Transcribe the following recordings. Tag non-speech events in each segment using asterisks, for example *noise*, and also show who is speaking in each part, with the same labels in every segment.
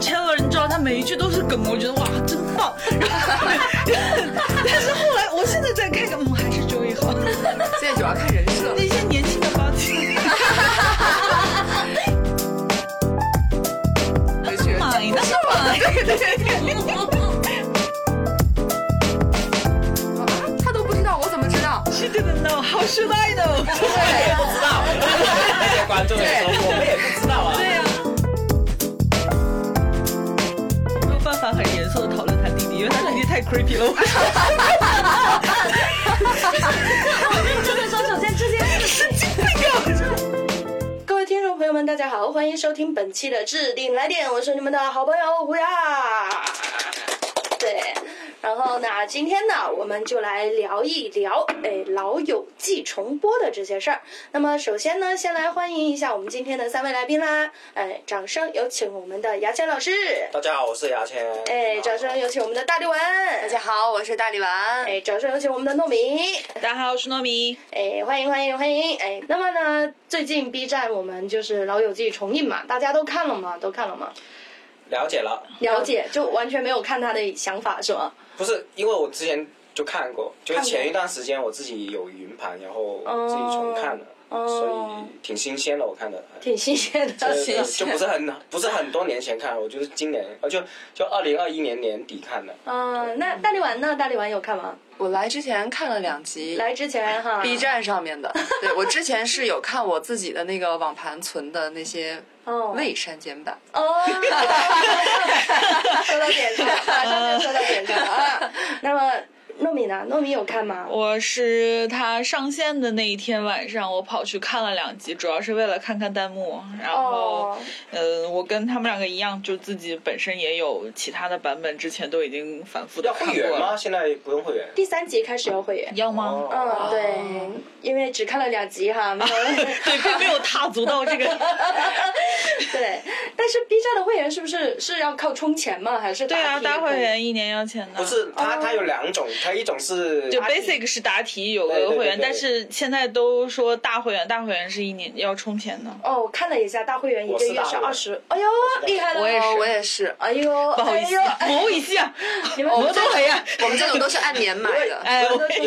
Speaker 1: Chandler，你知道他每一句都是梗，我觉得哇，真棒。然后 *laughs* 但是后来，我现在再看看，嗯，还是 Joey 好。
Speaker 2: *laughs* 现在主要看人设。
Speaker 1: 那些年轻的八七。
Speaker 2: 回去
Speaker 1: 买的是吧？对对对。
Speaker 2: *laughs* 他都不知道，我怎么知道？
Speaker 1: She didn't know. How should I know?
Speaker 3: 不知道，这些观众也说我们也不知道啊。
Speaker 1: 对呀、没有办法很严肃的讨论他弟弟，因为他弟弟太 creepy 了。我 *laughs*
Speaker 4: 这个说，首先这件事
Speaker 1: 神经病啊！
Speaker 4: 各位听众朋友们，大家好，欢迎收听本期的置顶来电，我是你们的好朋友胡亚。对，然后呢，今天呢，我们就来聊一聊，哎，老友记重播的这些事儿。那么，首先呢，先来欢迎一下我们今天的三位来宾啦，哎，掌声有请我们的牙签老师，
Speaker 3: 大家好，我是牙签。
Speaker 4: 哎，掌声有请我们的大力丸，
Speaker 2: 大家好，我是大力丸。
Speaker 4: 哎，掌声有请我们的糯米，
Speaker 1: 大家好，我是糯米。
Speaker 4: 哎，欢迎欢迎欢迎！哎，那么呢，最近 B 站我们就是《老友记》重映嘛，大家都看了吗？都看了吗？
Speaker 3: 了解了，
Speaker 4: 了解，就完全没有看他的想法是吗？
Speaker 3: 不是因为我之前就看过，就
Speaker 4: 看过
Speaker 3: 前一段时间我自己有云盘，然后自己重看了，
Speaker 4: 哦
Speaker 3: 所以挺新鲜的，我看的。
Speaker 4: 挺新鲜的，
Speaker 3: 呃
Speaker 4: 挺
Speaker 3: 就不是很不是很多年前看，我就是今年，呃，就就二零二一年年底看的。
Speaker 4: *laughs* 嗯，那大力丸呢？大力丸有看吗？
Speaker 2: 我来之前看了两集。
Speaker 4: 来之前哈
Speaker 2: B 站上面的，对我之前是有看我自己的那个网盘存的那些
Speaker 4: 哦
Speaker 2: 未删减版，
Speaker 4: 哦，说到点上，马上就说到点上了啊。那么糯米呢？糯米有看吗？
Speaker 1: 我是他上线的那一天晚上，我跑去看了两集，主要是为了看看弹幕。然后
Speaker 4: 哦，
Speaker 1: 嗯、我跟他们两个一样，就自己本身也有其他的版本，之前都已经反复的
Speaker 3: 要
Speaker 1: 看
Speaker 3: 会
Speaker 1: 过
Speaker 3: 员吗？
Speaker 1: 了。
Speaker 3: 现在不用会员。
Speaker 4: 第三集开始要会员。
Speaker 1: 要吗？
Speaker 4: 嗯，
Speaker 3: 哦
Speaker 4: 对，因为只看了两集哈，没有
Speaker 1: 对，并没有踏足到
Speaker 3: *laughs*
Speaker 1: 这个。
Speaker 4: *laughs* 对，但是 B 站的会员是不是是要靠充钱吗？还是
Speaker 1: 对啊，
Speaker 4: 打
Speaker 1: 大
Speaker 4: 会
Speaker 1: 会？员一年要钱的。
Speaker 3: 不是，它它有两种，它一种是
Speaker 1: 就 basic 是答题有
Speaker 3: 对对
Speaker 1: 个
Speaker 3: 对
Speaker 1: 会员，
Speaker 3: 对
Speaker 1: 但是现在都说大会员，大会员是一年要充钱的。
Speaker 4: 哦，我看了一下，大会员一个月
Speaker 3: 我是大
Speaker 4: 是
Speaker 3: 会员
Speaker 4: 二十，哎呦，
Speaker 3: 大会员
Speaker 4: 厉害了！
Speaker 2: 我也是，啊
Speaker 4: 哦
Speaker 2: 我也是，
Speaker 4: 哎
Speaker 1: *laughs*
Speaker 4: 呦，哎
Speaker 1: 不
Speaker 4: 不
Speaker 1: 好意思，不好意思啊，
Speaker 4: 你们
Speaker 1: 我们都很呀。
Speaker 2: 我们这种都是按年买的。
Speaker 1: 哎，我
Speaker 3: 因为只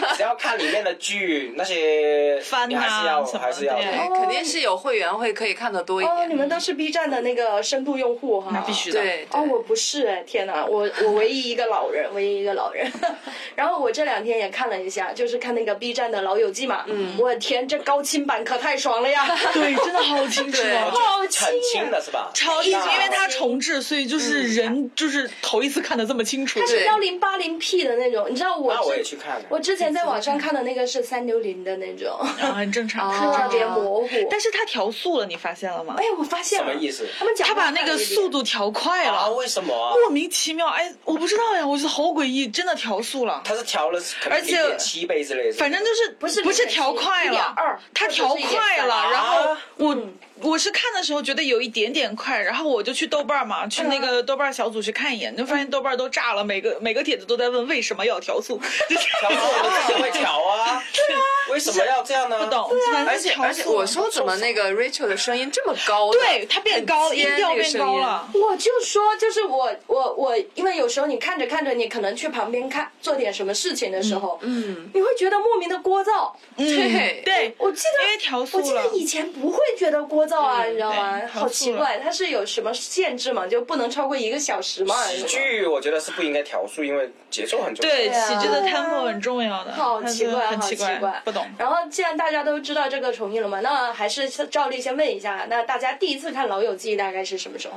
Speaker 3: 要只要看里面的剧那些，
Speaker 1: 翻
Speaker 3: 你还
Speaker 1: 啊
Speaker 3: 是要
Speaker 1: 什么
Speaker 3: 还是要
Speaker 1: 的
Speaker 2: 对，哎肯定是有会员会可以看得多一
Speaker 4: 哦，
Speaker 2: 点。
Speaker 4: 你们都是 B 站的那个深度用户哈，
Speaker 1: 那必须的。
Speaker 2: 对，对
Speaker 4: 哦，我不是哎，天哪，我我唯一一个老人，唯一一个老人。 *laughs* 然后我这两天也看了一下，就是看那个 B 站的《老友记》嘛，嗯，我天，这高清版可太爽了呀！
Speaker 1: 对，真的好清楚
Speaker 2: 对
Speaker 1: 啊。
Speaker 4: 好
Speaker 3: 就很轻的是吧？
Speaker 1: 超清楚，
Speaker 3: 那
Speaker 1: 因为它重置，所以
Speaker 4: 嗯
Speaker 1: 就是人就是头一次看的这么清楚。
Speaker 2: 对
Speaker 4: 幺零八零 P 的那种，你知道我
Speaker 3: 那我也
Speaker 4: 之
Speaker 3: 去看了
Speaker 4: 我之前在网上看的那个是三六零的那种，
Speaker 1: 啊，很正常。
Speaker 2: 哦
Speaker 4: 特别模糊。
Speaker 1: 但是它调速了，你发现了吗
Speaker 4: 哎？，我发现
Speaker 3: 什
Speaker 4: 了
Speaker 3: 么意思？
Speaker 4: 他们讲
Speaker 1: 它
Speaker 4: 话
Speaker 1: 把那
Speaker 4: 快
Speaker 1: 个
Speaker 4: 一点
Speaker 1: 速度调快
Speaker 3: 啊，
Speaker 1: 了，
Speaker 3: 为什么啊？
Speaker 1: 莫名其妙。哎，我不知道呀，我觉得好诡异，真的调速了。
Speaker 3: 它是调了，
Speaker 1: 而且
Speaker 3: 七倍之类的。
Speaker 1: 反正就是
Speaker 4: 不是
Speaker 1: 不是
Speaker 4: 0.7
Speaker 1: 调快了
Speaker 4: 1.2，
Speaker 1: 它
Speaker 4: 或者
Speaker 1: 调
Speaker 4: 是
Speaker 1: 快了，
Speaker 4: 1.3
Speaker 1: 然后
Speaker 3: 啊
Speaker 1: 我、
Speaker 4: 嗯
Speaker 1: 我是看的时候觉得有一点点快，然后我就去豆瓣嘛，去那
Speaker 4: 嗯
Speaker 1: 个豆瓣小组去看一眼，就发现豆瓣都炸了，每个每个帖子都在问为什么要调速， *laughs*
Speaker 3: 调啊，我们自己会调啊。 *laughs* 对啊，为什么要这样呢？
Speaker 1: 不懂，
Speaker 4: 啊
Speaker 1: 反正
Speaker 2: 嗯而且
Speaker 1: 调速
Speaker 2: 而且我说怎么那个 Rachel 的声音这么高呢？
Speaker 1: 对它变高，
Speaker 2: 很
Speaker 1: 音
Speaker 2: 尖
Speaker 1: 调
Speaker 2: 那个
Speaker 1: 变
Speaker 2: 声
Speaker 1: 高
Speaker 2: 音
Speaker 1: 了。
Speaker 4: 我就说，就是我我我，因为有时候你看着看着，你可能去旁边看做点什么事情的时候，嗯，你会觉得莫名的聒噪。
Speaker 1: 嗯
Speaker 2: 对
Speaker 1: 对，
Speaker 4: 我记得
Speaker 1: 因为调速
Speaker 4: 我记
Speaker 1: 了
Speaker 4: 得以前不会觉得聒噪啊，你知道吗
Speaker 1: 对？调速了
Speaker 4: 好奇怪，它是有什么限制嘛？就不能超过一个小时嘛？
Speaker 3: 喜剧我觉得是不应该调速，因为节奏很重要。
Speaker 1: 对
Speaker 4: 啊
Speaker 1: 喜剧的 tempo 很重要的，
Speaker 4: 好
Speaker 1: 它
Speaker 4: 奇
Speaker 1: 是
Speaker 4: 怪，
Speaker 1: 很
Speaker 4: 好
Speaker 1: 奇
Speaker 4: 怪，
Speaker 1: 不懂。
Speaker 4: 然后既然大家都知道这个重映了嘛，那还是照例先问一下，那大家第一次看《老友记》大概是什么时候？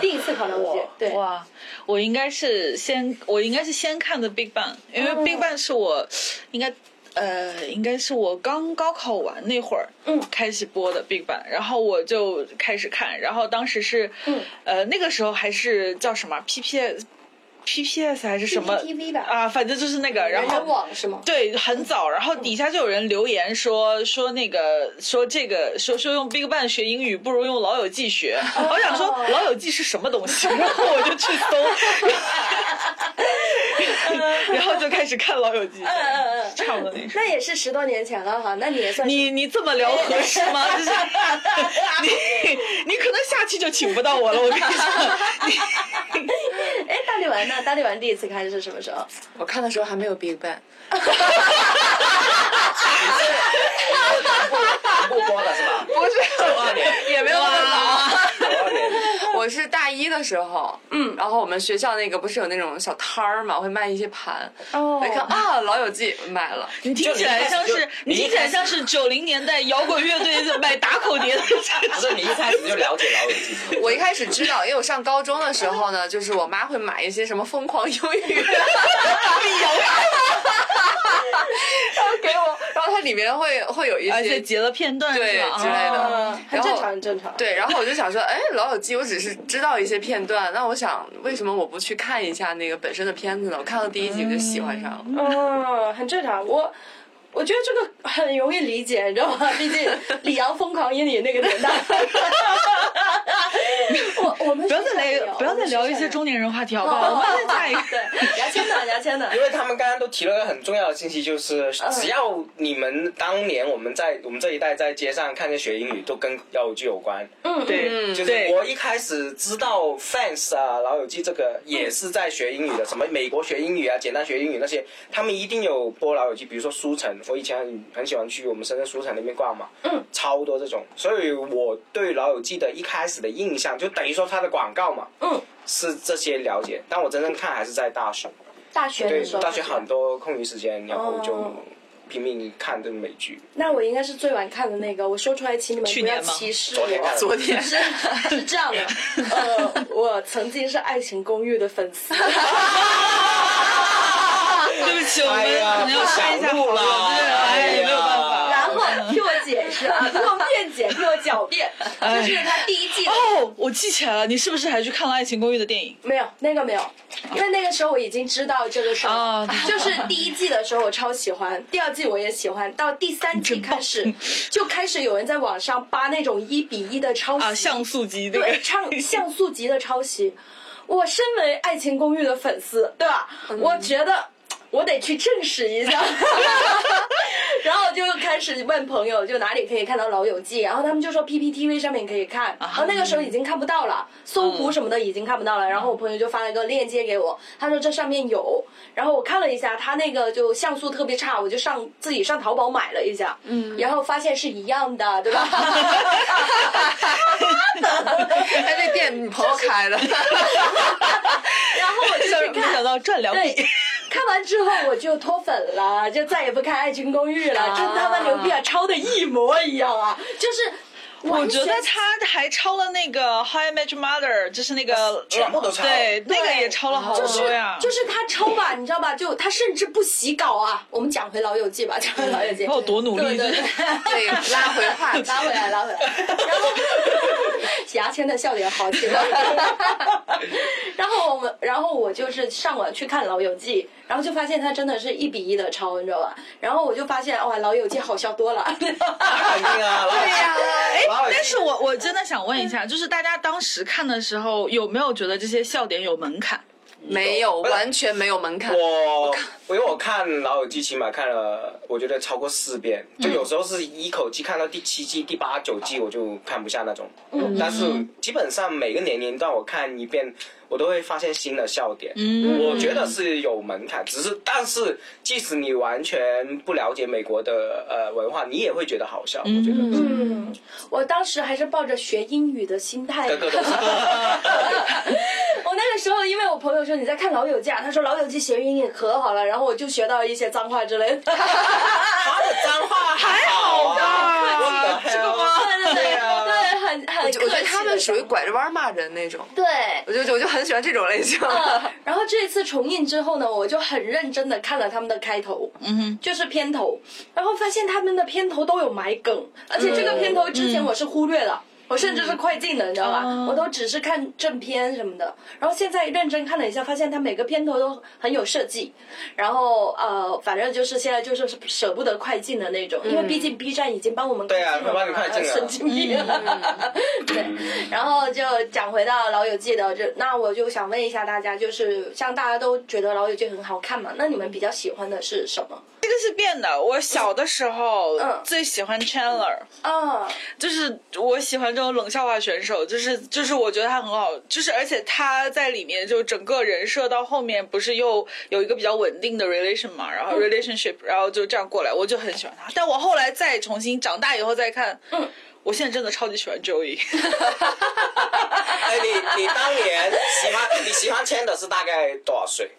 Speaker 4: 第一次看《老友记》，对，
Speaker 1: 哇，我应该是先，我应该是先看的 Big Bang，因
Speaker 4: 嗯
Speaker 1: 为 Big Bang 是我应该。呃，应该是我刚高考完那会儿，嗯，开始播的 Big Bang，然后我就开始看，然后当时是，嗯，呃，那个时候还是叫什么 PPS。PPS 还是什么
Speaker 4: PPTV 吧
Speaker 1: 啊，反正就是那个，然
Speaker 4: 人
Speaker 1: 后
Speaker 4: 人网是吗？
Speaker 1: 对，很早，然后底下就有人留言说说那个说这个说说用 Big Bang 学英语不如用《老友记》学。我想
Speaker 2: 哦
Speaker 1: 说《老友记》是什么东西，然后我就去搜，然后就开始看《老友记》，
Speaker 4: 嗯嗯
Speaker 1: *laughs* 差不多那时候。
Speaker 4: 那也是十多年前了哈，那你也算
Speaker 1: *laughs*
Speaker 4: 是
Speaker 1: 你你这么聊合适吗？就是你你可能下去就请不到我了，我跟你说。
Speaker 4: 哎，大力丸呢？大力丸第一次看是什么时候？
Speaker 2: 我看的时候还没有 Big Bang，
Speaker 3: *laughs* 不播了是吧？
Speaker 2: 不是
Speaker 3: 九二年，
Speaker 2: *laughs* 也没有那么早。
Speaker 3: 九二年，
Speaker 2: 我是大一的时候，嗯，然后我们学校那个不是有那种小摊儿嘛，会卖一些盘，
Speaker 4: 哦
Speaker 2: 我一看啊，《老友记》买了，
Speaker 1: 你听起来像是，你听起来像是九零年代摇滚乐队在买打口
Speaker 2: *laughs*
Speaker 1: 碟的
Speaker 3: 不是你一开始就了解老友记是吗？
Speaker 2: 我一开始知道，因为我上高中的时候 *laughs* 呢，就是我妈会买一些什么《疯狂英语》，然后给我，然后它里面会会啊有一
Speaker 1: 而且
Speaker 2: 些
Speaker 1: 截了片段
Speaker 2: 对
Speaker 1: 是吧
Speaker 2: 之类的
Speaker 1: 啊
Speaker 4: 嗯，很
Speaker 2: 然后
Speaker 4: 正常，很正常。，
Speaker 2: 对，然后我就想说，哎，《老友记》我只是知道一些片段，那我想为什么我不去看一下那个本身的片子呢？我看到第一集我就喜欢上了。
Speaker 4: 嗯，很正常。我我觉得这个很容易理解，你知道吗？毕竟李阳疯狂英语那个年代。我我们
Speaker 1: 不要再
Speaker 4: 是这
Speaker 1: 聊，
Speaker 4: 样
Speaker 1: 不要再聊一些中年人话题好不好？我 *laughs* 们再下一个。
Speaker 4: 对，牙签的牙签的。
Speaker 3: 因为他们刚刚都提了个很重要的信息，就是
Speaker 4: 嗯
Speaker 3: 只要你们当年我们在我们这一代在街上看见学英语，都跟老友记有关。
Speaker 4: 嗯，
Speaker 1: 对，
Speaker 3: 就是
Speaker 1: 对
Speaker 3: 我一开始知道 fans 啊，老友记这个
Speaker 4: 嗯
Speaker 3: 也是在学英语的，什么美国学英语啊，简单学英语那些，他们一定有播老友记。比如说书城，我以前很很喜欢去我们深圳书城那边逛嘛，嗯，超多这种，所以我对老友记的一开始的印象就等于说它的广告嘛，
Speaker 4: 嗯，
Speaker 3: 是这些了解，但我真正看还是在大学，
Speaker 4: 大学
Speaker 3: 对
Speaker 4: 的时，候。
Speaker 3: 大学很。多空余时间，然后就
Speaker 4: 哦
Speaker 3: 拼命看这个美剧，
Speaker 4: 那我应该是最晚看的那个，我说出来请你们
Speaker 1: 去
Speaker 4: 不要
Speaker 1: 年吗
Speaker 4: 歧视
Speaker 3: 昨天看
Speaker 4: 我
Speaker 3: 的。
Speaker 2: 昨天
Speaker 4: 是是这样的，呃，我曾经是《爱情公寓》的粉丝，
Speaker 1: 对不起，我们
Speaker 3: 哎呀
Speaker 1: 可能要删一下
Speaker 3: 不
Speaker 1: 好
Speaker 3: 想录
Speaker 1: 了，
Speaker 3: 了
Speaker 1: 对哎，
Speaker 3: 哎呀
Speaker 1: 没有办法。
Speaker 4: 然后替我解释啊，替我辩解，替我狡辩，
Speaker 1: 哎
Speaker 4: 就是他第一季的
Speaker 1: 哦，我记起来了，你是不是还去看了《爱情公寓》的电影？
Speaker 4: 没有，那个没有，因为那个时候我已经知道这个事儿了 *laughs*
Speaker 1: 哦。
Speaker 4: 就是第一季的时候我超喜欢，第二季我也喜欢，到第三季开始就开始有人在网上扒那种一比一的抄袭，
Speaker 1: 啊，像素级那
Speaker 4: 对
Speaker 1: *laughs* 个，
Speaker 4: 唱像素级的抄袭。我身为《爱情公寓》的粉丝，对吧？我觉得我得去证实一下。然后就开始问朋友，就哪里可以看到《老友记》，然后他们就说 PPTV 上面可以看，然后那个时候已经看不到了，搜狐什么的已经看不到了。然后我朋友就发了一个链接给我，他说这上面有，然后我看了一下，他那个就像素特别差，我就上自己上淘宝买了一下，嗯，然后发现是一样的，对吧？ *laughs*
Speaker 2: *laughs* 哎，那店你朋友开
Speaker 4: *laughs*
Speaker 2: 的，
Speaker 4: 然后我就
Speaker 1: 但是
Speaker 4: 去
Speaker 1: 没 *laughs*
Speaker 4: 看
Speaker 1: 想。到赚两
Speaker 4: 对
Speaker 1: 笔。，
Speaker 4: 看完之后我就脱粉了，就再也不看《爱情公寓》了，真他妈牛逼啊，抄的一模一样啊！就是完
Speaker 1: 我觉
Speaker 4: 全，
Speaker 1: 得他还抄了那个《How I Met Your Mother》，就是那个
Speaker 3: 全部都抄
Speaker 1: 对，那个
Speaker 4: 对
Speaker 1: 也抄了好
Speaker 4: 就是
Speaker 1: 多呀。
Speaker 4: 就是他抄
Speaker 1: *laughs*
Speaker 4: 吧，你知道吧？就他甚至不洗稿啊。我们讲回《老友记》吧，讲回《老友记》，
Speaker 1: 他有多努力
Speaker 4: 对对对
Speaker 2: 对，拉回话题
Speaker 4: 拉。回来，拉回来。然后牙签的笑点好奇怪。然后我们，然后我就是上网去看《老友记》，然后就发现它真的是一比一的抄，你知道吧？然后我就发现，哇，《老友记》好笑多了。
Speaker 3: *laughs* 肯定啊， *laughs* 对呀，
Speaker 1: 哎
Speaker 3: 老友记
Speaker 1: 但是我我真的想问一下，就是大家当时看的时候，有没有觉得这些笑点有门槛？
Speaker 2: 没有，完全没有门槛。
Speaker 3: 我因为我看《老友记》起码看了，我觉得超过四遍，就有时候是一口气看到第七季、第八、九季，我就看不下那种。嗯、但是基本上每个年龄段我看一遍，我都会发现新的笑点。
Speaker 1: 嗯
Speaker 3: 我觉得是有门槛，只是但是即使你完全不了解美国的呃文化，你也会觉得好笑。我觉得是
Speaker 4: 嗯，我当时还是抱着学英语的心态。
Speaker 3: 各个
Speaker 4: *laughs*
Speaker 3: 都是。
Speaker 4: 我那个时候，因为我朋友说你在看《老友记》，啊，他说《老友记》谐音也可好了，然后我就学到一些脏话之
Speaker 2: *laughs*
Speaker 4: 类的。
Speaker 3: 他的脏话还好啊，
Speaker 1: 这个吗
Speaker 4: 对对对
Speaker 3: 对啊
Speaker 4: 对，很很
Speaker 2: 我觉
Speaker 4: 客气
Speaker 2: 我
Speaker 4: 的
Speaker 2: 觉得他们属于
Speaker 4: 脏话
Speaker 2: 拐着弯骂人那种，
Speaker 4: 对。
Speaker 2: 我就我就很喜欢这种类型。
Speaker 4: *laughs* 然后这一次重映之后呢，我就很认真的看了他们的开头，
Speaker 1: 嗯哼，
Speaker 4: 就是片头，然后发现他们的片头都有埋梗，而且这个片头之前我是忽略了。我甚至是快进的，你知道吧？
Speaker 1: 哦
Speaker 4: 我都只是看正片什么的，然后现在认真看了一下，发现它每个片头都很有设计。然后呃，反正就是现在就是舍不得快进的嗯那种，因为毕竟 B 站已经帮我们
Speaker 3: 对啊
Speaker 4: 快进了嘛嗯
Speaker 3: 帮你快进了
Speaker 4: *laughs* 神经病。对，然后就讲回到《老友记》的，就那我就想问一下大家，就是像大家都觉得《老友记》很好看嘛，那你们比较喜欢的是什么？
Speaker 1: 这个是变的。我小的时候
Speaker 4: 嗯
Speaker 1: 最喜欢 Chandler，、
Speaker 4: 啊，
Speaker 1: 就是我喜欢这种冷笑话选手，就是就是我觉得他很好，就是而且他在里面就整个人设到后面不是又有一个比较稳定的 relation 嘛，然
Speaker 4: 嗯
Speaker 1: 后 relationship，、然后就这样过来，我就很喜欢他。但我后来再重新长大以后再看，嗯，我现在真的超级喜欢
Speaker 4: *laughs*
Speaker 1: Joey，
Speaker 3: 哎，你你当年喜欢你喜欢签的是大概多少岁？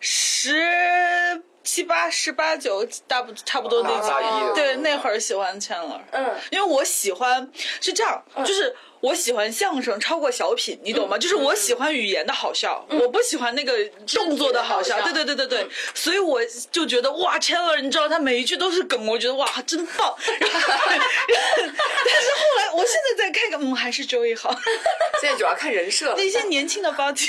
Speaker 1: 十七八、十八九，大不差不多那
Speaker 3: 啊大
Speaker 1: 几
Speaker 3: 一
Speaker 1: 年，
Speaker 3: 的
Speaker 1: 对，那会儿喜欢 Chandler，
Speaker 4: 嗯
Speaker 1: 因为我喜欢是这样，就是我喜欢相声超过小品，你
Speaker 4: 嗯
Speaker 1: 懂吗？就是我喜欢语言的好笑，我不喜欢那个动作的好笑。
Speaker 4: 身体的好笑嗯
Speaker 1: 对对对对对，所以我就觉得哇，Chandler，你知道他每一句都是梗，我觉得哇，真棒。然后 *laughs* 但是后来，我现在再看看，嗯，还是 Joey 好。
Speaker 2: 现在主要看人设。
Speaker 1: 那些年轻的 body，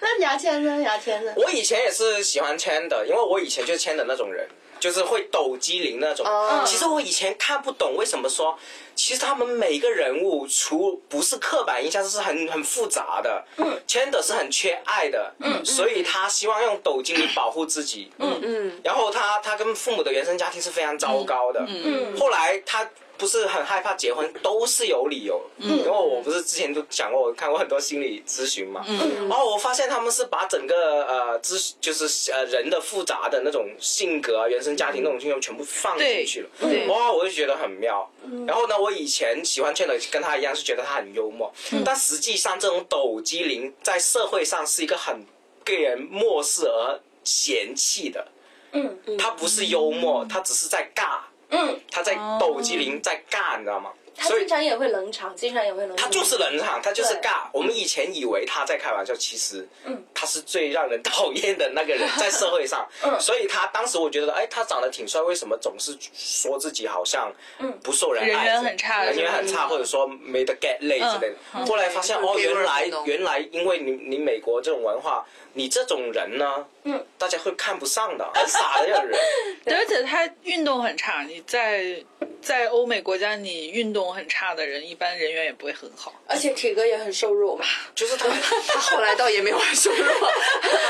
Speaker 4: 那牙签呢？牙签呢？
Speaker 3: 我以前也是喜欢签的，因为我以前就是签的那种人，就是会抖机灵那种。
Speaker 2: 哦
Speaker 3: 其实我以前看不懂为什么说，其实他们每个人物除不是刻板印象，是很很复杂的。嗯，签的是很缺爱的。嗯，所以他希望用抖机灵保护自己。嗯
Speaker 2: 嗯，
Speaker 3: 然后他他跟父母的原生家庭是非常糟糕的。
Speaker 4: 嗯
Speaker 3: 后来他不是很害怕结婚，都是有理由。嗯，因为我不是之前就讲过，我看过很多心理咨询嘛。嗯，然后我发现他们是把整个呃咨就是呃人的复杂的那种性格啊、原生家庭那种性格全部放进去了。
Speaker 1: 对对
Speaker 3: 哇，我就觉得很妙。然后呢，我以前喜欢 c h 跟他一样，是觉得他很幽默，但实际上这种抖机灵在社会上是一个很被人漠视而嫌弃的。
Speaker 4: 嗯
Speaker 3: 他不是幽默，他只是在尬。
Speaker 4: 嗯，哦
Speaker 3: 他在抖机灵，在尬，你知道吗？
Speaker 4: 他
Speaker 3: 所以
Speaker 4: 经常也会冷场，经常也会冷场。
Speaker 3: 他就是冷场，他就是
Speaker 4: 对
Speaker 3: 尬。我们以前以为他在开玩笑，其实
Speaker 4: 嗯
Speaker 3: 他是最让人讨厌的那个
Speaker 4: *laughs*
Speaker 3: 人，在社会上。
Speaker 4: 嗯
Speaker 3: 所以他当时我觉得，哎，他长得挺帅，为什么总是说自己好像
Speaker 4: 嗯
Speaker 3: 不受人爱？
Speaker 1: 人缘很差
Speaker 3: 人缘很差，
Speaker 1: 嗯
Speaker 3: 或者说没得 get 类之类的。
Speaker 1: 嗯
Speaker 3: 后来发现，
Speaker 2: 嗯
Speaker 3: 哦，
Speaker 2: 对
Speaker 3: 原
Speaker 2: 对
Speaker 3: 来
Speaker 2: 对
Speaker 3: 原来因为你你美国这种文化，你这种人呢，
Speaker 4: 嗯
Speaker 3: 大家会看不上的，很傻的那种人。
Speaker 1: *laughs* 而且他运动很差。你在在欧美国家，你运动很差的人，一般人缘也不会很好。
Speaker 4: 而且体格也很瘦弱嘛。
Speaker 3: 就是他，
Speaker 2: 他后来倒也没有很
Speaker 4: *laughs*
Speaker 2: 瘦弱。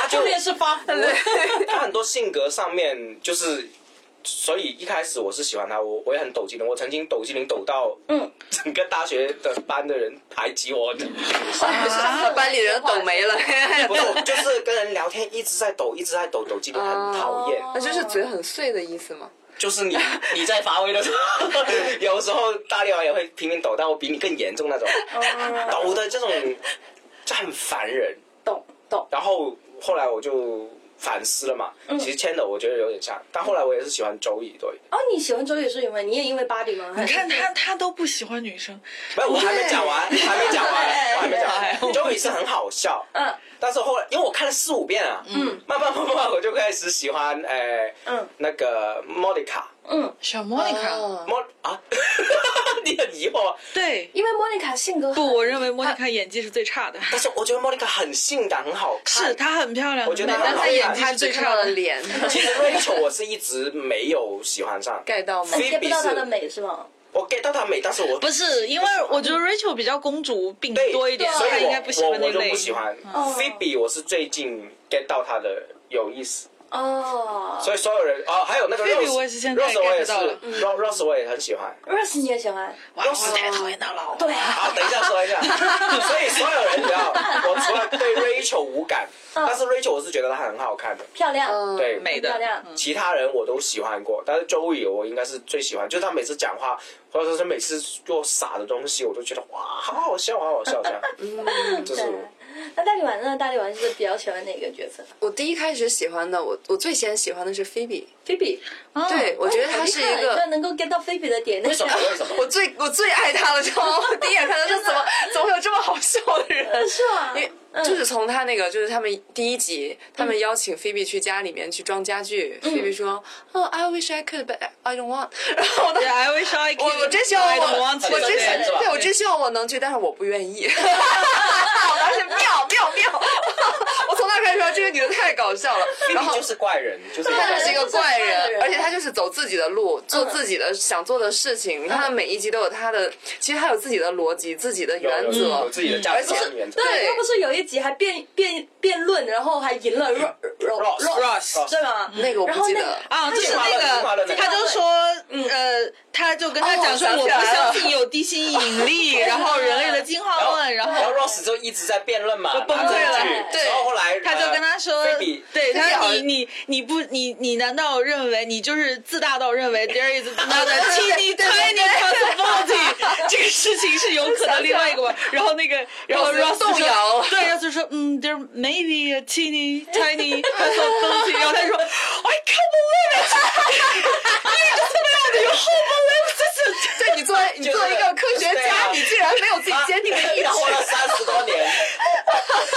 Speaker 3: 他就
Speaker 1: 是发福。
Speaker 3: 他很多性格上面就是，所以一开始我是喜欢他，我我也很抖机灵，我曾经抖机灵抖到，
Speaker 4: 嗯，
Speaker 3: 整个大学的班的人排挤我的，
Speaker 2: 把班里人抖没了， *laughs*
Speaker 3: 不是，我就是跟人聊天一直在抖，一直在抖，抖机灵很讨厌，
Speaker 2: 那就是嘴很碎的意思吗？
Speaker 3: 就是你你在发威的时候，有时候大力丸也会拼命抖，但我比你更严重那种，
Speaker 4: 哦
Speaker 3: 抖的这种就很烦人。
Speaker 4: 懂懂。
Speaker 3: 然后后来我就反思了嘛，
Speaker 4: 嗯
Speaker 3: 其实签的我觉得有点像，但后来我也是喜欢周易多一点。
Speaker 4: 哦，你喜欢周也是因为你也因为 body 吗？你
Speaker 1: 你看他，他都不喜欢女生。
Speaker 4: 嗯
Speaker 3: 没有，我还没讲
Speaker 4: *laughs*
Speaker 3: 完，我还没讲完，
Speaker 4: 哎
Speaker 3: 我还没讲
Speaker 1: 对
Speaker 3: 完。周瑜是很好笑，
Speaker 4: 嗯
Speaker 3: 但是后来因为我看了四五遍啊，嗯，慢慢慢慢我就开始喜欢呃，
Speaker 4: 嗯
Speaker 3: 那个莫妮卡，
Speaker 4: 嗯，
Speaker 1: 小莫妮卡，
Speaker 2: 哦
Speaker 3: 莫啊， *laughs* 你很疑惑，啊
Speaker 1: 对，
Speaker 4: 因为莫妮卡性格很
Speaker 1: 不，我认为莫妮卡演技是最差的，
Speaker 3: 但是我觉得莫妮卡很性感，很好
Speaker 1: *laughs*
Speaker 3: 看。
Speaker 1: 是她很漂亮，
Speaker 3: 我觉得
Speaker 1: 很美但
Speaker 3: 她
Speaker 1: 她
Speaker 3: 很
Speaker 1: 演
Speaker 3: 好
Speaker 1: 技是
Speaker 3: 看
Speaker 2: 他
Speaker 1: 最
Speaker 2: 最
Speaker 1: 差
Speaker 2: 看
Speaker 1: 的
Speaker 2: 了。
Speaker 3: *laughs*
Speaker 2: 脸，
Speaker 3: 其实 Rachel 我是一直没有喜欢上，
Speaker 2: 盖到吗？
Speaker 3: 非
Speaker 4: get 不到她的美是吗？
Speaker 3: 我 get 到她美，但是我
Speaker 1: 不是，因为我觉得 Rachel 比较公主病
Speaker 3: 对
Speaker 1: 多一点，
Speaker 3: 所以
Speaker 1: 她
Speaker 3: 我
Speaker 1: 应该不喜欢
Speaker 3: 我
Speaker 1: 那
Speaker 3: 我就
Speaker 1: 类。
Speaker 3: 不喜欢。
Speaker 4: 哦
Speaker 3: Phoebe 我是最近 get 到她的有意思。
Speaker 4: 嗯哦
Speaker 3: 所以所有人哦，还有那个
Speaker 1: Phoebe
Speaker 3: Rose，
Speaker 1: 我也是现在
Speaker 3: Rose 我也
Speaker 1: get 到了
Speaker 3: 是，Rose Rose 我也很喜欢。
Speaker 4: ，Rose 你也喜欢？
Speaker 1: 哇，我太讨厌她了。
Speaker 4: 对啊，
Speaker 3: 好，等一下
Speaker 1: *laughs*
Speaker 3: 说一下。所以所有人知道，我除了对 Rachel 无感，但是 Rachel 我是觉得她很好看的，
Speaker 4: 漂亮，
Speaker 2: 嗯，
Speaker 3: 对，
Speaker 1: 美的
Speaker 4: 漂亮。
Speaker 3: 其他人我都喜欢过，但是 Joey 我应该是最喜欢，就是他每次讲话，或者说是每次做傻的东西，我都觉得哇，好好笑，好好笑这样。这是
Speaker 4: 对，那大力丸呢？大力丸是比较喜欢哪个角色
Speaker 2: 我第一开始喜欢的，我我最先喜欢的是菲比，
Speaker 4: ？Phoebe，
Speaker 1: 嗯
Speaker 2: 对我觉得她是一
Speaker 4: 你居
Speaker 2: 个
Speaker 4: 然。能够 get 到 Phoebe 的点，那
Speaker 3: 为什么？为什么？
Speaker 2: 我最我最爱她了，知道吗？我第一眼看她说怎么怎么会有这么好笑的人？
Speaker 4: 是吗？
Speaker 2: 因为就是从他那个，就是他们第一集，他们邀请菲比去家里面去装家具，菲比说，哦，I wish I could, but I don't want。然后我当
Speaker 1: 对
Speaker 2: 时
Speaker 1: ，I wish I could。
Speaker 2: 我我真希望我我真
Speaker 1: 真
Speaker 2: 希
Speaker 4: 对是吧
Speaker 2: 对我真希望我能去，但是我不愿意。我当时妙妙妙！我从那大概说这个女的太搞笑了，然后
Speaker 3: 就是怪人，就是
Speaker 2: 他
Speaker 4: 对
Speaker 2: 就是一个怪
Speaker 4: 就是怪人
Speaker 2: 人，嗯而且他就是走自己的路，做自己的想做的事情。你看他每一集都有他的，其实他有自己的逻辑、自己的原
Speaker 3: 有有
Speaker 2: 则
Speaker 3: 有。自己的价值
Speaker 2: 而
Speaker 3: 观
Speaker 2: 且
Speaker 3: 原则。
Speaker 4: 对，
Speaker 2: 对
Speaker 4: 他不是有一集还辩辩辩论，然后还赢了 Ro Ro
Speaker 1: Ross，
Speaker 4: 对吗？
Speaker 2: 那个我不记
Speaker 4: 然后
Speaker 2: 得
Speaker 4: 那，
Speaker 1: 啊，就是那
Speaker 3: 进化论
Speaker 1: 个，
Speaker 3: 进化论
Speaker 1: 他就说，呃，他就跟他讲说，
Speaker 2: 哦
Speaker 1: 我不
Speaker 2: 我想起来了
Speaker 1: 相信有地心引力，然后人类的进化论，然
Speaker 3: 然后
Speaker 1: 后
Speaker 3: Ross 就一直在辩论嘛，
Speaker 1: 崩溃了
Speaker 3: 拿着剧
Speaker 2: 对
Speaker 3: 然后后来
Speaker 1: 他就跟他说
Speaker 3: 呃菲比，
Speaker 1: 对
Speaker 2: 菲比
Speaker 1: 他
Speaker 2: 好
Speaker 1: 说你
Speaker 2: 像
Speaker 1: 你你不你你难道认为你就是自大到认为 there is another tiny
Speaker 2: *laughs* 对对对
Speaker 1: tiny possibility
Speaker 2: *laughs*
Speaker 1: 这个事情是有可能另外一个吧？然后那个然后
Speaker 2: Ross
Speaker 1: Ross
Speaker 2: 动
Speaker 1: 说
Speaker 2: 摇了
Speaker 1: 对，Ross 说嗯 there maybe a tiny tiny possibility，然后他说 I can't believe it，那个 possibility you can't believe this。
Speaker 2: 对你作为你作为一个科学
Speaker 3: 就是对啊
Speaker 2: 家，你竟然没有自己坚定的意
Speaker 3: 啊活了
Speaker 2: 志。
Speaker 3: 三十多年，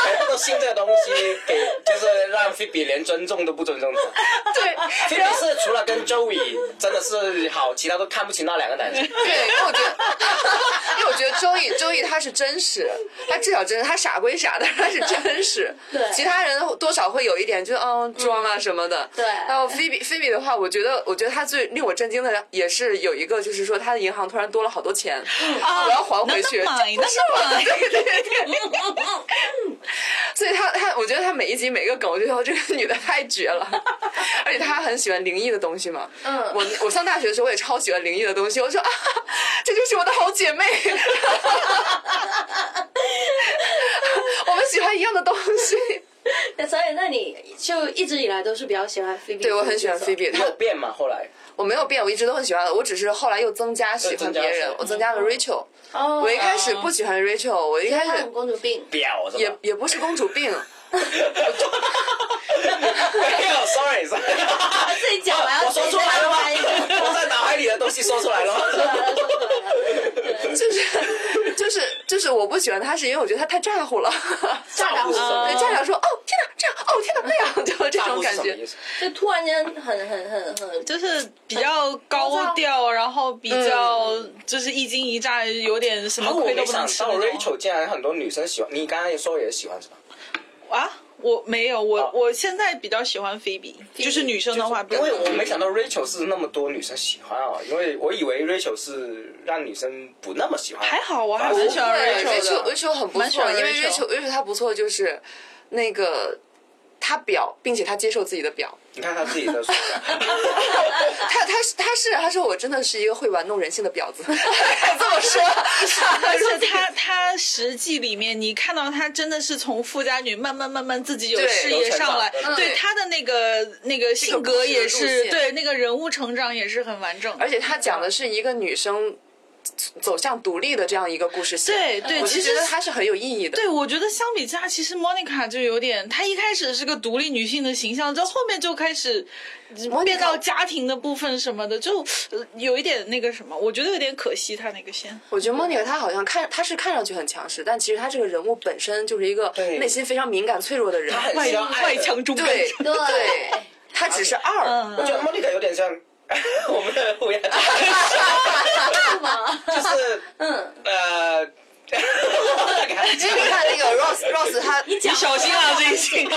Speaker 3: 全部都信这个东西，给就是让菲比连尊重都不尊重他。
Speaker 2: 对，
Speaker 3: 菲比是除了跟 Joey 真的是好，其他都看不起那两个男生。
Speaker 2: 对，因为我觉得，因为我觉得周易周易他是真实，他至少真实，他傻归傻，但是他是真实。
Speaker 4: 对
Speaker 2: 其他人多少会有一点就嗯装啊什么的。
Speaker 4: 对
Speaker 2: 然后菲比菲比的话，我觉得我觉得他最令我震惊的也是有一个，就是说他的银行突然多了好多钱，
Speaker 1: 啊
Speaker 2: 我要还回去。
Speaker 1: 那买，那买，
Speaker 2: 所以他他，我觉得他每一集每个梗，我就觉得这个女的太绝
Speaker 4: *laughs*
Speaker 2: 了，而且她很喜欢灵异的东西嘛。
Speaker 4: 嗯
Speaker 2: 我我上大学的时候，我也超喜欢灵异的东西。我说啊，这就是我的好姐妹， *laughs* 我们喜欢一样的东西。
Speaker 4: 那所以那你就一直以来都是比较喜欢菲比，
Speaker 2: 对，我很喜欢菲，比，她
Speaker 3: 有变嘛？后来
Speaker 2: 我没有变，我一直都很喜欢的，我只是后来又增加喜欢别
Speaker 3: 又增加
Speaker 2: 人
Speaker 3: 了，
Speaker 2: 我增加了 Rachel。
Speaker 4: 哦，
Speaker 2: 我一开始不喜欢 Rachel，我一开
Speaker 4: 她
Speaker 2: 始
Speaker 4: 很公主病，
Speaker 3: 表是
Speaker 2: 也
Speaker 3: 吧？
Speaker 2: 也不是公主病。
Speaker 3: 没有，sorry sorry。
Speaker 4: 她自己讲完，
Speaker 3: 我说出来了吗？
Speaker 4: 说
Speaker 3: 我在脑海里的东西说出来了吗？
Speaker 4: 出来了，说出来了。
Speaker 2: 就是就是就是我不喜欢他，是因为我觉得他太咋呼了。
Speaker 1: *laughs*
Speaker 4: 炸
Speaker 2: *laughs*
Speaker 4: 呼
Speaker 3: 是什么
Speaker 2: 对，家长说哦天哪，这样哦天哪那样，就这
Speaker 3: 大
Speaker 2: 种
Speaker 3: 呼是
Speaker 2: 感
Speaker 3: 什么意
Speaker 2: 觉。
Speaker 3: 思？
Speaker 4: 就突然间很很很很，
Speaker 1: 就是比较高调，然后比
Speaker 2: 嗯
Speaker 1: 较就是一惊一乍，有点什么
Speaker 3: 我
Speaker 1: 亏都
Speaker 3: 没
Speaker 1: 不
Speaker 3: 想
Speaker 1: 能吃
Speaker 3: 到
Speaker 1: 那种。
Speaker 3: Rachel 竟然很多女生喜欢，你刚刚也说也喜欢是吧？
Speaker 1: 啊，我没有，我、
Speaker 3: 哦
Speaker 1: 我现在比较喜欢菲比，就是女生的话比
Speaker 3: 因
Speaker 1: 较，
Speaker 3: 为我没想到 Rachel 是那么多女生喜欢啊，因为我以为 Rachel 是让女生不那么喜欢。
Speaker 1: 还好，啊我还
Speaker 3: 反正
Speaker 1: 蛮喜欢
Speaker 2: 对
Speaker 1: Rachel 的。
Speaker 2: ，Rachel Rachel 很不
Speaker 1: 蛮喜
Speaker 2: 错，
Speaker 1: 欢
Speaker 2: 因为
Speaker 1: Rachel
Speaker 2: Rachel Rachel 她不错，就是那个她表，并且她接受自己的表。
Speaker 3: 你看他自己的说法，
Speaker 2: 她她是她是她说我真的是一个会玩弄人性的婊子， *laughs* 这么说。 *laughs*
Speaker 1: 而且她她实际里面，你看到她真的是从富家女慢慢慢慢自己有
Speaker 2: 对
Speaker 1: 事
Speaker 3: 有
Speaker 1: 业
Speaker 3: 成
Speaker 1: 上
Speaker 3: 长
Speaker 1: 来
Speaker 3: 嗯，
Speaker 1: 对她的那个那个性格
Speaker 2: 故事的
Speaker 1: 也
Speaker 2: 路
Speaker 1: 是，
Speaker 2: 线
Speaker 1: 对那个人物成长也是很完整。
Speaker 2: 而且她讲的是一个女生走向独立的这样一个故事线。
Speaker 1: 对对
Speaker 2: 我
Speaker 1: 其
Speaker 2: 就
Speaker 1: 实
Speaker 2: 觉得她是很有意义的。
Speaker 1: 对，我觉得相比之下，其实 Monica 就有点，她一开始是个独立女性的形象，到后面就开始变到家庭的部分什么的，就呃有一点那个什么，我觉得有点可惜她那个线。
Speaker 2: 我觉得莫妮卡她好像看她是看上去很强势，但其实她这个人物本身就是一个
Speaker 3: 对
Speaker 2: 内心非常敏感脆弱的人
Speaker 3: 他。很
Speaker 1: 外
Speaker 3: 像爱
Speaker 1: 外
Speaker 3: 的
Speaker 1: 强中干。
Speaker 2: 对
Speaker 4: 对
Speaker 2: 她只是二。
Speaker 3: 我
Speaker 1: 嗯，
Speaker 3: 觉得 Monica 有点像呃 *laughs* 我们的乌鸦，就是嗯呃，
Speaker 2: 其实
Speaker 1: *laughs*
Speaker 2: 你看那个 Rose Rose 她 *laughs*
Speaker 1: 你小心啊，这一期。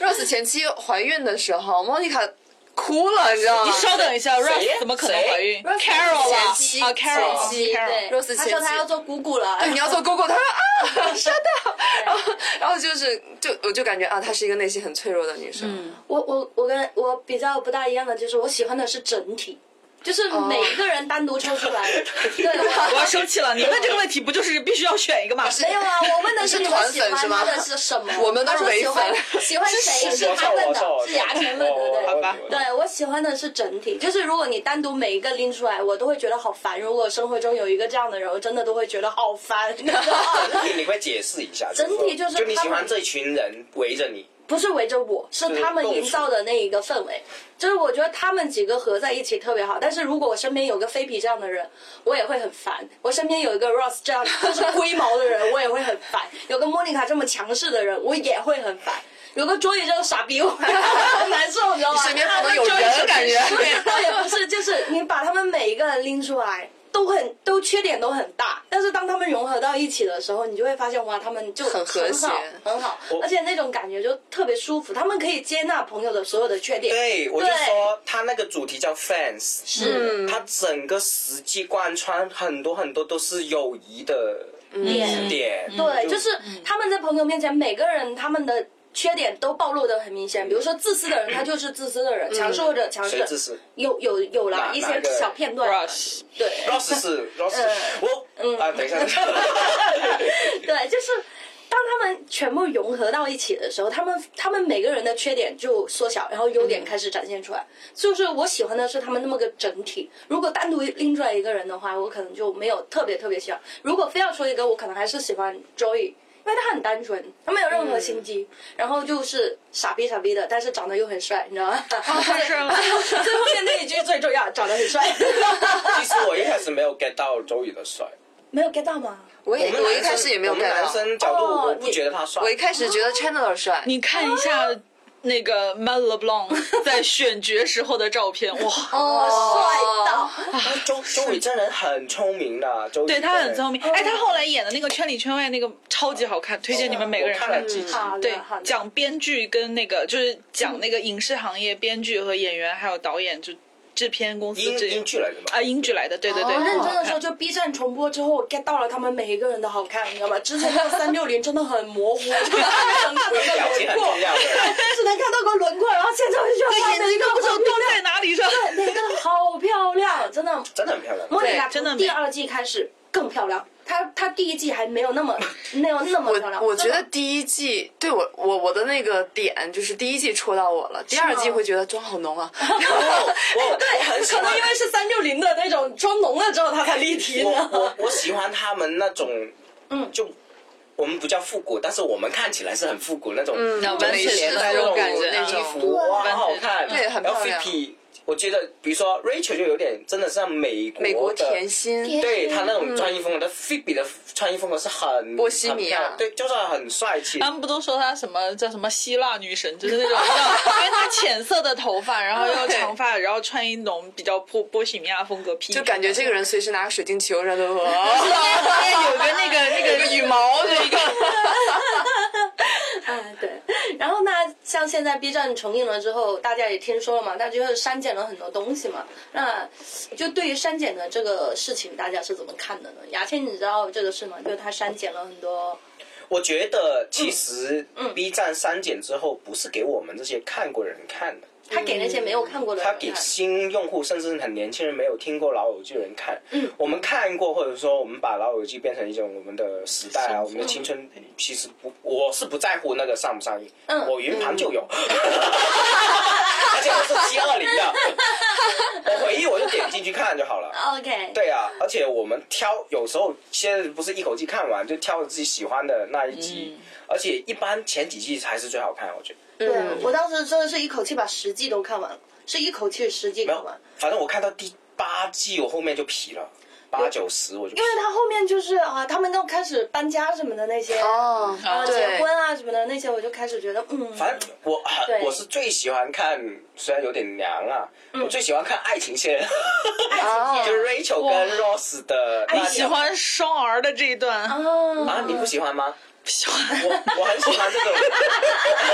Speaker 2: Rose 前期怀孕的时候，Monica 哭了，你知道
Speaker 1: 你
Speaker 2: 吗？
Speaker 1: 稍等一下
Speaker 3: 谁
Speaker 1: ，Rose 怎么可能怀孕
Speaker 4: Rose
Speaker 1: ？Carol 啊
Speaker 2: 前妻，
Speaker 1: 啊
Speaker 4: 前妻哦
Speaker 1: Carol，Carol，
Speaker 4: 对
Speaker 2: Rose
Speaker 4: 他
Speaker 2: 前
Speaker 4: 说
Speaker 2: 妻
Speaker 4: 他要做姑姑了，
Speaker 2: 对，你要做 Google，她说 *laughs* 啊，真的。然后然后就是就我就感觉啊，她是一个内心很脆弱的女生。
Speaker 4: 我我我跟我比较不大一样的就是，我喜欢的是整体，就是
Speaker 2: 哦
Speaker 4: 每一个人单独抽出来。
Speaker 2: *laughs*
Speaker 1: 我要
Speaker 4: 对，
Speaker 1: 生气了！你问这个问题不就是必须要选一个吗？
Speaker 4: 没有啊，我问的是
Speaker 2: 是
Speaker 4: 你
Speaker 2: 团粉
Speaker 4: 们喜欢
Speaker 2: 是
Speaker 4: 他
Speaker 2: 吗
Speaker 4: 的是什么？
Speaker 2: 我们都是
Speaker 4: 他说喜
Speaker 2: 伪
Speaker 4: 欢
Speaker 2: 粉
Speaker 4: 喜欢谁是他问的，是牙签问的，对不
Speaker 1: 好
Speaker 4: 对？
Speaker 1: 吧
Speaker 4: 对，我喜欢的是整体，就是如果你单独每一个拎出来，我都会觉得好烦。如果生活中有一个这样的人，我真的都会觉得好烦。 *laughs*
Speaker 3: 整体你会解释一下，
Speaker 4: 整体
Speaker 3: 就
Speaker 4: 就是
Speaker 3: 说就你
Speaker 4: 他
Speaker 3: 喜欢
Speaker 4: 们
Speaker 3: 这群人围着你，
Speaker 4: 不是围着我，是他们营造的那一个氛围。就是我觉得他们几个合在一起特别好，但是如果我身边有个菲比这样的人，我也会很烦；我身边有一个 Ross 这样就是龟毛的人，我也会很烦；有个莫妮卡这么强势的人，我也会很烦；有个桌椅这种傻逼，我很难受，你知道吗？ *laughs*
Speaker 2: 身边可能有人感觉
Speaker 4: 对，倒也不是，就是你把他们每一个人拎出来。都很都缺点都很大，但是当他们融合到一起的时候，你就会发现哇，他们就
Speaker 2: 很和
Speaker 4: 很好
Speaker 2: 谐
Speaker 4: 很好，
Speaker 3: 我
Speaker 4: 而且那种感觉就特别舒服。他们可以接纳朋友的所有的缺点，
Speaker 3: 对，我就
Speaker 4: 对
Speaker 3: 说他那个主题叫 fans，
Speaker 2: 嗯
Speaker 4: 是
Speaker 3: 他整个实际贯穿很多很多都是友谊的
Speaker 4: 点
Speaker 3: 点，
Speaker 4: 嗯对，就是
Speaker 3: 嗯
Speaker 4: 他们在朋友面前，每个人他们的缺点都暴露的很明显。比如说自私的人，他就是自私的人；强势者，强
Speaker 3: 嗯
Speaker 4: 势
Speaker 3: 谁
Speaker 4: 的
Speaker 3: 自私
Speaker 4: 有有有了
Speaker 3: 哪
Speaker 4: 一
Speaker 3: 哪
Speaker 4: 些
Speaker 3: 个
Speaker 4: 小片段，
Speaker 1: ，rush，
Speaker 4: 对
Speaker 3: Ross 是
Speaker 4: 呃
Speaker 3: Ross，是
Speaker 4: 嗯
Speaker 3: 我啊，等
Speaker 4: *laughs*
Speaker 3: 一下，等一下
Speaker 4: 对，就是。当他们全部融合到一起的时候，他们他们每个人的缺点就缩小，然后优点开始展现出来。就是我喜欢的是他们那么个整体。如果单独拎出来一个人的话，我可能就没有特别特别喜欢。如果非要说一个，我可能还是喜欢 Joey，因为他很单纯，他没有任何心机，然后就是傻逼傻逼的，但是长得又很帅，你知道吗？
Speaker 1: 太帅了
Speaker 4: *laughs* 最后面那一句最重要，长得很帅。
Speaker 3: 其实我一开始没有 get 到周宇的帅，
Speaker 4: 没有 get 到吗？
Speaker 2: 我也
Speaker 3: 我们
Speaker 2: 我一
Speaker 3: 男生
Speaker 2: 开始也没有
Speaker 3: 我们
Speaker 2: get
Speaker 3: 男
Speaker 2: 到，
Speaker 3: 生角度
Speaker 4: 哦
Speaker 3: 我不
Speaker 4: 你
Speaker 3: 觉得他帅
Speaker 2: 我，一开始觉得 Chandler 帅，
Speaker 1: 你看一下那个 Mel LeBlanc 在选角时候的照片，哇，
Speaker 4: 哦，帅到！
Speaker 3: 周周宇真人很聪明的，周宇
Speaker 1: 对他很聪
Speaker 3: 明，
Speaker 1: 明。哎，他后来演的那个《圈里圈外》那个超级好看，推荐你们每个人
Speaker 3: 哦我看了几集，
Speaker 4: 好的
Speaker 1: 对
Speaker 4: 好，的
Speaker 1: 讲编剧跟那个就是讲那个影视行业编剧和演员，还有导演，就制片公司
Speaker 3: 英
Speaker 1: 这
Speaker 3: 英剧来的嘛
Speaker 4: 哎
Speaker 1: 啊，，英剧来的，对对对，
Speaker 4: 我认
Speaker 1: 很
Speaker 4: 哦真
Speaker 1: 好
Speaker 4: 的
Speaker 1: 看
Speaker 4: 说，就 B 站重播之后，我 get 到了他们每一个人的好看，你知道吗？之前看三六零真的很模糊，就是能看到个
Speaker 3: 表情很
Speaker 4: 轮廓
Speaker 3: 重，要的。
Speaker 4: 只能看到个轮廓，然后现在我就觉得哇，每一个都
Speaker 1: 不
Speaker 4: 不
Speaker 1: 知
Speaker 4: 是
Speaker 1: 道丢在哪里上。
Speaker 4: 每一个好漂亮，真的。
Speaker 3: 真的很漂亮。
Speaker 4: 莫妮卡
Speaker 1: 对真的
Speaker 4: 从
Speaker 1: 美
Speaker 4: 第二季开始更漂亮，她她第一季还没有那么没有那么漂亮。
Speaker 2: 我我觉得
Speaker 4: 真的
Speaker 2: 第一季对我我我的那个点就是第一季戳到我了，第二季会觉得妆好浓啊。
Speaker 3: *laughs* 哦我
Speaker 4: *laughs*
Speaker 3: 我很喜
Speaker 4: 可能
Speaker 3: 欢
Speaker 4: 因，为是三六零的那种妆浓了之后，她才立体
Speaker 3: 我
Speaker 4: 呢。
Speaker 3: 我我喜欢他们那种，嗯，就我们不叫复古，但是我们看起来是很复古那种，嗯
Speaker 1: 那
Speaker 2: 文
Speaker 1: 学的
Speaker 3: 那
Speaker 1: 那种感觉
Speaker 3: 那
Speaker 1: 那
Speaker 3: 衣
Speaker 1: 种
Speaker 3: 服哇，
Speaker 1: 对
Speaker 3: 好好看，
Speaker 2: 对很
Speaker 3: 然后
Speaker 2: 漂亮
Speaker 3: Fifi，我觉得比如说 Rachel 就有点真的像美国
Speaker 2: 美
Speaker 3: 美
Speaker 2: 国甜。心，
Speaker 3: 对他那种穿衣风格，但 Phoebe 的穿衣风格是很
Speaker 2: 波西米亚啊
Speaker 3: 很漂亮对，就是很帅
Speaker 1: *laughs*
Speaker 3: 气。
Speaker 1: 他们不都说她什么叫什么希腊女神，就是那种， *laughs* 因为她浅色的头发，然后又长发，然后穿一种比较波波西米亚风格披衣，
Speaker 2: 就感觉这个人随时拿个水晶球，然后
Speaker 1: *laughs*
Speaker 2: 都
Speaker 1: 哎有个那个那
Speaker 2: 有
Speaker 1: 个
Speaker 2: 个羽毛，对，
Speaker 4: 哎， *laughs* 对。然后呢，像现在 B 站重映了之后，大家也听说了嘛，那就是删减了很多东西嘛。那就对于删减的这个事情，大家是怎么看的呢？牙签，你知道这个事吗？就是他删减了很多，
Speaker 3: 我觉得
Speaker 2: 嗯
Speaker 3: 其实 B 站删减之后，不是给我们这些看过的人看的，
Speaker 4: 他给那些没有看过的人
Speaker 3: 他
Speaker 4: 看。
Speaker 3: 嗯给新用户，甚至是很年轻人没有听过老友记的人看。
Speaker 4: 嗯
Speaker 3: 我们看过，或者说我们把老友记变成一种我们的时代啊，我们的青春。其实不，我是不在乎那个上不上映，
Speaker 4: 嗯
Speaker 3: 我云盘就有， *laughs* 而且我是七二零
Speaker 4: *laughs*
Speaker 3: 的，我回忆我就点进去看就好了。
Speaker 4: OK，
Speaker 3: 对啊，而且我们挑有时候现在不是一口气看完，就挑自己喜欢的那一集，
Speaker 4: 嗯
Speaker 3: 而且一般前几季才是最好看，我觉得。
Speaker 4: 对、
Speaker 2: 啊
Speaker 4: 我当时真的是一口气把十季都看完了，是一口气十季
Speaker 3: 没
Speaker 4: 看
Speaker 3: 有
Speaker 4: 完。，
Speaker 3: 反正我看到第八季，我后面就疲了，八九十我就疲
Speaker 4: 因为他后面就是啊，他们都开始搬家什么的那些，
Speaker 2: 哦
Speaker 4: 然后
Speaker 2: 对
Speaker 4: 结婚啊什么的那些，我就开始觉得，嗯，
Speaker 3: 反正我 *laughs* 啊
Speaker 4: 对
Speaker 3: 我是最喜欢看，虽然有点娘啊，我最喜欢看爱情线，
Speaker 2: 啊
Speaker 3: *laughs* 就是 Rachel 跟 Ross 的那
Speaker 1: 哎喜
Speaker 3: 条。
Speaker 1: 欢双儿的这一段，
Speaker 4: 啊
Speaker 3: 啊，你不喜欢吗？
Speaker 1: 喜欢
Speaker 3: 我我很喜欢这种。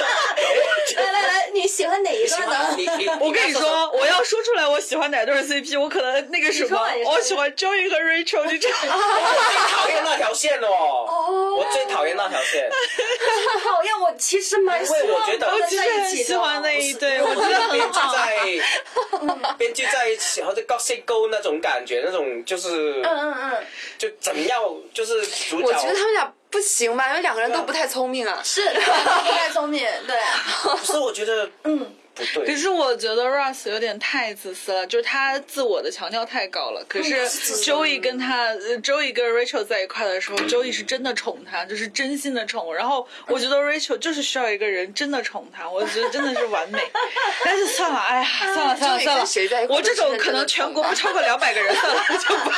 Speaker 4: 来来来，你喜欢哪一
Speaker 3: 喜
Speaker 4: 段
Speaker 3: 欢
Speaker 4: 呢？
Speaker 3: 你你，
Speaker 1: 我跟你 *laughs* 说，我要说出来我喜欢哪对 CP，我可能那个什
Speaker 4: 你
Speaker 1: 么
Speaker 4: 说吧你，说
Speaker 1: 我喜欢 Joey 和 Rachel，就这
Speaker 3: 我
Speaker 1: 样。
Speaker 3: 最讨厌那条线哦，我最讨厌那条线。
Speaker 4: 讨厌，我其实蛮喜
Speaker 3: 因为我
Speaker 4: 欢
Speaker 3: 觉得
Speaker 1: *laughs*
Speaker 4: 他
Speaker 1: 我
Speaker 4: 们
Speaker 1: 其实
Speaker 4: 在
Speaker 1: 很
Speaker 4: 一起
Speaker 1: 喜
Speaker 4: 的。
Speaker 1: 欢那一 *laughs* 对，
Speaker 3: 我
Speaker 1: 我觉得很
Speaker 3: 编剧
Speaker 1: 好。
Speaker 3: 在编剧在一起，然后就 gossip girl 那种感觉，那种就是
Speaker 4: 嗯嗯嗯，
Speaker 3: 就怎么样，就是主角。
Speaker 2: 我觉得他们俩不行吧，因为两个人都不太聪明啊。
Speaker 4: 是 *laughs* 不太聪明，对，
Speaker 3: 不是，我觉得
Speaker 4: 嗯，
Speaker 3: 不
Speaker 1: 可
Speaker 3: 对。
Speaker 1: 是我觉得 Russ 有点太自私了，就是他自我的强调太高了。可是 Joey 跟他呃 Joey 跟 Rachel 在一块的时候，Joey 是真的宠他，就是真心的宠。然后我觉得 Rachel 就是需要一个人真的宠他，我觉得真的是完美。 *laughs* 但是算了，哎呀，算了算了
Speaker 2: Joey
Speaker 1: 算了
Speaker 2: 跟谁在一，块
Speaker 1: 我
Speaker 2: 都
Speaker 1: 这
Speaker 2: 是
Speaker 1: 种
Speaker 2: 真
Speaker 1: 可能
Speaker 2: 的
Speaker 1: 全
Speaker 2: 宠
Speaker 1: 国
Speaker 2: 吧
Speaker 1: 不超过两百个人，算了，我就不。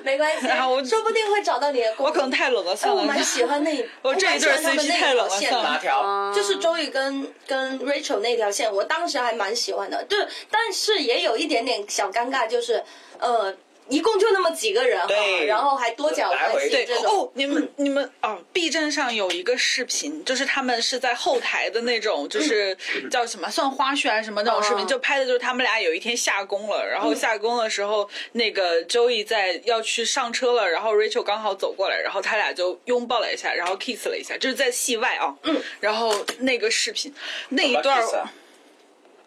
Speaker 1: *laughs*
Speaker 4: 没关系
Speaker 1: 然后，我
Speaker 4: 说不定会找到你的。
Speaker 1: 我可能。太冷了，
Speaker 4: 哎，
Speaker 1: 算
Speaker 4: 我
Speaker 1: 了。
Speaker 4: 蛮喜欢那，
Speaker 1: *laughs* 我这一对
Speaker 4: 蛮喜欢他们
Speaker 1: CP
Speaker 4: 那
Speaker 1: 太冷了
Speaker 4: 条线
Speaker 1: 算了
Speaker 3: 哪条？
Speaker 1: 呃
Speaker 2: 啊
Speaker 4: 就是周瑜跟跟 Rachel 那条线，我当时还蛮喜欢的，就是但是也有一点点小尴尬，就是呃，一共就那么几个人哈
Speaker 3: 对，
Speaker 4: 然后还多角关
Speaker 3: 来
Speaker 4: 系
Speaker 3: 回
Speaker 1: 对
Speaker 4: 这种。
Speaker 1: 哦，你们你们哦，B 站上有一个视频，就是他们是在后台的那种，就是叫什么算花絮还是啊什么那种视频，
Speaker 4: 哦
Speaker 1: 就拍的就是他们俩有一天下工了，然后下工的时候，那个 Joey 在要去上车了，然后 Rachel 刚好走过来，然后他俩就拥抱了一下，然后 kiss 了一下，就是在戏外啊，嗯，然后那个视频那一段儿
Speaker 3: kiss 啊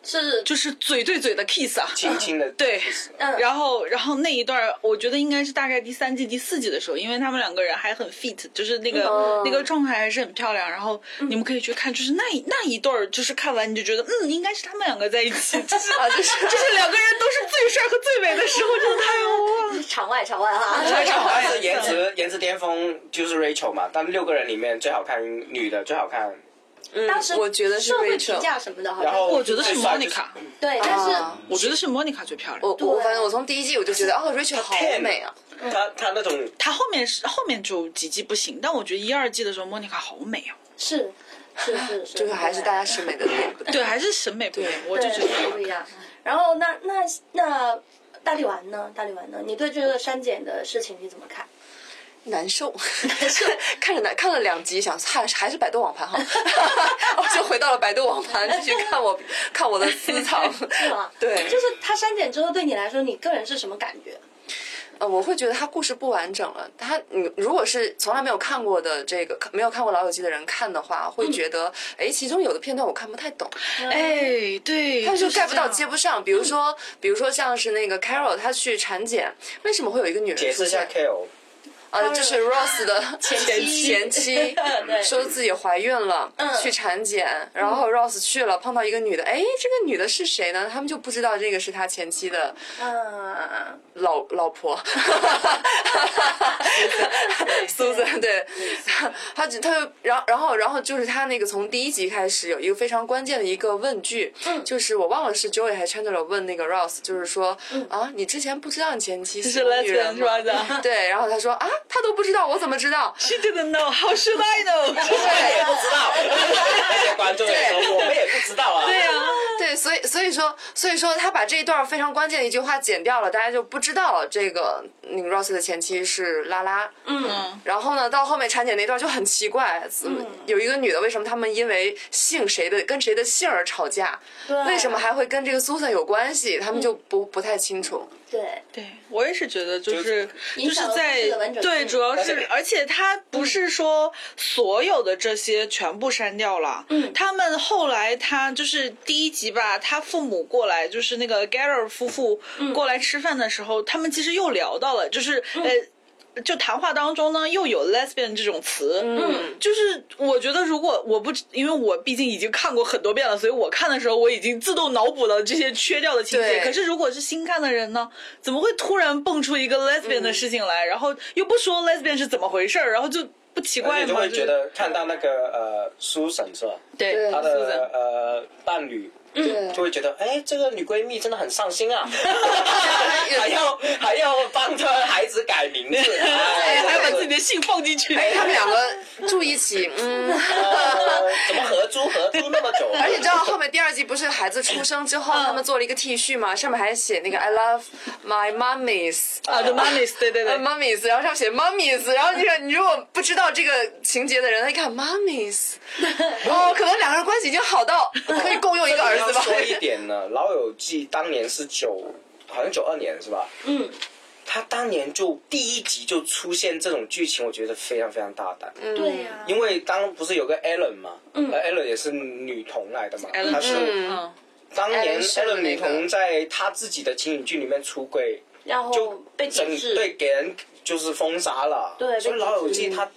Speaker 4: 是
Speaker 1: 就是嘴对嘴的 kiss 啊，
Speaker 3: 轻轻的
Speaker 1: 对
Speaker 3: kiss
Speaker 1: *laughs*
Speaker 4: 嗯，
Speaker 1: 然后，然后那一段儿，我觉得应该是大概第三季、第四季的时候，因为他们两个人还很 fit，就是那个、
Speaker 4: 哦
Speaker 1: 那个状态还是很漂亮。然后你们可以去看，就是那一那一段儿，就是看完你就觉得，嗯，应该是他们两个在一起， *laughs* 就是
Speaker 2: 啊，就是
Speaker 1: 就是两个人都是最帅和最美的时候，真的太哇！
Speaker 4: 场外场
Speaker 1: *laughs*
Speaker 4: 外哈，
Speaker 1: 场外
Speaker 3: 但是颜值颜值巅峰就是 Rachel 嘛，但六个人里面最好看女的最好看，
Speaker 2: 嗯
Speaker 4: 当时
Speaker 2: 我觉得是
Speaker 4: 社会评
Speaker 2: Rachel。
Speaker 4: 价什么的，好
Speaker 3: 然
Speaker 4: 像
Speaker 3: 后
Speaker 1: *laughs* 我觉得是
Speaker 3: 最帅就是
Speaker 1: Monica，
Speaker 4: 对，但是
Speaker 2: 啊
Speaker 1: 我觉得是 Monica 最漂亮。
Speaker 2: 我我
Speaker 4: 对
Speaker 2: 反正我从第一季我就觉得哦，Rachel 好美啊，
Speaker 3: 她她那种
Speaker 1: 嗯她后面是后面就几季不行，但我觉得一二季的时候 Monica 好美哦。
Speaker 4: 是是是是，
Speaker 2: 就是还是大家审美的点不同。
Speaker 1: 对，还是审美不一样，我就
Speaker 4: 对
Speaker 1: 觉
Speaker 4: 对不
Speaker 1: 得
Speaker 4: 一样。然后那那那大力丸呢？大力丸呢？你对这个删减的事情你怎么看？
Speaker 2: 难受， *laughs* 看着难，看了两集，想还还是百度网盘 *laughs* 好，我就回到了百度网盘，继续看我看我的私藏。
Speaker 4: 是吗？
Speaker 2: 对
Speaker 4: 就是它删减之后对你来说，你个人是什么感觉？
Speaker 2: 呃，我会觉得它故事不完整了。它，你如果是从来没有看过的这个没有看过《老友记》的人看的话，会觉得，哎、其中有的片段我看不太懂，
Speaker 1: 哎，对，
Speaker 2: 但
Speaker 1: 就是是
Speaker 2: get 不到、
Speaker 1: 这
Speaker 2: 接
Speaker 1: 样啊
Speaker 2: 不上。比如说，比如说像是那个 Carol，她去产检，为什么会有一个女
Speaker 3: 解
Speaker 2: 人出
Speaker 3: 释一下
Speaker 2: 现？
Speaker 3: Kale，
Speaker 2: 啊，就是 Rose 的前
Speaker 4: 妻
Speaker 2: 前
Speaker 3: *laughs*
Speaker 2: 妻
Speaker 4: 嗯对
Speaker 2: 说自己怀孕了，
Speaker 1: 嗯
Speaker 2: 去产检，然后 Rose 去了，碰到一个女的，哎，这个女的是谁呢？他们就不知道这个是他前妻的
Speaker 4: 嗯，
Speaker 2: 老老婆， *laughs* 苏子对，他只他就然后然后然后就是他那个从第一集开始有一个非常关键的一个问句，
Speaker 1: 嗯
Speaker 2: 就是我忘了是 Joey 还是 Chandler 问那个 Rose，就是说、啊，你之前不知道你前妻
Speaker 1: 嗯是
Speaker 2: 是女
Speaker 1: lesbian
Speaker 2: 人
Speaker 1: 是
Speaker 2: 吗
Speaker 1: *laughs* 吧？？的。
Speaker 2: 对，然后他说啊，他都不知道，我怎么知道？
Speaker 1: She didn't know. How should I
Speaker 4: *laughs*
Speaker 1: know?
Speaker 3: 我也不知
Speaker 1: *laughs*
Speaker 3: 道，那些观众也说我们也不知道啊，
Speaker 1: 对呀、啊，
Speaker 2: *laughs* 对，所以所以说所以说他把这一段非常关键的一句话剪掉了，大家就不知道这个那个 Rose 的前妻是拉拉。
Speaker 1: 嗯，
Speaker 2: 然后呢，到后面产检那段就很奇怪，怎么有一个女的为什么他们因为姓谁的跟谁的姓儿吵架？
Speaker 4: 对
Speaker 2: 为什么还会跟这个 Susan 有关系？他们就不不太清楚。
Speaker 4: 对
Speaker 1: 对我也是觉得就是就
Speaker 4: 影
Speaker 1: 是
Speaker 4: 响了故
Speaker 1: 在
Speaker 4: 事的完整性
Speaker 1: 对，主要
Speaker 3: 对
Speaker 1: 是而且他不是说所有的这些全部删掉了，嗯，他们后来他就是第一集吧，他父母过来就是那个 Garrer 夫妇过来吃饭的时候，他们其实又聊到了，就是
Speaker 4: 嗯
Speaker 1: 呃，就谈话当中呢又有 lesbian 这种词，
Speaker 2: 嗯，
Speaker 1: 就是我觉得，如果我不知，因为我毕竟已经看过很多遍了，所以我看的时候我已经自动脑补了这些缺掉的情节。
Speaker 2: 对
Speaker 1: 可是如果是新看的人呢，怎么会突然蹦出一个 lesbian 的事情来，然后又不说 lesbian 是怎么回事儿，然后就不奇
Speaker 3: 而
Speaker 1: 怪吗？
Speaker 3: 且就会
Speaker 1: 是
Speaker 3: 觉得看到那个呃苏婶是吧？
Speaker 1: 对
Speaker 3: 她
Speaker 1: 是
Speaker 3: 的
Speaker 1: 的
Speaker 3: 呃伴侣
Speaker 2: 对
Speaker 3: 就会觉得，哎，这个女闺蜜真的很上心啊，还要还要帮她孩子改名字，
Speaker 1: 哎，
Speaker 3: 哎
Speaker 1: 还要把自己的信放进去。
Speaker 2: 他们两个住一起，嗯。
Speaker 3: 呃怎么合租合租那么久？
Speaker 2: 而且你知道后面第二季不是孩子出生之后，他们做了一个 T 恤嘛，上面还写那个 I love my mummies。
Speaker 1: 啊，The Mummies，对对
Speaker 2: 呃
Speaker 1: 对，
Speaker 2: ，mummies，然后上面写 mummies，然后你看，你如果不知道这个情节的人，他一看 mummies，哦，可能两个人关系已经好到可以共用一个儿子吧嗯
Speaker 3: 要。
Speaker 2: *laughs*
Speaker 3: 说一点呢，《老友记》当年是九，好像九二年是吧？
Speaker 4: 嗯，
Speaker 3: 他当年就第一集就出现这种剧情，我觉得非常非常大胆。嗯，
Speaker 4: 对呀，
Speaker 3: 因为当不是有个 Ellen 嘛，呃 Ellen 也是女童来的嘛，她是
Speaker 2: 嗯
Speaker 1: 嗯，
Speaker 3: 当
Speaker 2: Ellen
Speaker 3: 年
Speaker 2: 是
Speaker 3: Ellen 女
Speaker 2: 那
Speaker 3: 童
Speaker 2: 个
Speaker 3: 在她自己的情景剧里面出轨，
Speaker 4: 然
Speaker 2: 哦
Speaker 3: 就
Speaker 4: 后被
Speaker 3: 整
Speaker 4: 抵制，
Speaker 3: 对给人就是封杀了。
Speaker 4: 对
Speaker 3: 所以《
Speaker 4: 被
Speaker 3: 老友
Speaker 4: 抵制
Speaker 3: 记》它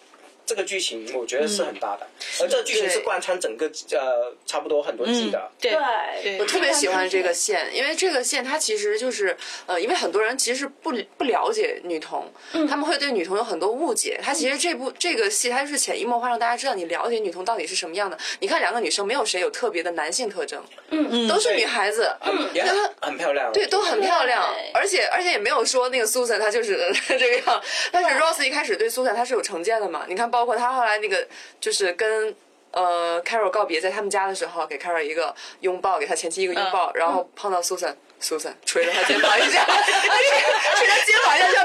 Speaker 3: 这个剧情我觉得是很大
Speaker 2: 嗯
Speaker 3: 胆，而这个剧情是
Speaker 2: 对
Speaker 3: 贯穿整个呃差不多很多季
Speaker 2: 嗯
Speaker 3: 的。
Speaker 1: 对
Speaker 4: 对
Speaker 1: 嗯对，
Speaker 2: 我特别喜欢这个线，因为这个线它其实就是，呃，因为很多人其实是不不了解女童，
Speaker 4: 嗯
Speaker 2: 他们会对女童有很多误解。它其实这部这个戏，它就是潜移默化让大家知道你了解女童到底是什么样的。你看两个女生，没有谁有特别的男性特征，嗯，都是女孩子，
Speaker 3: 嗯，也很很漂亮。
Speaker 2: 对，都很漂亮
Speaker 4: 对，
Speaker 2: 而且而且也没有说那个 Susan 她就是 *laughs* 这个样，但是 Rose 一开始对 Susan 她是有成见的嘛，你看，包括她后来那个就是跟。呃，Carol 告别，在他们家的时候，给 Carol 一个拥抱，给他前妻一个拥抱，然后碰到 Susan，Susan 捶了他肩膀一下，捶他肩膀一下， *laughs*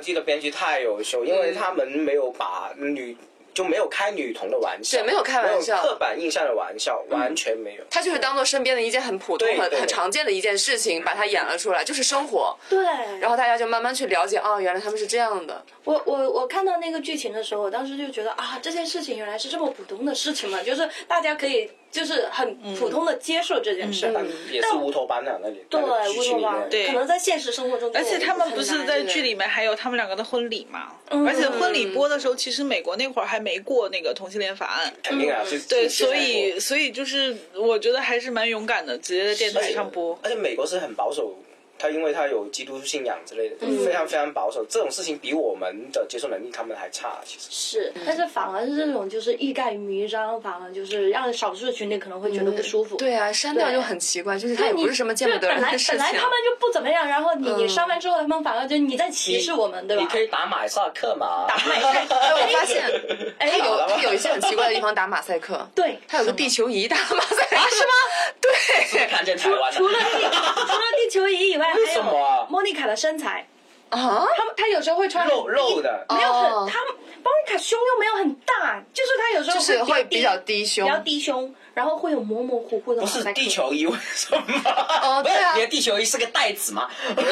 Speaker 3: 季的编剧太优秀，因
Speaker 2: 嗯
Speaker 3: 为他们没有把女就没有开女童的玩笑，
Speaker 2: 对没有开玩笑嗯
Speaker 3: 没有刻板印象的玩笑，完全没有。
Speaker 2: 他就是当做身边的一件很普通、
Speaker 3: 对
Speaker 2: 很
Speaker 3: 对
Speaker 2: 很常见的一件事情，把它演了出来，就是生活。
Speaker 4: 对，
Speaker 2: 然后大家就慢慢去了解，哦，原来他们是这样的。
Speaker 4: 我我我看到那个剧情的时候，我当时就觉得啊，这件事情原来是这么普通的事情嘛，就是大家可以就是很
Speaker 2: 嗯
Speaker 4: 普通的接受这件事。
Speaker 3: 但也是乌托邦的那里，对
Speaker 4: 对，乌托邦，
Speaker 1: 对
Speaker 4: 可能在现实生活中，而
Speaker 1: 而且他们不是在剧
Speaker 4: 里，
Speaker 1: 里面还有他们两个的婚礼嘛？
Speaker 3: 嗯
Speaker 1: 而且婚礼播的时候，其实美国那会儿还没过那个同性恋法案，
Speaker 3: 肯定啊，
Speaker 2: 嗯
Speaker 3: 是
Speaker 1: 对，
Speaker 3: *laughs* 是是
Speaker 1: 所以所以就是我觉得还是蛮勇敢的，直接在电台上播。
Speaker 3: 而且美国是很保守，他因为他有基督信仰之类的，非常非常保守。这种事情比我们的接受能力他们还差，其实。
Speaker 4: 是，
Speaker 2: 嗯
Speaker 4: 但是反而是这种就是欲盖弥彰，反而就是让少数群体可能会觉得不舒服。
Speaker 2: 对啊，删掉就很奇怪，就是它也
Speaker 4: 你
Speaker 2: 不是什么见不得人
Speaker 4: 本来
Speaker 2: 的事
Speaker 4: 本
Speaker 2: 情。嗯
Speaker 4: 来他们就不怎么样，然后你你上完之后，他们反而就你在歧视我们，对吧？
Speaker 3: 以打马赛克嘛？打马
Speaker 4: 赛克
Speaker 2: *laughs* 哎，我发现， *laughs* 哎，有
Speaker 3: 了吧
Speaker 2: 它有一些很奇怪的地方打马赛克，
Speaker 4: 对，
Speaker 2: 它有个地球仪打马赛克，是吗？ *laughs* 对，
Speaker 3: 看见台湾
Speaker 4: 除
Speaker 3: *laughs*
Speaker 4: 了地除了地球仪以外，还有
Speaker 3: 什么啊
Speaker 4: 莫妮卡的身材，
Speaker 2: 啊，
Speaker 4: 她她有时候会穿
Speaker 3: 肉肉的，
Speaker 4: 没有
Speaker 2: 哦
Speaker 4: 很，她莫妮卡胸又没有很大，就是她有时候
Speaker 2: 就是会比
Speaker 4: 比
Speaker 2: 较
Speaker 4: 低，
Speaker 2: 低
Speaker 4: 比
Speaker 2: 胸，
Speaker 4: 较低胸，然后会有模模糊糊的
Speaker 3: 不
Speaker 4: 马
Speaker 3: 是
Speaker 4: 赛克。
Speaker 3: 地球仪为什么？ *laughs* 哦
Speaker 2: 对啊
Speaker 3: 你的地球仪是个袋
Speaker 2: *laughs*
Speaker 3: 子吗？
Speaker 2: *laughs*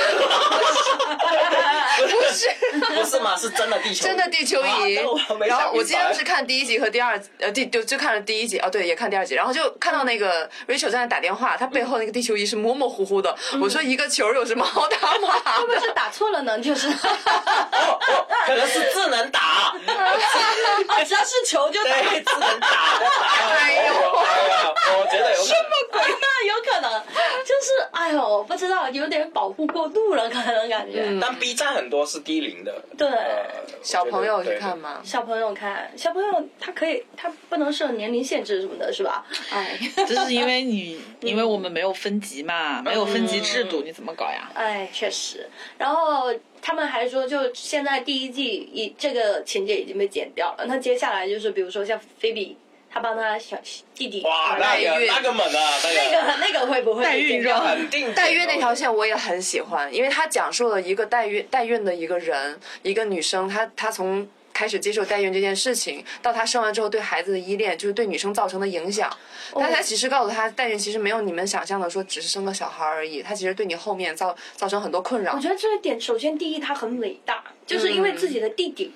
Speaker 2: 不是。
Speaker 3: *laughs* 不是吗？是真的地球仪，
Speaker 2: 真的地球
Speaker 3: 啊
Speaker 2: 仪
Speaker 3: 那我还，没
Speaker 2: 然后
Speaker 3: 想
Speaker 2: 我
Speaker 3: 明
Speaker 2: 今天
Speaker 3: 白
Speaker 2: 是看第一集和第二集，呃，第就就看了第一集，哦，对，也看第二集，然后就看到那个 Rachel 在那打电话，她背后那个地球仪是模模糊糊的，我说一个球有什么好打码
Speaker 4: 会不会是
Speaker 2: 的？
Speaker 4: 打错了呢？就是，
Speaker 3: 哦哦 *laughs* 可能是智能
Speaker 4: *laughs*
Speaker 3: 打，
Speaker 4: 啊，只要是球就打，
Speaker 3: 对，智能打的打。
Speaker 2: 哎呦
Speaker 3: 呀，我觉得有什么
Speaker 4: 鬼有可能，就是哎呦，不知道有点保护过度了，可能感觉。
Speaker 3: 但 B 站很多是低龄的，
Speaker 4: 对
Speaker 3: 呃
Speaker 2: 小朋友去看？
Speaker 3: 我觉得对
Speaker 2: 嘛，
Speaker 4: 小朋友看，小朋友他可以，他不能设年龄限制什么的，是吧？哎，
Speaker 1: *laughs* 这是因为你，因为我们没有分级嘛，没有分级制度，你怎么搞呀？
Speaker 4: *laughs* 哎，确实。然后他们还说，就现在第一季已这个情节已经被剪掉了，那接下来就是比如说像菲比，他帮他小弟弟，
Speaker 3: 哇，那
Speaker 2: 代
Speaker 3: 个
Speaker 2: 孕
Speaker 3: 那个猛啊，那
Speaker 4: 那
Speaker 3: 个
Speaker 4: *laughs* 个那个会不会
Speaker 1: 代
Speaker 4: 被
Speaker 1: 孕
Speaker 4: 剪
Speaker 1: 肉
Speaker 4: 掉？
Speaker 3: 肯定
Speaker 2: 代孕那条线我也很喜欢，因为它讲述了一个代孕代孕的一个人，一个女生，她她从。开始接受代孕这件事情，到她生完之后对孩子的依恋，就是对女生造成的影响。
Speaker 1: 哦
Speaker 2: 大家其实告诉她，代孕其实没有你们想象的说只是生个小孩而已，它其实对你后面造造成很多困扰
Speaker 4: 我。觉得这一点，首先第一，他很伟大，就是因为
Speaker 1: 嗯
Speaker 4: 自己的弟弟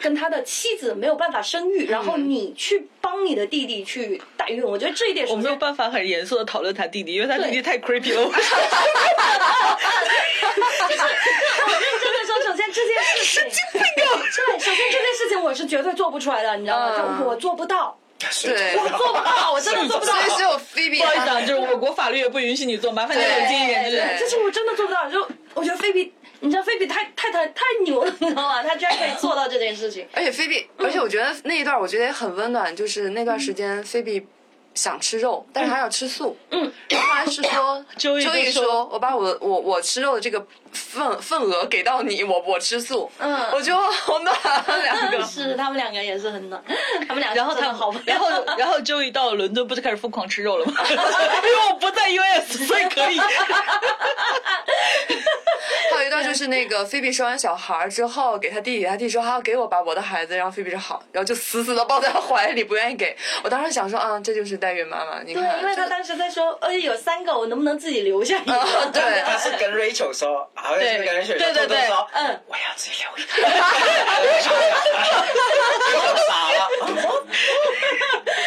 Speaker 4: 跟他的妻子没有办法生育，然后
Speaker 1: 嗯
Speaker 4: 你去帮你的弟弟去代孕，我觉得这一点首
Speaker 1: 我
Speaker 4: 先
Speaker 1: 没有办法很严肃的讨论他弟弟，因为他弟弟太 creepy 了。我
Speaker 4: *laughs* 我认真的说，首先这件事情，
Speaker 1: 啊
Speaker 4: 对，首先这件事情我是绝对做不出来的，你知道吗？
Speaker 2: 嗯
Speaker 4: 就我做不到，
Speaker 2: 对
Speaker 3: 我
Speaker 4: 做不到，我真的做不
Speaker 2: 所
Speaker 4: 到。
Speaker 2: 以只有菲比
Speaker 1: 不好意思啊，就是我国法律也不允许你做，麻烦你冷静一点，就是
Speaker 2: 对对
Speaker 4: 这是我真的做不到。就我觉得菲比，你知道菲比太太太太牛了，你知道吗？她居然可以做到这件事情。
Speaker 1: *laughs*
Speaker 2: 而且菲比，而且我觉得那一段我觉得也很温暖，就是那段时间菲比想吃肉，但是她要吃素。嗯，然后后来是说
Speaker 1: Joey 就
Speaker 2: ，Joey
Speaker 1: 说
Speaker 2: 说，我把我我我吃肉的这个份份额给到你，我我吃素。
Speaker 4: 嗯
Speaker 2: 我觉得好暖啊，两个。
Speaker 4: 是他们两个也是很暖，他们俩
Speaker 1: 然后
Speaker 4: 真的
Speaker 1: 他
Speaker 4: 好朋友，
Speaker 1: 然后然后周一到了伦敦，不就开始疯狂吃肉了吗？ *laughs* 因为我不在 US，所以可以。
Speaker 2: 还有一段就是那个菲比生完小孩儿之后，给他弟弟，他弟说还要给我吧，我的孩子。然后菲比说好，然后就死死的抱在怀里，不愿意给。我当时想说，嗯，这就是代孕妈妈，你看，
Speaker 4: 对，因为
Speaker 2: 啊就
Speaker 4: 他当时在说，呃，有三个，我能不能自己留下一个？
Speaker 2: 啊对
Speaker 3: 他是跟 Rachel 说，好像是跟 Rachel 说
Speaker 1: 对对对对
Speaker 3: 说，
Speaker 4: 嗯，
Speaker 3: 我要自己留一个。Rachel 傻了，
Speaker 4: *laughs*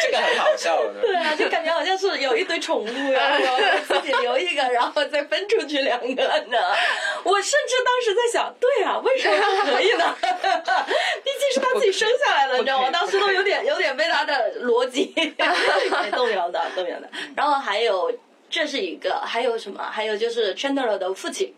Speaker 3: 这个很好笑的。
Speaker 4: *laughs* 对啊，就感觉好像是有一堆宠物，
Speaker 2: *laughs*
Speaker 4: 然后自己留一个，然后再分出去两个呢。我甚至当时在想，对啊，为什么不可以呢？ *laughs* 毕竟是他自己生
Speaker 2: *laughs*
Speaker 4: 下来的，你知道吗？当时都有点有点被他的逻辑 *laughs* 给动摇的，动摇的。然后还有这是一个，还有什么？还有就是 Chandler 的父
Speaker 2: *laughs*
Speaker 4: 亲，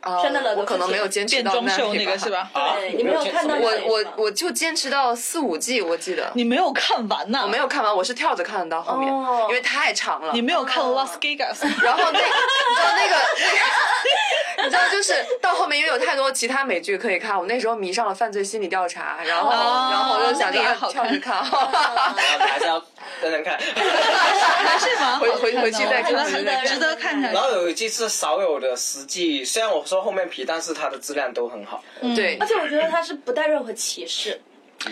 Speaker 2: 啊
Speaker 4: 真的了
Speaker 2: 我可能没有坚持
Speaker 1: 变
Speaker 2: 到
Speaker 1: 装秀
Speaker 2: 那
Speaker 1: 那个是？吧？
Speaker 3: 啊
Speaker 4: 对，你没有看到
Speaker 2: 我
Speaker 4: 对
Speaker 2: 我我就坚持到四五季，我记得
Speaker 1: 你没有看完呐？
Speaker 2: 我没有看完，我是跳着看的到后面，
Speaker 4: 哦
Speaker 2: 因为太长了。
Speaker 1: 你没有看 Las Vegas，
Speaker 2: 然后那，你知道那个，那个你知道就是到后面，因为有太多其他美剧可以看，我那时候迷上了犯罪心理调查，然后、
Speaker 1: 哦
Speaker 2: 然后我就想着
Speaker 1: 那个也
Speaker 2: 啊
Speaker 1: 好看
Speaker 2: 跳着看， *laughs*
Speaker 3: 然后还是要等等
Speaker 4: *laughs*
Speaker 3: 看。
Speaker 1: 还是蛮好
Speaker 2: 回
Speaker 1: 看的
Speaker 2: 回回去再
Speaker 1: 我觉得
Speaker 2: 看
Speaker 1: 很
Speaker 2: 值得
Speaker 1: 值得看嗯看
Speaker 3: 然。后有一季是少有的实际，虽然我说后面皮，但是它的质量都很好。
Speaker 2: 对
Speaker 1: 嗯
Speaker 4: 而，且我觉得他是不带任何歧视，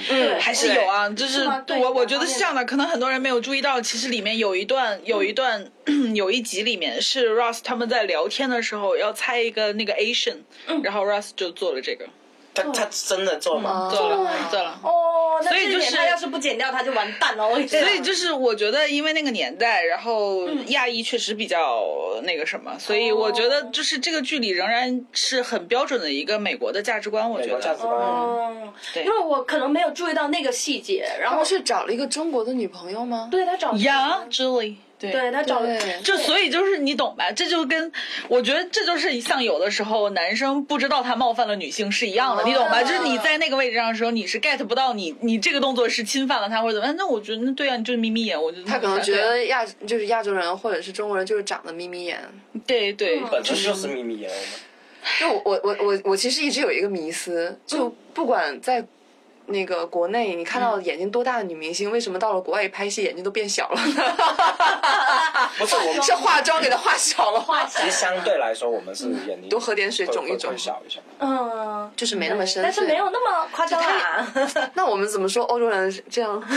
Speaker 2: 嗯
Speaker 1: 还是有啊，就是
Speaker 4: 是吗对
Speaker 1: 我我
Speaker 4: 哪
Speaker 1: 觉得
Speaker 4: 方
Speaker 1: 是
Speaker 4: 面
Speaker 1: 这样的，可能很多人没有注意到，其实里面有一段有一段嗯有一集里面是 Ross 他们在聊天的时候要猜一个那个 Asian，然后 Ross 就做了这个，
Speaker 3: 他他真的做
Speaker 2: 嗯
Speaker 3: 吗？
Speaker 1: 做了做了。
Speaker 4: 哦，那
Speaker 1: 所以
Speaker 4: 这一
Speaker 1: 就是
Speaker 4: 点他要是不剪掉，他就完蛋了。我跟你
Speaker 1: 所以
Speaker 4: 讲
Speaker 1: 就是我觉得，因为那个年代，然后亚裔确实比较那个什么，所以我觉得就是这个剧里仍然是很标准的一个美国的价值观，我
Speaker 3: 美
Speaker 1: 觉
Speaker 3: 国价值
Speaker 1: 得。
Speaker 3: 观。
Speaker 4: 嗯，因为我可能没有注意到那个细节，
Speaker 2: 他
Speaker 4: 然后
Speaker 2: 们
Speaker 1: 啊
Speaker 2: 是找了一个中国的女朋友吗？
Speaker 4: 对他找
Speaker 1: 呀，Julie，对
Speaker 4: 对他找
Speaker 2: 对
Speaker 1: 就所以就是你懂吧？这就跟我觉得这就是像有的时候男生不知道他冒犯了女性是一样的，你懂
Speaker 2: 哦
Speaker 1: 吧？就是你在那个位置上的时候，你是 get 不到你你这个动作是侵犯了他或者怎么样。那我觉得那对啊，你就眯眯眼，我觉得
Speaker 2: 他可能觉
Speaker 1: 对
Speaker 2: 得亚就是亚洲人或者是中国人就是长得眯眯眼。
Speaker 1: 对对，
Speaker 2: 嗯
Speaker 3: 本身就是秘密演我们。
Speaker 2: 就我我我我我其实一直有一个迷思，就
Speaker 4: 嗯
Speaker 2: 不管在那个国内，你看到眼睛多大的女明星，为什么到了国外拍戏眼睛都变小了呢？
Speaker 4: *laughs*
Speaker 3: 不是我们，
Speaker 2: 是化妆给她画小了吗？
Speaker 3: 其实相对来说，我们是眼
Speaker 2: 嗯
Speaker 3: 睛
Speaker 2: 多喝点水
Speaker 3: 会
Speaker 2: 肿一肿
Speaker 3: 会小一下。
Speaker 4: 嗯，
Speaker 2: *laughs* 就是没那么深，
Speaker 4: 但是没有。那么夸张啦。 *laughs*
Speaker 2: 那我们怎么说欧洲人是这样？ *laughs*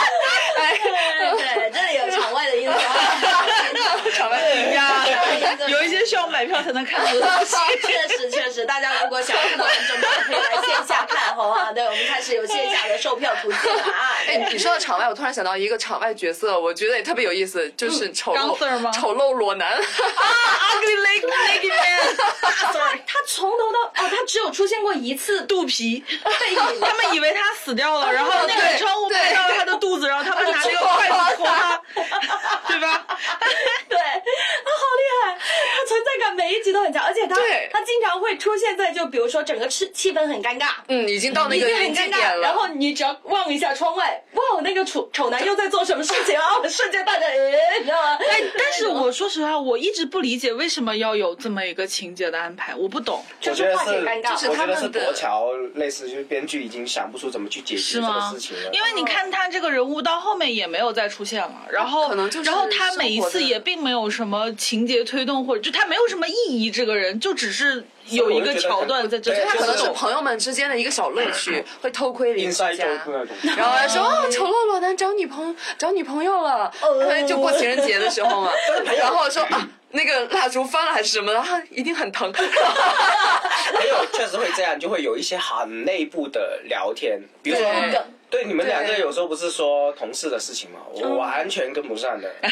Speaker 4: 对，这里有场外的因素啊，
Speaker 2: 场外的
Speaker 1: 呀
Speaker 2: *laughs*
Speaker 4: 对对，对
Speaker 1: *laughs* 有一些需要买票才能看到的 *laughs* 东西。
Speaker 4: *laughs* 确实确实，大家如果想看到完整版，可以来线下看，好吧？对，我们开始有线下的售票途径了啊。
Speaker 2: 哎，你说到场外，我突然想到一个场外角色，我觉得也特别有意思，
Speaker 4: 嗯
Speaker 2: 就是丑
Speaker 1: 钢丝儿吗
Speaker 2: 陋丑陋裸男。
Speaker 1: Ugly naked
Speaker 2: *laughs*
Speaker 1: naked man， *laughs*
Speaker 4: 哎他他从头到哦，他只有出现过一次
Speaker 1: 肚皮，
Speaker 4: 被
Speaker 1: 他们以为他死掉了，然后那个
Speaker 2: 哦对
Speaker 1: 窗户拍到了他的肚子，然后他们拿那个筷子戳他，
Speaker 2: *laughs*
Speaker 1: 对吧？
Speaker 4: *laughs* 对，他好厉害，他存在感每一集都很强，而且他
Speaker 2: 对
Speaker 4: 他经常会出现在就比如说整个气气氛很尴尬。
Speaker 2: 嗯，已经到那
Speaker 4: 已
Speaker 2: 个
Speaker 4: 经
Speaker 2: 临
Speaker 4: 很
Speaker 2: 界
Speaker 4: 尴
Speaker 2: 点
Speaker 4: 尬，
Speaker 2: 了。
Speaker 4: 然后你只要望一下窗外，哇，那个丑丑男又在做什么事情啊？ *laughs* 我瞬间大家，哎，你知道吗？
Speaker 1: 但但是我说实话，我一直不理解为什么要有这么一个情节的安排，我不懂。
Speaker 4: 就
Speaker 3: 我觉
Speaker 4: 是
Speaker 3: 得
Speaker 4: 化
Speaker 3: 是
Speaker 4: 解尴尬，，
Speaker 2: 就是
Speaker 3: 我
Speaker 2: 他
Speaker 3: 觉
Speaker 2: 们
Speaker 3: 得
Speaker 2: 的
Speaker 3: 是国桥类似，就是编剧已经想不出怎么去解决
Speaker 1: 是
Speaker 3: 这个
Speaker 1: 吗
Speaker 3: 事情了。？
Speaker 1: 因为
Speaker 2: 嗯
Speaker 1: 你看他这个人物到后面也没有再出现了，然后
Speaker 2: 可能就是
Speaker 1: 然后他每一次也并没有什么情节推动，或者就他没有什么意义，这个人就只是有一个桥段在这里。
Speaker 3: 对
Speaker 2: 他可能
Speaker 3: 就是
Speaker 2: 朋友们之间的一个小乐
Speaker 4: 嗯
Speaker 2: 趣，会偷窥邻居
Speaker 3: inside
Speaker 2: 家
Speaker 3: joke 那种。
Speaker 2: 然后还说哦，丑陋裸男找女朋友找女朋友了，
Speaker 1: 哦
Speaker 2: 对，就过情人节的时候
Speaker 1: *laughs*
Speaker 2: 嘛，然后说啊，那个蜡烛翻了还是什么的，啊一定很
Speaker 1: *laughs*
Speaker 2: 疼。
Speaker 3: 没有，确实会这样，就会有一些很内部的聊天，比如说
Speaker 2: 对
Speaker 4: 梗。
Speaker 3: 对，你们两个有时候不是说同事的事情嘛，我完全跟不上的。对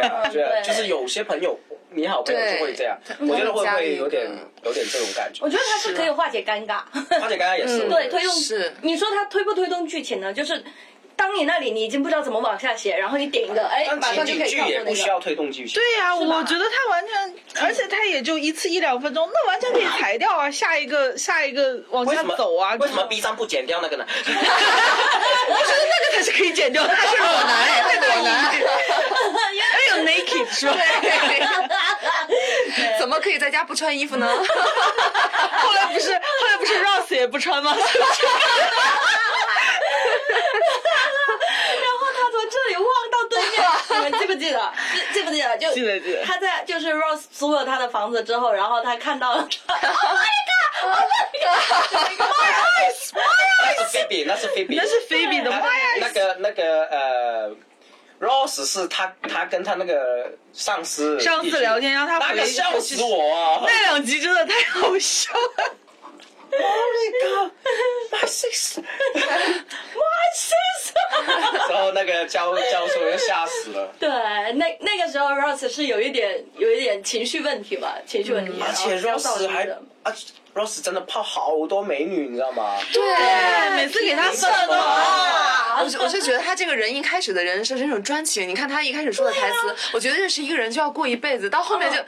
Speaker 3: 啊，对啊，
Speaker 4: 嗯对
Speaker 3: 就是有些朋友，你好朋友就会这样，我觉得会不会有点有点这种感觉
Speaker 4: 我？觉得他是可以化解尴尬。
Speaker 3: 而且刚刚也是，啊
Speaker 2: 嗯
Speaker 4: 对，推动
Speaker 2: 是
Speaker 4: 你说它推不推动剧情呢？就是当你那里你已经不知道怎么往下写，然后你点一个，哎，
Speaker 3: 但
Speaker 4: 马
Speaker 3: 情
Speaker 4: 上就
Speaker 3: 景
Speaker 4: 可以
Speaker 3: 剧
Speaker 4: 跳
Speaker 3: 也
Speaker 4: 过
Speaker 3: 不
Speaker 4: 那 *laughs*
Speaker 3: 需要
Speaker 4: 个。
Speaker 3: 推动剧情。
Speaker 1: 对啊呀、
Speaker 4: 吧
Speaker 1: 我觉得他完全，而且他也就一次一两分钟，那完全可以裁掉啊，下一个下一个往
Speaker 3: 为
Speaker 1: 下
Speaker 3: 什么
Speaker 1: 走啊。
Speaker 3: 为什么 B 站不剪掉那个呢？
Speaker 1: 我觉得 *laughs* 那个才是可以剪
Speaker 2: *laughs*
Speaker 1: 掉的，他是裸男， *laughs* 那个有意义那有 naked 是吧？
Speaker 2: 怎么可以在家不穿衣服呢？
Speaker 1: 后来不是后来不是 Ross 也不穿吗？
Speaker 4: 然后他从这里望到对面，你们记不记得？ *laughs* 记记不记得？就
Speaker 1: 记得记得
Speaker 4: 他在就是 Rose 租了他的房子之后，然后他看到了他，
Speaker 3: 那是菲比，那是菲比，
Speaker 1: 那是 Phoebe 的 Why
Speaker 3: 那个那个呃，Rose 是他他跟他那个上司
Speaker 1: 上司聊天让他
Speaker 3: 那
Speaker 1: 回
Speaker 3: 个笑死我啊
Speaker 1: 那两集真的太好笑了。
Speaker 3: ！Oh my god, my sister！然后那个教教授又吓死了。
Speaker 4: 对，那那个时候 Rose 是有一点有一点情绪问题吧，情绪问题。
Speaker 3: 嗯而且
Speaker 4: 然后
Speaker 3: Rose 还
Speaker 4: 然后
Speaker 3: 啊，Rose 真的泡好多美女，你知道吗？
Speaker 2: 对
Speaker 1: 每次给他算都
Speaker 4: 啊
Speaker 2: 我是我是觉得他这个人一开始的人设是那种专情，你看他一开始说的台
Speaker 1: 啊
Speaker 2: 词，我觉得认识
Speaker 1: 哦
Speaker 2: 一个人就要过一辈子，到后面就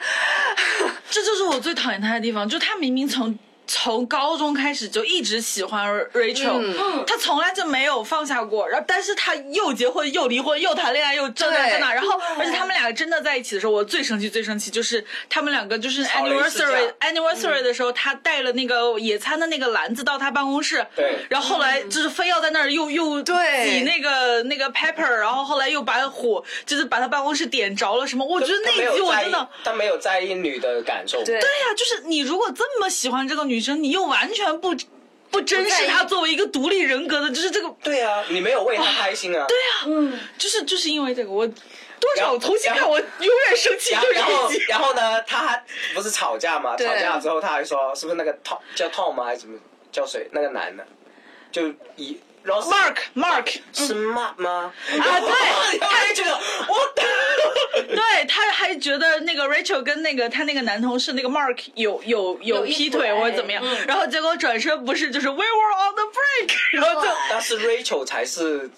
Speaker 1: 这就是我最讨厌他的地方，就他明明从从高中开始就一直喜欢 Rachel，、
Speaker 2: 嗯
Speaker 1: 他从来就没有放下过。然后，但是他又结婚又离婚又谈恋爱又这那
Speaker 2: 对
Speaker 1: 这那，然后而且他们两个真的在一起的时候，我最生气最生气就是他们两个就是
Speaker 3: 吵了一次架嗯
Speaker 1: anniversary anniversary 的时候，他带了那个野餐的那个篮子到他办公室，
Speaker 3: 对
Speaker 1: 然后后来就是非要在那儿又又
Speaker 2: 对
Speaker 1: 挤那个那个 pepper，然后后来又把火就是把他办公室点着了什么，我觉得那
Speaker 3: 他没
Speaker 1: 一集
Speaker 3: 有
Speaker 1: 我
Speaker 3: 在
Speaker 1: 真
Speaker 3: 意
Speaker 1: 的。，
Speaker 3: 他没有在意女的感受。
Speaker 2: 对
Speaker 1: 对呀、就是你如果这么喜欢这个女生，你又完全不不珍视她作为一个独立人格的，就是这个，
Speaker 3: 对啊，你没有为她开心啊。对啊，
Speaker 4: 嗯，
Speaker 1: 就是就是因为这个，我多
Speaker 3: 然
Speaker 1: 少
Speaker 3: 后
Speaker 1: 重新
Speaker 3: 然
Speaker 1: 看，
Speaker 3: 后
Speaker 1: 我永远生气
Speaker 3: 然
Speaker 1: 就是
Speaker 3: 然后
Speaker 1: 这一集。
Speaker 3: 然后呢，他还不是吵架嘛？吵
Speaker 2: 对
Speaker 3: 架之后他还说，是不是那个 Tom 叫 Tom 吗？还是什么叫谁？那个男的，就以 Ross
Speaker 1: Mark Mark，
Speaker 3: 是 Mark 吗？
Speaker 1: 啊
Speaker 3: *laughs*
Speaker 1: 对
Speaker 3: 他还觉得我的。
Speaker 1: 对，他还觉得那个 Rachel 跟那个他那个男同事那个 Mark 有有有
Speaker 4: 有一
Speaker 1: 劈腿
Speaker 4: 腿
Speaker 1: 或者怎么样，
Speaker 4: 嗯
Speaker 1: 然后结果转身不是就是 We were on the break，然 *laughs* 后就
Speaker 4: 对
Speaker 3: 但是 Rachel 才是，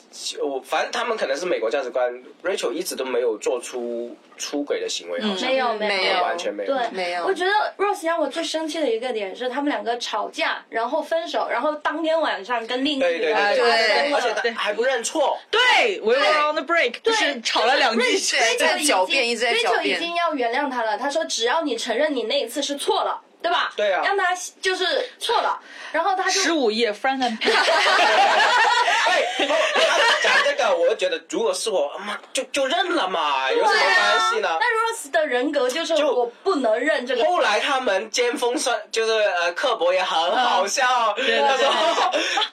Speaker 3: 我反正他们可能是美国价值观，Rachel 一直都没有做出出轨的行为，好像
Speaker 4: 没有
Speaker 2: 嗯没
Speaker 4: 有
Speaker 2: 有
Speaker 3: 完全没有。
Speaker 4: 对，
Speaker 2: 没有
Speaker 4: 我觉得 Rose 让我最生气的一个点是，他们两个吵架，然后分手，然后当天晚上跟另一个
Speaker 3: 对对
Speaker 4: 人
Speaker 3: 对
Speaker 4: 发
Speaker 2: 对
Speaker 3: 而
Speaker 4: 生了
Speaker 3: 且他还不认错。
Speaker 1: 对 We were on the break，就是吵了两句。
Speaker 4: 就是
Speaker 2: 对
Speaker 4: Rachel
Speaker 2: 在
Speaker 4: 已经
Speaker 2: 狡辩一直在狡
Speaker 4: Rachel 已
Speaker 2: 辩
Speaker 4: 经要原谅他了，他说只要你承认你那一次是错了，对吧？
Speaker 3: 对啊
Speaker 4: 让他就是错了，然后他
Speaker 1: 十
Speaker 4: 就
Speaker 1: 五页 Friend and p a n
Speaker 3: 对，哎哦讲这个，我就觉得如果是我，啊妈就就认了嘛，有什么
Speaker 4: 对啊
Speaker 3: 关系呢？
Speaker 4: 那 Rose 的人格就是
Speaker 3: 就
Speaker 4: 我不能认这个，
Speaker 3: 后来他们尖峰算就是呃刻薄也很好笑，
Speaker 1: 对
Speaker 3: 他
Speaker 1: 对
Speaker 3: 说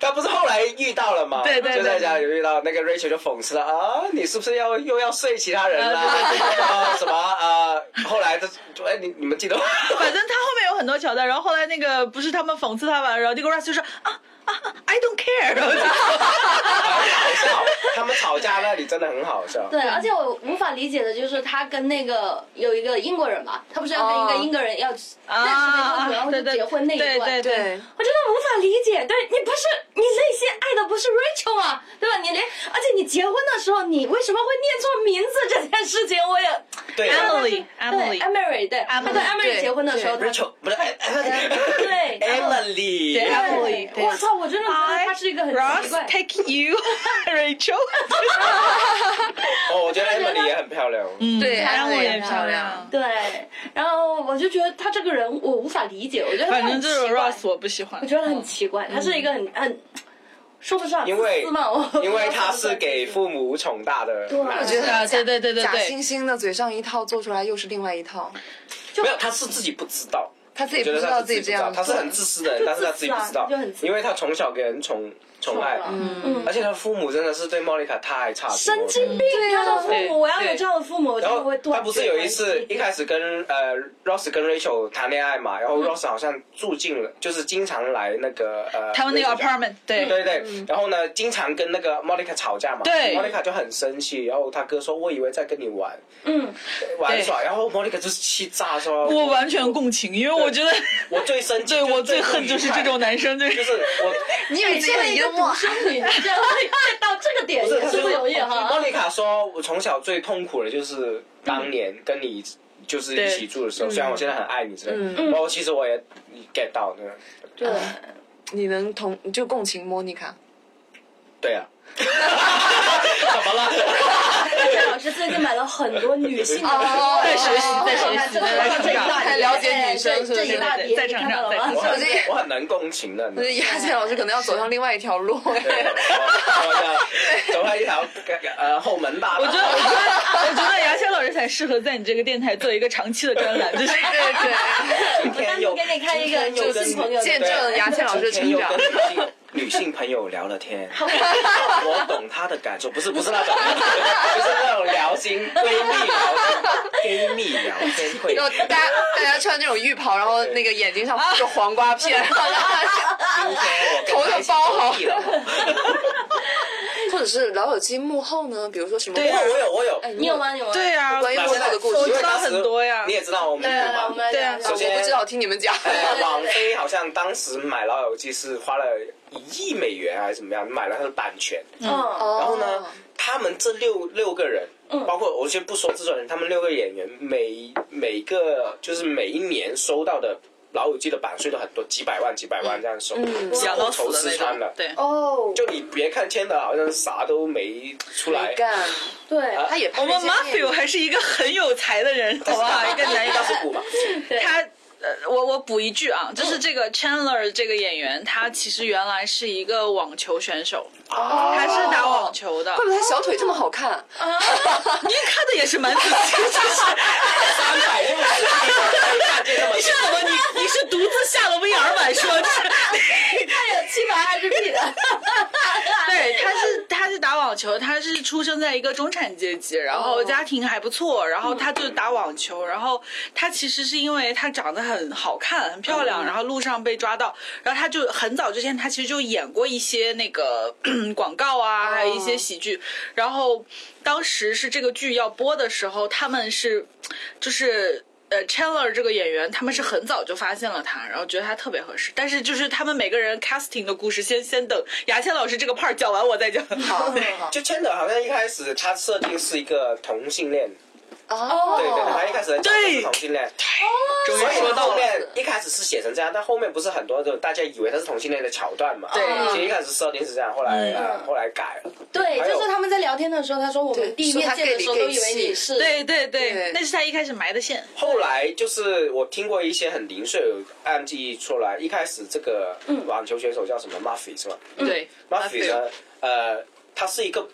Speaker 3: 他不是后来遇到了嘛，
Speaker 1: 对对对
Speaker 3: 就在家里遇到那个 Rachel 就讽刺他啊，你是不是要又要睡其他人了？
Speaker 1: 呃对对对
Speaker 3: 啊什么啊？后来他就哎你你们记得吗？
Speaker 1: 反正他后面有很多桥段，然后后来那个不是他们讽刺他嘛，然后那个 Russ 就说啊啊啊，I don't care，然后就
Speaker 3: *laughs* 好笑，他们吵架那里真的很好笑。
Speaker 4: 对，
Speaker 2: 嗯
Speaker 4: 而且我无法理解的就是他跟那个有一个英国人吧，他不是要跟一个英国人要认识那个然后
Speaker 1: 啊对
Speaker 4: 就
Speaker 1: 对
Speaker 4: 结婚那一段，
Speaker 1: 对对
Speaker 2: 对，
Speaker 4: 我真的无法理解，对你不是你内心爱的不是 Rachel 吗？对吧？你连而且你结婚的时候，你为什么会念错名字这件事情，我也
Speaker 3: 对
Speaker 1: 然后 Emily，
Speaker 4: 对
Speaker 1: Emily
Speaker 4: Emily 对，他跟
Speaker 1: Emily，
Speaker 4: Emily
Speaker 2: 对
Speaker 4: 结婚的时候，他
Speaker 3: ，Rachel 不是哎哎
Speaker 4: 对然后
Speaker 3: Emily，
Speaker 1: 对 Emily，
Speaker 4: 对我操，我真的觉得他是一个很奇
Speaker 1: Ross
Speaker 4: 怪。
Speaker 1: take
Speaker 4: *laughs*
Speaker 1: you Rachel，
Speaker 3: 哦，我觉得 Emily 也很漂亮。嗯，
Speaker 2: 对
Speaker 1: 安
Speaker 2: 安
Speaker 1: 慰
Speaker 2: 慰
Speaker 1: 也
Speaker 2: 也
Speaker 1: 漂
Speaker 2: 漂
Speaker 1: 亮
Speaker 2: 亮。
Speaker 4: 对，然后我就觉得他这个人我无法理解，我觉得他
Speaker 1: 反正
Speaker 4: 很奇
Speaker 1: 这种
Speaker 4: 怪
Speaker 1: Ross 嗯我不喜欢
Speaker 4: 我，觉得很奇怪，他是一个很很说不上
Speaker 3: 因为
Speaker 4: 自私嘛，我
Speaker 3: 因为他是给父母宠大的
Speaker 4: 我
Speaker 3: 男
Speaker 4: 觉
Speaker 3: 生
Speaker 4: 得。
Speaker 1: 啊对对对对
Speaker 2: 假
Speaker 1: 对
Speaker 2: 惺惺的嘴上一套，做出来又是另外一套，
Speaker 3: 没有，他是自己不知
Speaker 1: *laughs*
Speaker 3: 道，
Speaker 2: 他自
Speaker 3: 我
Speaker 2: 己
Speaker 3: 觉
Speaker 2: 不
Speaker 3: 得
Speaker 2: 知
Speaker 3: 他
Speaker 2: 道
Speaker 3: 是
Speaker 2: 自
Speaker 3: 自己
Speaker 2: 己
Speaker 3: 不
Speaker 2: 这
Speaker 3: 知道，
Speaker 2: 样，
Speaker 3: 他是很自私的人，但是他自己不知道
Speaker 4: 就很自，私
Speaker 3: 因为他从小给人宠宠爱，
Speaker 4: 嗯
Speaker 3: 而且他父母真的是对莫妮卡太差劲了，
Speaker 4: 神经病，他的父
Speaker 1: 对
Speaker 4: 母，我要有这样的父母，我
Speaker 3: 然
Speaker 4: 就
Speaker 3: 后
Speaker 4: 会断绝
Speaker 3: 他不是有一次
Speaker 4: 关系
Speaker 3: 一开始跟呃 Ross 跟 Rachel 谈恋爱嘛，然
Speaker 4: 嗯
Speaker 3: 后 Ross 好像住进了，就是经常来那个呃
Speaker 1: 他们那个
Speaker 3: Rachel 家
Speaker 1: apartment 对
Speaker 3: 对对，然后呢，经常跟那个 Monica 吵架嘛，
Speaker 1: 对
Speaker 3: ，Monica 就很生气，然后他哥说：“我以为在跟你玩
Speaker 4: 嗯，
Speaker 3: 玩耍。”然后 Monica 就是气炸说：“
Speaker 1: 我完全共情，因为我觉得
Speaker 3: 我最生气，
Speaker 1: 对我最
Speaker 3: 最
Speaker 1: 恨就是这种，男生，
Speaker 3: *laughs*
Speaker 1: 就是
Speaker 3: 就是我。”
Speaker 2: 你以为自己很幽默
Speaker 4: 独，生女，你这样到这个点
Speaker 3: 不是，
Speaker 4: 也
Speaker 3: 他
Speaker 4: 是
Speaker 3: 就
Speaker 4: 不
Speaker 3: 是
Speaker 4: 容易哈。
Speaker 3: Monica 说：“我从小最痛苦的就是当年跟你就是一起住的时候，虽然我现在很爱你之类的，然后其实我也 get 到那个，
Speaker 4: 对，
Speaker 2: 你能同你就共情莫妮卡，
Speaker 3: 对啊，怎么了？
Speaker 4: 但哎是老师最近买了很多女性的书
Speaker 2: 哦在学习在
Speaker 1: 学习
Speaker 4: 真的看到这一大
Speaker 2: 在
Speaker 4: 叠，
Speaker 2: 了解女生
Speaker 4: 哎这这
Speaker 2: 是
Speaker 4: 一
Speaker 2: 不是
Speaker 4: 大叠，
Speaker 1: 在
Speaker 4: 你
Speaker 1: 成
Speaker 4: 看
Speaker 1: 长
Speaker 4: 到了
Speaker 1: 在
Speaker 4: 吗
Speaker 3: 我？很
Speaker 2: 手机
Speaker 3: 我很能共情的，
Speaker 2: 我觉得亚健老师可能要走上另外一条 *laughs* 路。
Speaker 3: 对我我走开一条呃后门大道。
Speaker 1: 我觉得，我觉得，我觉得牙签老师才适合在你这个电台做一个长期的专栏，就是
Speaker 2: 对对，
Speaker 3: 今天
Speaker 4: 我
Speaker 3: 又
Speaker 4: 给你看一个
Speaker 3: 今天又
Speaker 4: 女性
Speaker 3: 跟
Speaker 4: 朋友的
Speaker 2: 见证 *laughs* 牙签老师的
Speaker 3: 今
Speaker 2: 成
Speaker 3: 天又
Speaker 2: 长
Speaker 3: 跟。女性女性朋友聊了天，
Speaker 2: *laughs*
Speaker 3: 我懂她的感受，不是不是那种， *laughs* 不是那种聊心闺蜜聊心闺蜜聊天 *laughs* 会
Speaker 2: 就大家大家穿那种浴袍，然后那个眼睛上敷着黄瓜片，然后啊头都包好 *laughs* 或者是老友记幕后呢，比如说什么？
Speaker 3: 对啊，我有我有，
Speaker 2: 哎，
Speaker 4: 你有？吗？你有吗？
Speaker 1: 对啊呀、
Speaker 2: 关于
Speaker 3: 那现在
Speaker 2: 我的故事
Speaker 3: 因为
Speaker 1: 我知道
Speaker 3: 当时
Speaker 1: 很多呀
Speaker 3: 你也知道我们
Speaker 4: 来来来，
Speaker 3: 嘛
Speaker 4: 我们来
Speaker 1: 对
Speaker 4: 聊
Speaker 1: 啊
Speaker 4: 聊。
Speaker 2: 我
Speaker 3: 首先
Speaker 2: 不知道，听你们讲。
Speaker 3: 呃网飞好像当时买老友记是花了一亿美元还是怎么样，买了它的版权。
Speaker 4: 嗯，
Speaker 2: 然
Speaker 3: 然后呢，他们这六六个人，
Speaker 2: 嗯
Speaker 3: 包括我先不说制作人，他们六个演员每每个就是每一年收到的老友记的版税都很多，几百万、几百
Speaker 2: 嗯
Speaker 3: 万这样收，
Speaker 1: 养到死
Speaker 3: 愁
Speaker 1: 的
Speaker 3: 吃
Speaker 1: 那
Speaker 3: 穿
Speaker 1: 种
Speaker 3: 了。，
Speaker 1: 对，
Speaker 4: 哦，
Speaker 3: 就你别看签的好像啥都没出来
Speaker 2: 没，干，
Speaker 4: 对，哎
Speaker 2: 他也拍
Speaker 1: 我
Speaker 2: 了
Speaker 1: 们
Speaker 2: 一些
Speaker 1: Matthew 还是一个很有才的人，好不好？一个男一个
Speaker 3: 但啊是
Speaker 2: *laughs*
Speaker 3: 股嘛，
Speaker 1: 他呃，我我补一句啊，就是这个 Chandler 这个演员，他其实原来是一个网球选手，
Speaker 3: 啊
Speaker 1: 他是打网球的。
Speaker 2: 怪不得他小腿这么好 *laughs* 看，
Speaker 1: 您看的也是蛮仔细
Speaker 2: *laughs*
Speaker 1: 的，
Speaker 3: 三百六十亿，看见那么
Speaker 1: 这
Speaker 3: 多
Speaker 1: 怎么你你是独自下了 VR 版说？
Speaker 4: 他有七百二十 P 的，
Speaker 1: *laughs* 对，他是他是打网球，他是出生在一个中产阶级，然后家庭还不错，然后他就打网球，然后他其实是因为他长得很好看、很漂亮，然后路上被抓到，然后他就很早之前他其实就演过一些那个 *clears throat* 广告啊，还有一些喜剧，然后当时是这个剧要播的时候，他们是就是。呃，Chandler 这个演员，他们是很早就发现了他，然后觉得他特别合适。但是就是他们每个人 casting 的故事先，先等牙签老师这个 part 讲完，我再讲。
Speaker 2: 好，好
Speaker 3: 就签的好像一开始他设定是一个同性恋，
Speaker 2: 哦，
Speaker 3: 对对，他一开始讲的是同性恋，
Speaker 1: 终于
Speaker 3: 所以
Speaker 1: 说到
Speaker 3: 后
Speaker 1: 了，
Speaker 3: 面一开始是写成这样，但后面不是很多的大家以为他是同性恋的桥段嘛？啊
Speaker 1: 对
Speaker 3: 其实一开始设定是这样，后来呃后来改了。
Speaker 4: 对，
Speaker 3: 还有
Speaker 4: 就是他们在聊天的时候，他说我们
Speaker 2: 对
Speaker 4: 第一面见的时候都以为你
Speaker 1: *laughs*
Speaker 4: 是，
Speaker 1: 对对对
Speaker 2: 对，
Speaker 1: 那是他一开始埋的线。
Speaker 3: 后来就是我听过一些很零碎的案例出来，一开始这个网球选手叫什么 Muffy 是吧
Speaker 1: 对
Speaker 3: ？Muffy 呢，呃，他是一个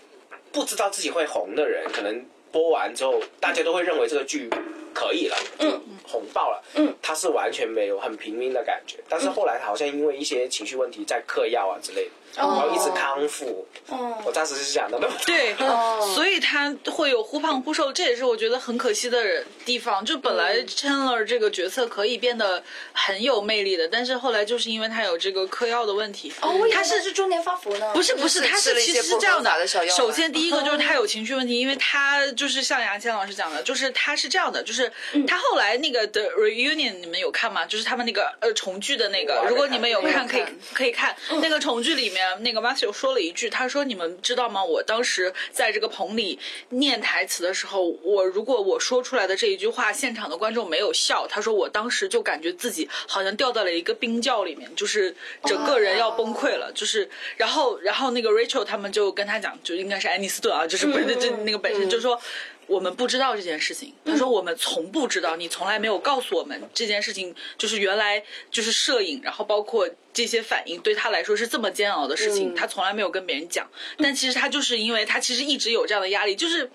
Speaker 3: 不知道自己会红的人，可能播完之后大家都会认为这个剧可以了，嗯，红爆了，嗯，他是完全没有很平民的感觉，但是后来好像因为一些情绪问题在嗑药啊之类的，然后一直康复，
Speaker 4: 嗯，
Speaker 3: 我当时是想到那么多。
Speaker 1: 哦对，
Speaker 2: 哦
Speaker 1: 所以他会有忽胖忽瘦，这也是我觉得很可惜的地方。就本来
Speaker 2: 嗯
Speaker 1: Chandler 这个角色可以变得很有魅力的，但是后来就是因为他有这个嗑药的问题，
Speaker 2: 哦
Speaker 4: 我以为
Speaker 1: 他是
Speaker 4: 是中年发福呢，
Speaker 1: 不是不是，
Speaker 2: 就是
Speaker 1: 他
Speaker 2: 吃
Speaker 1: 是
Speaker 2: 了一
Speaker 1: 其
Speaker 2: 些
Speaker 1: 实是
Speaker 2: 不
Speaker 1: 这样
Speaker 2: 合法的小药丸
Speaker 1: 首先第一个就是他有情绪问题，因为他就是像牙签老师讲的，就是他是这样的，就是
Speaker 2: 嗯
Speaker 1: 他后来那个的 reunion 你们有看吗？就是他们那个呃重聚的那
Speaker 3: 我还
Speaker 1: 个，
Speaker 3: 没
Speaker 1: 如果你们有
Speaker 2: 看
Speaker 1: 看可
Speaker 2: 没
Speaker 1: 以
Speaker 2: 有看
Speaker 1: 可以看那个重聚里面，那个 Matthew 说了一句，他说你们知道吗？我当时在这个棚里念台词的时候，我如果我说出来的这一句话，现场的观众没有笑，他说我当时就感觉自己好像掉到了一个冰窖里面，就是整个人要崩溃了，就是然后然后那个 Rachel 他们就跟他讲，就应该是安妮斯顿啊，就是本身就那个本身就说。我们不知道这件事情。他说我们从不知道，你从来没有告诉我们这件事情，就是原来就是摄影，然后包括这些反应对他来说是这么煎熬的事情，他从来没有跟别人讲。但其实他就是因为他其实一直有这样的压力，就是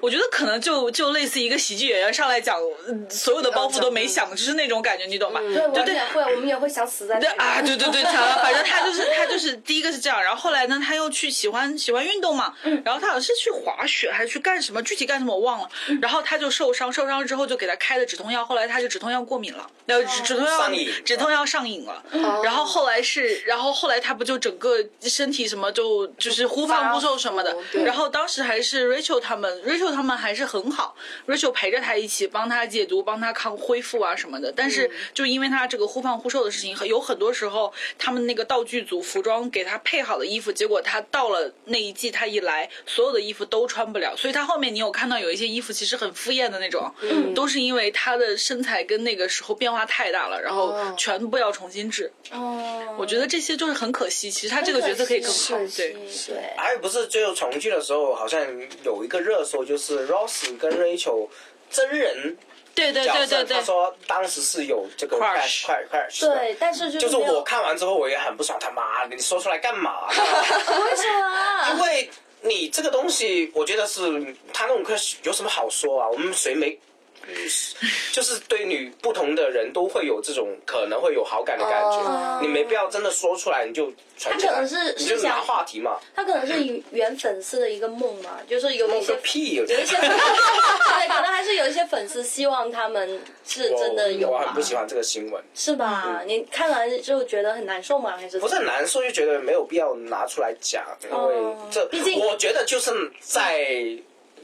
Speaker 1: 我觉得可能就就类似一个喜剧演员上来讲，嗯所有的包袱都没想，就是那种感觉，你懂吧？
Speaker 4: 对，我们也会，我们也会想死在
Speaker 1: 对
Speaker 4: 那里
Speaker 1: 啊，对对
Speaker 4: *laughs*
Speaker 1: 对，反正反正他就是他就是第一个是这样，然后后来呢，他又去喜欢喜欢运动嘛，
Speaker 4: 嗯
Speaker 1: 然后他好像是去滑雪还是去干什么，具体干什么我忘了，
Speaker 4: 嗯
Speaker 1: 然后他就受伤，受伤之后就给他开了止痛药，后来他就止痛药过敏了，呃，止
Speaker 4: 哦
Speaker 1: 止痛药
Speaker 3: 上瘾
Speaker 1: 止痛药上瘾了，然后后来是，然后后来他不就整个身体什么就就是忽胖忽瘦什么的
Speaker 2: 发福，对
Speaker 1: 然后当时还是 Rachel 他们，Rachel 他们还是很好，Rachel 陪着他一起帮他解毒、帮他康恢复啊什么的。但是就因为他这个忽胖忽瘦的事情，很有很多时候他们那个道具组服装给他配好的衣服，结果他到了那一季他一来，所有的衣服都穿不了，所以他后面你有看到有一些衣服其实很敷衍的那种，都是因为他的身材跟那个时候变化太大了，然后
Speaker 2: 哦
Speaker 1: 全部要重新制。
Speaker 4: 哦，
Speaker 1: 我觉得这些就是很可惜，其实他这个角色可以更好，对。
Speaker 4: 嗯对，
Speaker 3: 还有不是最后重聚的时候，好像有一个热搜，就是 Ross 跟 Rachel 真人
Speaker 1: 对对
Speaker 3: 角
Speaker 1: 对
Speaker 3: 色，
Speaker 1: 对
Speaker 3: 他
Speaker 1: 对，
Speaker 3: 说当时是有这个
Speaker 1: Crush
Speaker 3: crash crash crash 的
Speaker 4: 对，但是
Speaker 3: 就是
Speaker 4: 是没有
Speaker 3: 我看完之后我也很不爽，他妈的，你说出来干嘛？
Speaker 4: *laughs* 为
Speaker 3: *laughs*
Speaker 4: 什
Speaker 3: 因
Speaker 4: 么？啊
Speaker 3: 为你这个东西，我觉得是他那种 crush 有什么好说啊？我们谁没？就是对女不同的人都会有这种可能会有好感的感觉，
Speaker 4: 啊
Speaker 2: 哦
Speaker 3: 你没必要真的说出来，你就传起
Speaker 4: 他可
Speaker 3: 来
Speaker 4: 能是，
Speaker 3: 你就是
Speaker 4: 想
Speaker 3: 拿话题嘛，
Speaker 4: 他可能是原粉丝的一个梦嘛，就是有一
Speaker 3: 弄
Speaker 4: 些
Speaker 3: 个
Speaker 4: *laughs*
Speaker 3: 屁！*laughs*
Speaker 4: 有一些，对，可能还是有一些粉丝希望他们是真的有
Speaker 3: 我很
Speaker 4: 吧
Speaker 3: 不，喜欢这个新闻，
Speaker 4: 是吧？你看完之后觉得很难受吗？还是
Speaker 3: 不是很难受就觉得没有必要拿出来讲，因为这
Speaker 4: 哦毕竟
Speaker 3: 我觉得就是在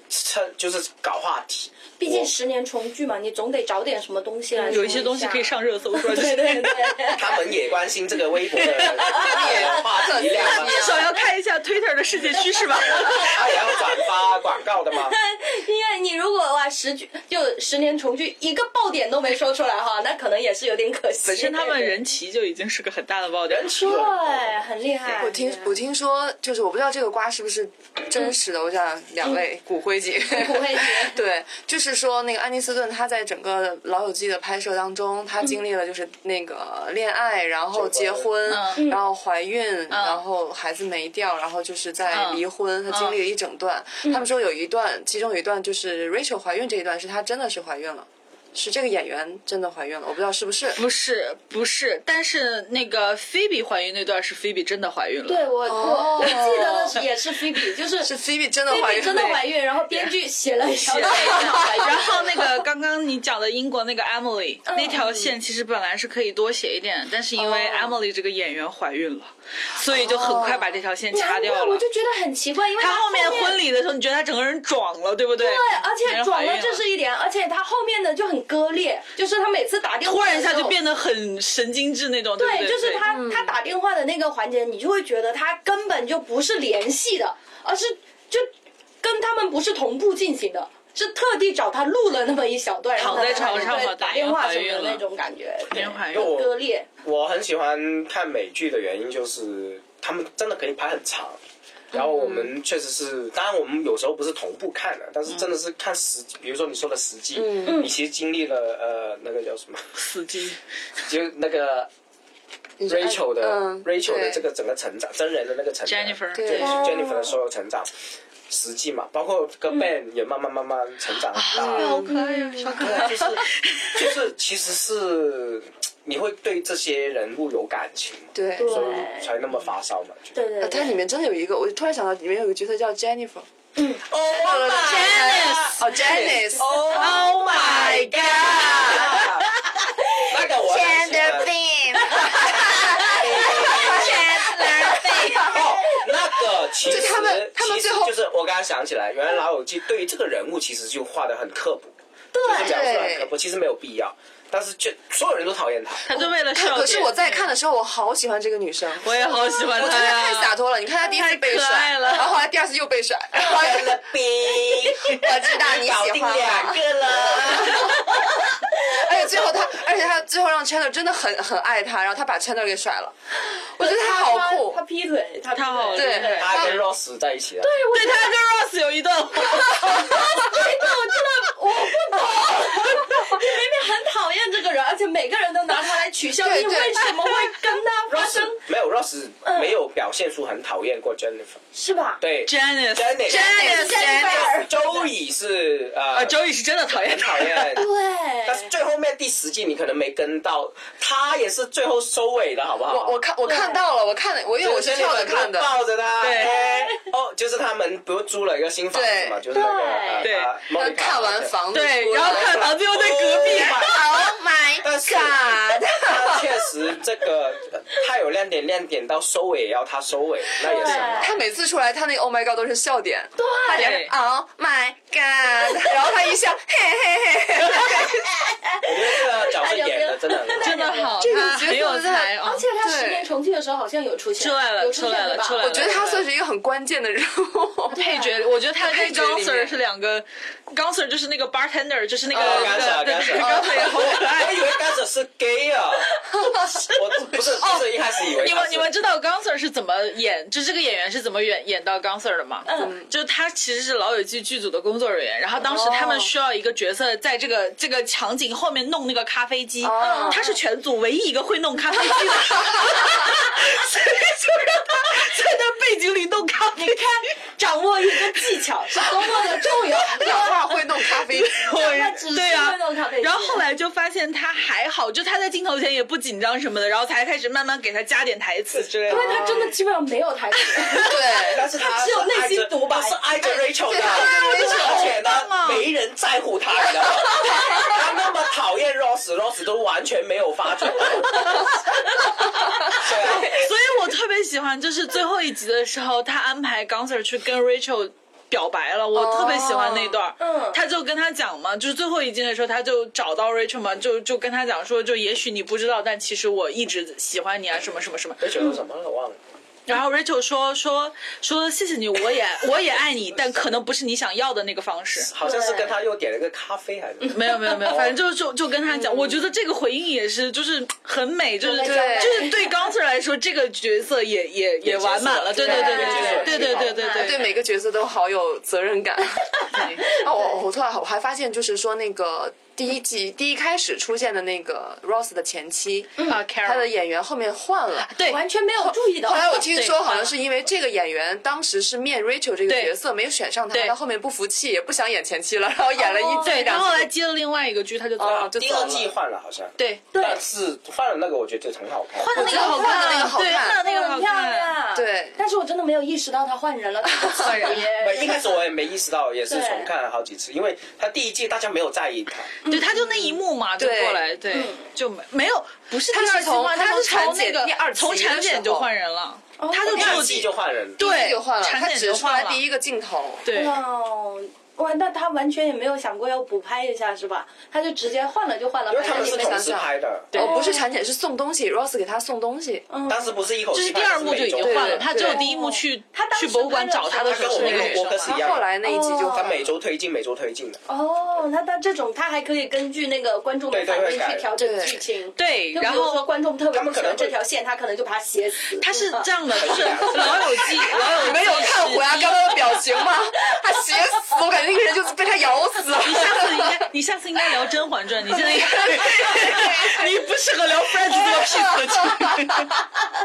Speaker 3: 趁就是搞话题，
Speaker 4: 毕竟十年重聚嘛，你总得找点什么东西来说
Speaker 1: 嗯
Speaker 4: 下。
Speaker 1: 有一些东西可以上热搜，说
Speaker 4: *laughs* 对对对， *laughs*
Speaker 3: 他们也关心这个微博的夜话题量
Speaker 4: *laughs*
Speaker 3: 啊，
Speaker 1: 至少要看一下 *laughs* Twitter 的世界趋势吧。
Speaker 3: 他也要转发广告的吗？
Speaker 4: 因为你如果哇十句就十年重聚，一个爆点都没说出来哈，那可能也是有点可惜。
Speaker 1: 本身他们人齐就已经是个很大的爆点，
Speaker 3: 奇怪
Speaker 4: 对，很厉害。
Speaker 2: 我听我听说，就是我不知道这个瓜是不是真实的，我想两位骨灰
Speaker 4: *laughs*
Speaker 2: 级，骨
Speaker 4: 嗯灰级
Speaker 3: *laughs*
Speaker 2: 对，就是说那个安妮斯顿，她在整个《老友记》的拍摄当中，她经历了就是那个恋爱，然后结婚，
Speaker 4: 嗯
Speaker 2: 然后怀孕，然后孩子没掉，然后就是
Speaker 4: 嗯
Speaker 2: 在离婚，她经历了一整段。他们说有一段，其中有一段就是 Rachel 怀孕这一段，是她真的是怀孕了。是这个演员真的怀孕了，我不知道是不是。
Speaker 1: 不是不是，但是那个菲比怀孕那段是菲比真的怀孕了，
Speaker 4: 对我我
Speaker 1: 哦
Speaker 4: *laughs* 我记得的也是菲比，就是
Speaker 2: 是
Speaker 4: 菲
Speaker 2: Phoebe 真的怀孕
Speaker 4: 比
Speaker 2: 了，
Speaker 4: 真的怀孕，然后编剧写了一条
Speaker 1: 对。
Speaker 4: 怀孕，
Speaker 1: *laughs*
Speaker 4: 嗯
Speaker 1: 然后
Speaker 4: *laughs*
Speaker 1: 那个刚刚你讲的英国那个 Emily 那条线，其实本来是可以多写一点，但是因为
Speaker 2: 哦
Speaker 1: Emily 这个演员怀孕了，所以就
Speaker 4: 哦
Speaker 1: 很快把这条线掐
Speaker 4: 难
Speaker 1: 掉
Speaker 4: 怪我
Speaker 1: 了。
Speaker 4: 就觉得很奇怪，因为
Speaker 1: 她
Speaker 4: 后
Speaker 1: 后面婚
Speaker 4: 礼。
Speaker 1: 礼的时候，你觉得她整个人壮了，对不对？对
Speaker 4: 对，而且转了这是一点，而且他后面的就很割裂，就是他每次打电话
Speaker 1: 忽然一下
Speaker 4: 的时
Speaker 1: 就
Speaker 4: 候
Speaker 1: 变得很神经质那种，对不
Speaker 4: 对，就是他他打电话的那个环节，你就会觉得他根本就不是联系的，而是就跟他们不是同步进行的，是特地找他录了那么一小段，然后
Speaker 1: 躺在
Speaker 4: 他
Speaker 1: 床上
Speaker 4: 对
Speaker 1: 嘛
Speaker 4: 打
Speaker 1: 打
Speaker 4: 电
Speaker 1: 电话
Speaker 4: 话什
Speaker 1: 怀
Speaker 4: 么
Speaker 1: 孕
Speaker 4: 的
Speaker 1: 了
Speaker 4: 那种感觉，对
Speaker 1: 人怀
Speaker 3: 因为
Speaker 1: 孕。
Speaker 3: 我
Speaker 4: 割裂。
Speaker 3: 我很喜欢看美剧的原因就是他们真的可以拍很长。然后我们确实是，当然我们有时候不是同步看的，但是真的是看十，
Speaker 4: 嗯
Speaker 3: 比如说你说的十季，你其实经历了呃那个叫什么，
Speaker 1: 司机，
Speaker 3: 就是那个
Speaker 2: 你说
Speaker 3: Rachel 的、
Speaker 2: 嗯
Speaker 3: Rachel 的
Speaker 2: 对
Speaker 3: 这个整个成长，真人的那个成长
Speaker 1: Jennifer
Speaker 3: 对
Speaker 2: 对哦
Speaker 3: Jennifer 的所有成长，实际嘛，包括跟 Ben 也慢慢慢慢成长
Speaker 2: 嗯
Speaker 3: 大，
Speaker 2: 哦
Speaker 1: 好可爱呀，小可爱，
Speaker 3: 就是就是其实是你会对这些人物有感情嘛，
Speaker 2: 对，
Speaker 4: 对
Speaker 3: 所以才那么发烧嘛。就
Speaker 4: 对对
Speaker 2: 呃它里
Speaker 4: 对，
Speaker 2: 面真的有一个，我突然想到里面有个角色叫 Jennifer。
Speaker 1: Oh
Speaker 2: 哦，Janice，
Speaker 1: Oh my god！
Speaker 3: 啊那个我很喜欢哦，那个其实
Speaker 2: 就他们他们
Speaker 3: 其实
Speaker 2: 最后
Speaker 3: 就是我刚刚想起来，原来老友记对于这个人物其实就画的很刻薄，对，就是描述得很刻薄，其实没有必要，但是就所有人都讨厌他。
Speaker 1: 他就为了笑点。
Speaker 2: 可是我在看的时候，我好喜欢这个女生，
Speaker 1: 我也好喜欢
Speaker 2: 我觉
Speaker 1: 他
Speaker 2: 得
Speaker 1: 呀，
Speaker 2: 太洒脱了。你看她第一次被
Speaker 1: 太可爱
Speaker 2: 甩，
Speaker 1: 了
Speaker 2: 然后后来第二次又被甩，然后
Speaker 3: *laughs*
Speaker 2: 我知道你喜欢啊我。
Speaker 3: 个了，
Speaker 2: 而且最后她，而且她最后让 Chandler 真的很很爱她，然后她把 Chandler 给甩了，我觉得她好酷
Speaker 4: 他。劈腿，他劈
Speaker 1: 他好
Speaker 4: 腿
Speaker 1: 厉害
Speaker 2: 对，
Speaker 3: 他跟 Ross 在一起了。对，
Speaker 1: 对他跟 Rose 有一段话，
Speaker 4: *laughs* 明明很讨厌这个人，而且每个人都拿他来取笑，
Speaker 2: 对
Speaker 4: 你
Speaker 2: 对
Speaker 4: 为什么会跟他发生？
Speaker 3: 没有 Ross 没有表现出很讨厌过 Jennifer，
Speaker 4: 是吧？
Speaker 3: 对
Speaker 1: Janice
Speaker 3: Janice
Speaker 1: Janice
Speaker 4: Jennifer
Speaker 3: 周乙是呃
Speaker 1: 啊，周易是真的讨厌
Speaker 3: 很
Speaker 1: 他
Speaker 3: 讨。厌，但是
Speaker 4: 对，
Speaker 3: 最后面第十季你可能没跟到，他也是最后收尾的好不好？
Speaker 2: 我我看我看到了，我看了，我因为我是跳着看的。
Speaker 3: 抱着他，
Speaker 1: 对
Speaker 3: 哎哦，就是他们不是租了一个新房子嘛，
Speaker 2: 对
Speaker 3: 就是那个呃
Speaker 1: 对
Speaker 3: 呃莫
Speaker 2: 她
Speaker 3: 妮卡
Speaker 2: 看完房子出来，
Speaker 1: 对，然后看房子又在隔壁，
Speaker 2: ，Oh my
Speaker 3: 但是
Speaker 2: God！
Speaker 3: 他确实这个呃他有亮点，亮点到收尾也要他收尾，那也是很好
Speaker 2: *laughs* 他每次出来，他那个 Oh my God 都是笑点。对，他就是
Speaker 1: 对
Speaker 2: Oh my *laughs* God，然后他一笑，嘿嘿 *laughs* 嘿。
Speaker 3: 我觉得这个角色演的真的很好。
Speaker 1: 真的好，
Speaker 2: 这个
Speaker 1: 他
Speaker 2: 角色
Speaker 1: 很有才
Speaker 2: 在
Speaker 1: 哦
Speaker 4: 而。且他十
Speaker 2: 对
Speaker 4: 年重聚的时候好像有出现，
Speaker 1: 出来了
Speaker 4: 有出
Speaker 1: 出
Speaker 4: 现
Speaker 1: 来了
Speaker 4: 对吧
Speaker 1: 出来了
Speaker 2: 我觉得他算是一个很关键的人物。
Speaker 1: 配角，我觉得他跟
Speaker 2: 配角里面
Speaker 1: Gonser 是两个，Gonser 就是那个 bartender，就是那个
Speaker 3: 哦
Speaker 1: 那个
Speaker 3: Gonser，
Speaker 1: 对
Speaker 3: Gonser
Speaker 1: 对 Gonser 也好可
Speaker 3: 哦我
Speaker 1: 爱。
Speaker 3: 以为刚才是 gay
Speaker 2: *laughs*
Speaker 3: 啊，我不是不是一开始以为
Speaker 1: 你
Speaker 3: 他
Speaker 1: 们
Speaker 3: 是
Speaker 1: 你们知道 Gonser 是怎么演，就这个演员是怎么演演到 Gonser 的吗？嗯，就他其实是老友记剧组的工作人员，然后当时他们需要一个角色在这个这个场景后面弄那个咖啡机，
Speaker 2: 哦
Speaker 1: 他是全组唯一一个会弄咖啡机的，所以就让他在那背景里弄咖啡机。
Speaker 4: 掌握一个技巧是多么的重要。
Speaker 2: 讲话会弄咖 *laughs* 啡，
Speaker 4: 他只是
Speaker 1: 对啊
Speaker 4: 会弄咖啡机
Speaker 1: *laughs* 然后后来就发现他还好，就他在镜头前也不紧张什么的，然后才开始慢慢给他加点台词之类的
Speaker 4: 因。为他真的基本上没有
Speaker 1: *laughs*
Speaker 4: 台词，
Speaker 2: 对，
Speaker 3: 但是他
Speaker 4: 只有内心
Speaker 3: 是挨着
Speaker 4: 独白
Speaker 3: 他是挨着 Rachel 的，
Speaker 2: 对挨着 Rachel
Speaker 3: 而且呢，没人在乎他，你知道吗？ *laughs* 他那么讨厌 Rose，Rose 都完全没有发觉。啊对
Speaker 1: 所以我特别喜欢，就是最后一集的时候，他安排 Gonser 去跟 Rachel 表白了，我特别喜欢那段。
Speaker 4: 嗯
Speaker 1: 他就跟他讲嘛，就是最后一集的时候，他就找到 Rachel 嘛，就就跟他讲说，就也许你不知道，但其实我一直喜欢你啊，什么什么什么。
Speaker 3: 啊，Rachel 说什么了？我忘了。
Speaker 1: 然后 Rachel 说说说谢谢你，我也我也爱你，但可能不是你想要的那个方式。
Speaker 3: 好像是跟他又点了个咖啡还是？
Speaker 1: 没有没有没有，反正就就就跟他讲，我觉得这个回应也是就是很美，就是
Speaker 4: 对
Speaker 1: 就是对钢 r 来说，这个角色也也也完满了，对对对对对对对对
Speaker 2: 对每个角色都好有责任感。 *laughs* 哦，我我突然我还发现，就是说那个第一季第一开始出现的那个 Rose 的前妻，
Speaker 1: 啊
Speaker 2: 他的
Speaker 1: ，Carol，
Speaker 2: 演员后面换了。
Speaker 1: 对
Speaker 4: 完全没有注意到。
Speaker 2: 后来我听
Speaker 1: 对
Speaker 2: 说，好像是因为这个演员当时是面 Rachel 这个
Speaker 1: 对
Speaker 2: 角色没有选上他，
Speaker 1: 对哦
Speaker 2: 他后面不服气，也不想演前妻了，然后演了一
Speaker 1: 对，他
Speaker 2: 季两
Speaker 1: 后来
Speaker 2: 季。
Speaker 1: 接了另外一个剧，他就走
Speaker 2: 啊
Speaker 1: 了，
Speaker 2: 就
Speaker 3: 第
Speaker 2: 走
Speaker 3: 二
Speaker 2: 了
Speaker 3: 季换了好像，
Speaker 1: 对。
Speaker 4: 对
Speaker 3: 但是换了那个我觉得很好看。
Speaker 1: 换的那个好
Speaker 2: 换的
Speaker 1: 看，
Speaker 2: 那个
Speaker 1: 啊
Speaker 2: 好
Speaker 1: 对，
Speaker 2: 看
Speaker 1: 换的那个好
Speaker 4: 很漂
Speaker 1: 看。
Speaker 4: 亮，
Speaker 2: 对
Speaker 4: 但是我真的没有意识到他换人了，换
Speaker 1: 人
Speaker 3: 不一开始我也没意识到，也是
Speaker 4: 对
Speaker 3: 重看了好几次，因为他第一季大家没有在意他，
Speaker 1: 对，他就那一幕嘛，就
Speaker 2: 对
Speaker 1: 过来，对，就没没有，不是
Speaker 2: 他
Speaker 1: 第
Speaker 2: 是
Speaker 1: 二季
Speaker 2: 从
Speaker 1: 吗？
Speaker 2: 他
Speaker 1: 他
Speaker 2: 从
Speaker 1: 是从
Speaker 2: 产
Speaker 1: 那
Speaker 2: 检
Speaker 1: 个
Speaker 2: 第二集
Speaker 1: 从
Speaker 2: 的
Speaker 1: 产检
Speaker 2: 时
Speaker 1: 就
Speaker 2: 候
Speaker 1: 换人了，他就
Speaker 3: 第二
Speaker 1: 做
Speaker 3: 季就换人。
Speaker 1: 对
Speaker 2: 就换了，
Speaker 1: 产
Speaker 2: 他
Speaker 1: 检
Speaker 2: 只
Speaker 1: 就
Speaker 2: 出
Speaker 1: 换
Speaker 2: 来
Speaker 1: 了，
Speaker 2: 第一个镜头。
Speaker 1: *laughs* 对，
Speaker 4: 哇哦，哇，那他完全也没有想过要补拍一下是吧？他就直接换了就换了，
Speaker 3: 因为他们是
Speaker 4: 反正也没
Speaker 3: 同
Speaker 4: 想
Speaker 3: 时拍的，
Speaker 1: 对
Speaker 2: 哦，不是产检，是送东西，Rose 给他送东西。
Speaker 1: 嗯
Speaker 3: 当时不是一口
Speaker 1: *laughs* 就
Speaker 3: 气
Speaker 1: 是
Speaker 3: 拍，
Speaker 1: 第二幕就已经
Speaker 3: 是每周
Speaker 1: 换了，
Speaker 2: 对
Speaker 1: 他只有第一幕去
Speaker 4: 哦他当时
Speaker 1: 去博物馆找他的时候是那个女
Speaker 3: 他跟我们的博客是一
Speaker 1: 生嘛。
Speaker 3: 样
Speaker 2: 他后来那一季就
Speaker 4: 哦
Speaker 3: 他每周推进，每周推进的。
Speaker 4: 哦，那他这种他还可以根据那个观众的
Speaker 3: 对对
Speaker 4: 反
Speaker 3: 会
Speaker 4: 应
Speaker 3: 改
Speaker 4: 去调整
Speaker 2: 对
Speaker 4: 剧情。
Speaker 1: 对，
Speaker 4: 就比
Speaker 1: 然
Speaker 4: 如说
Speaker 1: 后
Speaker 4: 观众特别
Speaker 3: 他们
Speaker 4: 不
Speaker 3: 可
Speaker 4: 喜
Speaker 3: 能
Speaker 4: 欢这
Speaker 3: 会
Speaker 4: 条线，他可能就把它写死。
Speaker 1: 他是这样的，
Speaker 3: 嗯
Speaker 1: 就是
Speaker 3: *laughs*
Speaker 1: 《老友记》，老友记
Speaker 2: 你们有看虎牙刚刚的表情
Speaker 1: *laughs*
Speaker 2: 吗？他写死，我感觉那个人就是被他咬死了。
Speaker 1: 你下次应该，你下次应该聊《甄嬛传》，你现在应该， *laughs* 你不适合聊 Friends 这个屁事情。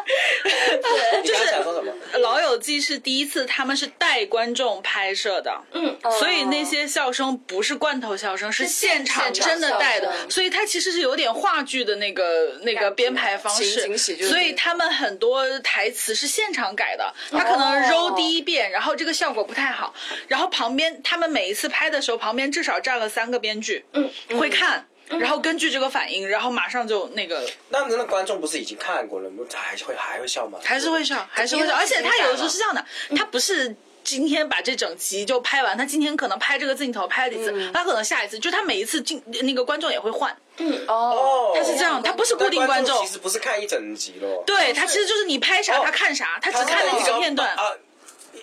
Speaker 3: *laughs*
Speaker 1: *laughs*
Speaker 3: 你刚才想说什么？
Speaker 1: 《老友记》是第一次，他们是带观众拍摄的，
Speaker 4: 嗯，
Speaker 1: 所以那些笑声不是罐头笑声，是现场
Speaker 4: 现场
Speaker 1: 真的带的
Speaker 4: 笑，声
Speaker 1: 所以它其实是有点话剧的那个那个编排方
Speaker 2: 情景
Speaker 1: 式，
Speaker 2: 喜剧的
Speaker 1: 所以他们很多台词是现场改的，他可能揉第一遍，然后这个效果不太好，然后旁边他们每一次拍的时候，旁边至少站了三个编剧，嗯，会看。然后根据这个反应，然后马上就那个
Speaker 3: 那那观众不是已经看过了吗？他还会还会笑吗？
Speaker 1: 还是会上，还是会上，而且他有的时候嗯是这样的，他不是。今天把这整集就拍完，他今天可能拍这个镜头拍了几次，他可能下一次就他每一次进那个观众也会换，
Speaker 2: 哦，
Speaker 1: 他是这样，他不是
Speaker 3: 那
Speaker 1: 固定观众
Speaker 3: 其，实不是看一整集咯。
Speaker 1: 对他其实就是你拍啥
Speaker 3: 哦
Speaker 1: 他看啥，他只
Speaker 3: 他是
Speaker 1: 看了
Speaker 3: 那
Speaker 1: 一
Speaker 3: 种
Speaker 1: 个哦片段，
Speaker 3: 啊。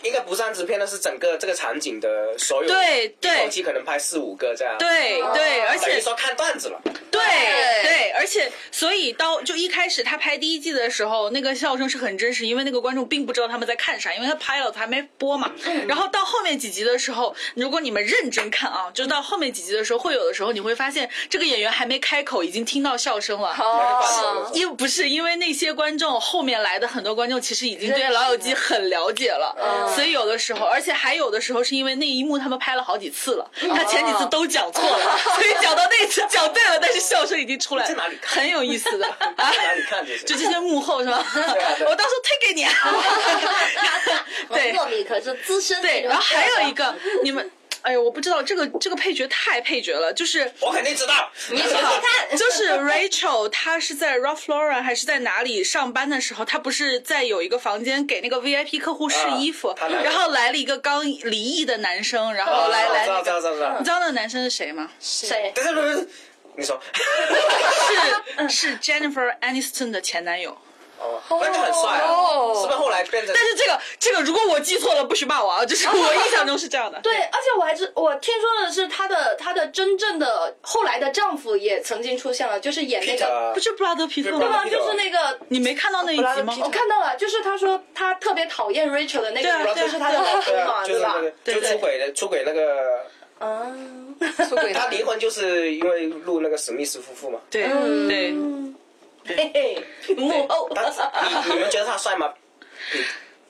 Speaker 3: 应该不算直片，那是整个这个场景的所有，
Speaker 1: 对对
Speaker 3: 一口气可能拍四五个这样，，
Speaker 1: 对对，而
Speaker 3: 等于
Speaker 1: 且
Speaker 3: 说看段子了。
Speaker 1: 对
Speaker 2: 对
Speaker 1: 对，而且所以到就一开始他拍第一季的时候，那个笑声是很真实，因为那个观众并不知道他们在看啥，因为他拍了还没播嘛。
Speaker 2: 嗯
Speaker 1: 然后到后面几集的时候，如果你们认真看啊，就到后面几集的时候，会有的时候你会发现这个演员还没开口，已经听到笑声了。
Speaker 2: 哦，
Speaker 1: 因为不是因为那些观众后面来的很多观众其实已经对《老友记》很了解了，
Speaker 3: 嗯
Speaker 1: 所以有的时候，而且还有的时候是因为那一幕他们拍了好几次了，
Speaker 3: 嗯
Speaker 1: 他前
Speaker 3: 哦
Speaker 1: 几次都讲错了，所以讲到那次讲对了，但是笑声已经出来了，
Speaker 3: 你在哪里看
Speaker 1: 很有意
Speaker 3: *laughs*
Speaker 1: 思的啊
Speaker 3: 在哪里看这是
Speaker 1: 就这些幕后是吧？
Speaker 3: 啊对啊
Speaker 1: 我到时候推给你
Speaker 3: *laughs*
Speaker 1: 啊。对
Speaker 4: 糯米可是资深那
Speaker 1: 对，
Speaker 4: 种
Speaker 1: 然后还
Speaker 3: 啊
Speaker 1: 有一个你们。哎呦，我不知道这个这个配角太配角了，就是
Speaker 3: 我肯定知道，你
Speaker 4: 你
Speaker 3: *laughs*
Speaker 4: 看，
Speaker 1: *laughs* 就是 Rachel，她是在 Ralph Lauren 还是在哪里上班的时候，她不是在有一个房间给那个 VIP 客户试衣服，
Speaker 3: 啊她来了
Speaker 1: 然后来了一个刚离异的男生，然后来、来
Speaker 3: 知
Speaker 1: 那个，
Speaker 3: 道知道知道知道
Speaker 1: 你知。道那个男生是谁吗？
Speaker 4: 谁？
Speaker 3: 但是不是，你说，
Speaker 1: 是嗯是 Jennifer Aniston 的前男友。
Speaker 3: 哦，那个很帅啊，
Speaker 2: 哦
Speaker 3: 是不是后来变成？
Speaker 1: 但是这个这个，如果我记错了，不许骂我啊！就是我印象中是这 *laughs* 样的。
Speaker 4: 对，而且我还知我听说的是她的她的真正的后来的丈夫也曾经出现了，就是演那个
Speaker 3: Peter，
Speaker 1: 不就布拉德皮特
Speaker 3: 对
Speaker 4: 对
Speaker 1: 吗
Speaker 4: 吧？
Speaker 3: 吧？
Speaker 4: 就是那个
Speaker 1: 你没看到那一
Speaker 2: 布拉
Speaker 1: 集
Speaker 2: 德皮
Speaker 1: 吗
Speaker 2: 特？
Speaker 4: 我看到了，就是他说他特别讨厌 Rachel 的那个
Speaker 1: 对啊
Speaker 4: 人，
Speaker 1: 对啊
Speaker 4: 就是他的老公
Speaker 3: 对
Speaker 4: 嘛，
Speaker 3: 啊，就是
Speaker 4: 吧
Speaker 3: 那个？
Speaker 1: 对
Speaker 3: 就
Speaker 1: 对
Speaker 3: 出轨的出轨那个，
Speaker 4: 嗯，
Speaker 2: 出轨
Speaker 3: 他离婚就是因为录那个史密斯夫妇嘛。
Speaker 1: 对对，
Speaker 4: 嘿 *laughs* 嘿，幕后
Speaker 3: 但是你你
Speaker 4: *laughs*
Speaker 3: 们觉得他帅吗？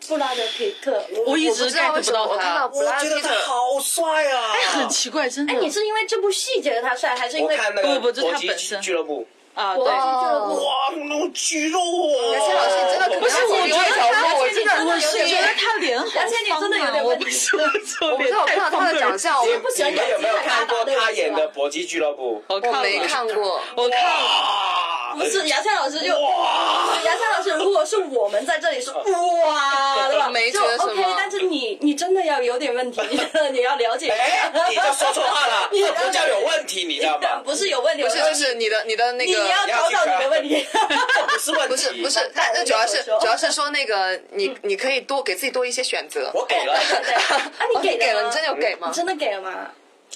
Speaker 4: 布拉德皮特，
Speaker 3: *laughs*
Speaker 1: 我一直
Speaker 2: 不知道
Speaker 1: get
Speaker 2: 为
Speaker 1: 不
Speaker 2: 什么
Speaker 1: 到
Speaker 2: 我看到
Speaker 1: 他，
Speaker 2: 布拉德皮特，
Speaker 3: 好帅啊！
Speaker 1: 很奇怪，真的。
Speaker 4: 哎，你是因为这部戏觉得他帅，还是因
Speaker 3: 我
Speaker 4: 为
Speaker 3: 看那哦
Speaker 1: 不
Speaker 3: 个
Speaker 1: 不就是
Speaker 3: 搏
Speaker 1: 他
Speaker 3: 击
Speaker 1: 本身
Speaker 3: 俱乐部，
Speaker 1: 啊，
Speaker 4: 国际
Speaker 1: 对。
Speaker 4: 俱乐部？
Speaker 3: 哇，那种肌肉哦！
Speaker 2: 而且老师真的可能
Speaker 1: 不是，
Speaker 2: 我
Speaker 1: 我
Speaker 2: 觉
Speaker 1: 觉
Speaker 2: 得
Speaker 1: 得
Speaker 2: 他
Speaker 1: 他，
Speaker 2: 我真的
Speaker 1: 我是
Speaker 2: 我觉
Speaker 1: 觉
Speaker 2: 得
Speaker 1: 得他脸好啊
Speaker 4: 而且你真的有点
Speaker 1: 我
Speaker 4: 问
Speaker 1: 不
Speaker 4: 题
Speaker 1: 是 *laughs* 我说
Speaker 2: 我不知道我看到他的长相，
Speaker 3: 你
Speaker 2: 我
Speaker 4: 不喜欢
Speaker 3: 你们有没有
Speaker 4: 演技派
Speaker 3: 看过
Speaker 4: 大的
Speaker 3: 他
Speaker 4: 那个
Speaker 3: 演
Speaker 4: 是
Speaker 3: 的
Speaker 4: 吧
Speaker 3: 搏击俱乐部？
Speaker 1: 我
Speaker 2: 我没
Speaker 1: 了，
Speaker 2: 看过。
Speaker 1: 我看了。
Speaker 3: 哇，哇
Speaker 4: 不是杨倩老师就杨倩老师，如果是我们在这里说哇，对吧？
Speaker 2: 没
Speaker 4: 就
Speaker 2: 觉得什
Speaker 4: OK，
Speaker 2: 么
Speaker 4: 但是你你真的要有点问题， *laughs* 你要了解一
Speaker 3: 哎
Speaker 4: 下，，
Speaker 3: 你这说错话了，
Speaker 4: 你
Speaker 3: 这叫有问题，你知道吗？
Speaker 4: 不是有问题，
Speaker 2: 不
Speaker 4: 不
Speaker 2: 是就是你的你的那
Speaker 4: 你
Speaker 2: 个
Speaker 4: 要找找你的问题。
Speaker 3: 这不是问题，
Speaker 2: 不是不是，
Speaker 4: 那
Speaker 2: 那
Speaker 4: 我
Speaker 2: 那
Speaker 4: 就
Speaker 2: 主要是
Speaker 4: 说
Speaker 2: 主要是说那个你你可以多给自己多一些选择。 *laughs*
Speaker 3: 我给了
Speaker 4: 对对，啊，
Speaker 2: 哦
Speaker 4: 你给
Speaker 2: 给了，
Speaker 4: 的吗
Speaker 2: 你真的有给吗
Speaker 4: 你？真的给了吗？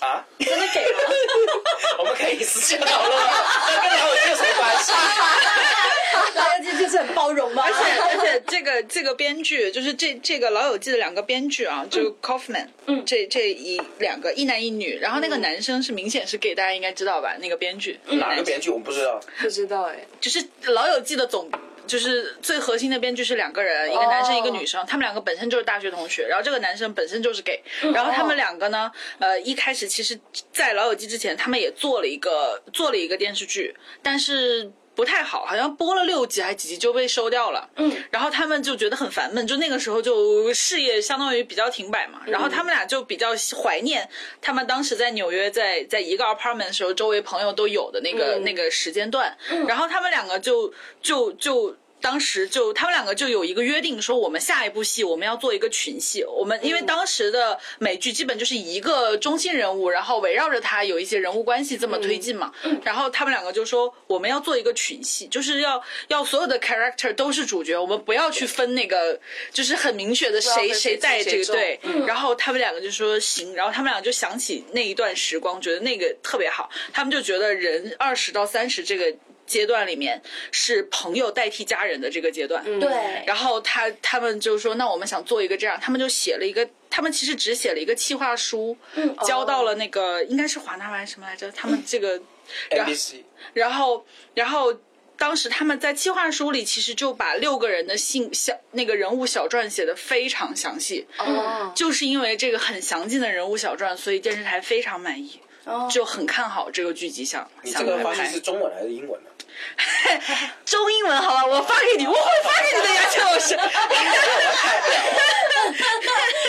Speaker 3: 啊，
Speaker 4: 真的给了吗？
Speaker 3: *laughs* 我们可以私下讨论，这跟老友记有什么关系？
Speaker 4: 老友记就是很包容嘛，而
Speaker 1: 而且这个这个编剧就是这这个《老友记》的两个编剧啊，就是 Kaufman，嗯，这这一两个一男一女，然后那个男生是明显是 gay，大家应该知道吧？那个编剧，
Speaker 3: 哪
Speaker 1: 男
Speaker 3: 个
Speaker 1: 生
Speaker 3: 编剧我不知道，
Speaker 2: 不知道哎，
Speaker 1: 就是《老友记》的总。就是最核心的编剧是两个人，一个男生一个女生，他们两个本身就是大学同学，然后这个男生本身就是 gay，然后他们两个呢，呃，一开始其实，在《老友记》之前，他们也做了一个做了一个电视剧，但是不太好，好像播了六集还几集就被收掉了，嗯，然后他们就觉得很烦闷，就那个时候就事业相当于比较停摆嘛，然后他们俩就比较怀念他们当时在纽约在在一个 apartment 的时候，周围朋友都有的那个、那个时间段，然后他们两个就就就。当时就他们两个就有一个约定，说我们下一部戏我们要做一个群戏，我们因为当时的美剧基本就是一个中心人物，然后围绕着他有一些人物关系这么推进嘛。
Speaker 2: 嗯
Speaker 1: 然后他们两个就说我们要做一个群戏，就是要要所有的 character 都是主角，我们不要去分那个，就是很明确的
Speaker 2: 要
Speaker 1: 谁
Speaker 2: 分
Speaker 1: 谁
Speaker 2: 谁
Speaker 1: 带
Speaker 2: 轻
Speaker 1: 这个
Speaker 2: 谁重
Speaker 1: 对。然后他们两个就说行，然后他们两个就想起那一段时光，觉得那个特别好，他们就觉得人二十到三十这个。阶段里面是朋友代替家人的这个阶段，
Speaker 4: *laughs* 对，
Speaker 1: 然后他他们就说，那我们想做一个这样，他们就写了一个，他们其实只写了一个企划书，交到了那个、应该是华纳还是什么来着，他们这个，然后
Speaker 3: ABC
Speaker 1: 然后然后当时他们在企划书里其实就把六个人的信小那个人物小传写的非常详细，
Speaker 4: 嗯
Speaker 2: 哦，
Speaker 1: 就是因为这个很详尽的人物小传，所以电视台非常满意。就很看好这个剧集想，
Speaker 3: 你
Speaker 1: 想
Speaker 3: 这个
Speaker 1: 来
Speaker 3: 发现
Speaker 1: 拍
Speaker 3: 是中文还是英文呢？啊
Speaker 1: 中英文好吧，我发给你，我会发给你的，杨倩老
Speaker 3: *laughs*
Speaker 1: 师。
Speaker 3: 太不了了，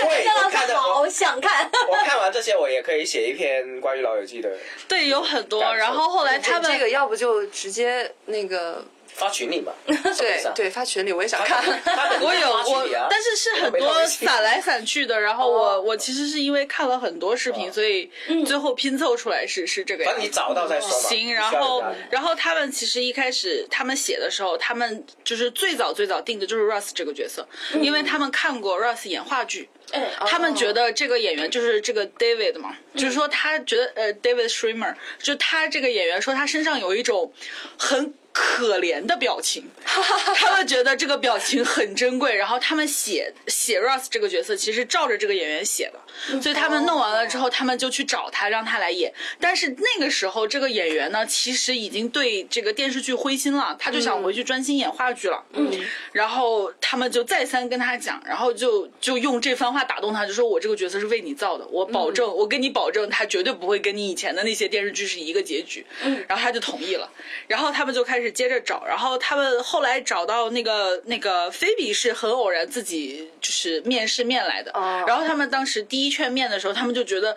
Speaker 3: 对，我看到我
Speaker 4: 好想
Speaker 2: *laughs*
Speaker 4: 看，
Speaker 3: 我看完这些，我也可以写一篇关于老友记的，
Speaker 1: 对，有很多。
Speaker 3: 感受
Speaker 1: 然后后来
Speaker 2: 这
Speaker 1: 他们
Speaker 2: 这个要不就直接那个
Speaker 3: 发群里嘛，
Speaker 2: 对
Speaker 4: 啊
Speaker 3: 上
Speaker 2: 对发群里，我也想
Speaker 3: 啊他
Speaker 2: 看。
Speaker 3: 可能
Speaker 2: *laughs*
Speaker 3: 他可能
Speaker 1: 我有
Speaker 3: 发群里啊
Speaker 1: 我，但是是很
Speaker 3: 没
Speaker 1: 多
Speaker 3: 东西
Speaker 1: 散来散去的。然后我我其实是因为看了很多视频，
Speaker 3: 哦
Speaker 1: 所以最后拼凑出来是是这个
Speaker 3: 反
Speaker 1: 样
Speaker 3: 正你
Speaker 1: 子。
Speaker 3: 找到再说吧。
Speaker 1: 行，
Speaker 3: 你需
Speaker 1: 然
Speaker 3: 要
Speaker 1: 后
Speaker 3: 有答案
Speaker 1: 然后他们其实一开始他们写的时候，他们就是最早最早定的就是 Russ 这个角色，因为他们看过 Russ 演话剧，
Speaker 4: 哎
Speaker 2: 哦
Speaker 1: 他们觉得这个演员就是这个 David 嘛，就是说他觉得呃 David Schremer，就他这个演员说他身上有一种很。可怜的表情，他们觉得这个表情很珍贵，然后他们写写 Russ 这个角色，其实照着这个演员写的，所以他们弄完了之后，他们就去找他，让他来演。但是那个时候，这个演员呢，其实已经对这个电视剧灰心了，他就想回去专心演话剧了。嗯，然后他们就再三跟他讲，然后就就用这番话打动他，就说我这个角色是为你造的，我保证，我跟你保证，他绝对不会跟你以前的那些电视剧是一个结局。嗯，然后他就同意了，然后他们就开始接着找，然后他们后来找到那个那个菲比是很偶然自己就是面试面来的，
Speaker 2: 哦
Speaker 1: 然后他们当时第一圈面的时候，他们就觉得。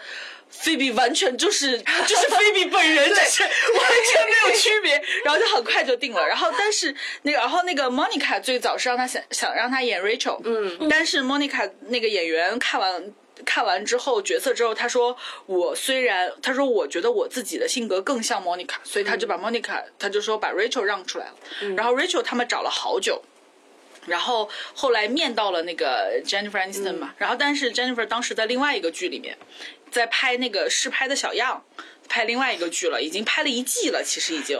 Speaker 1: 菲比完全就是就是菲比本人，就是完全没有区别，然后就很快就定了。然后但是那个，然后那个 Monica 最早是让她想想让她演 Rachel，嗯，但是 Monica 那个演员看完。看完之后角色之后，她说我虽然她说我觉得我自己的性格更像 Monica，所以她就把 Monica，、她就说把 Rachel 让出来了。然后 Rachel 他们找了好久，然后后来面到了那个 Jennifer Aniston 嘛，然后但是 Jennifer 当时在另外一个剧里面，在拍那个试拍的小样。拍另外一个剧了，已经拍了一季了，其实已经。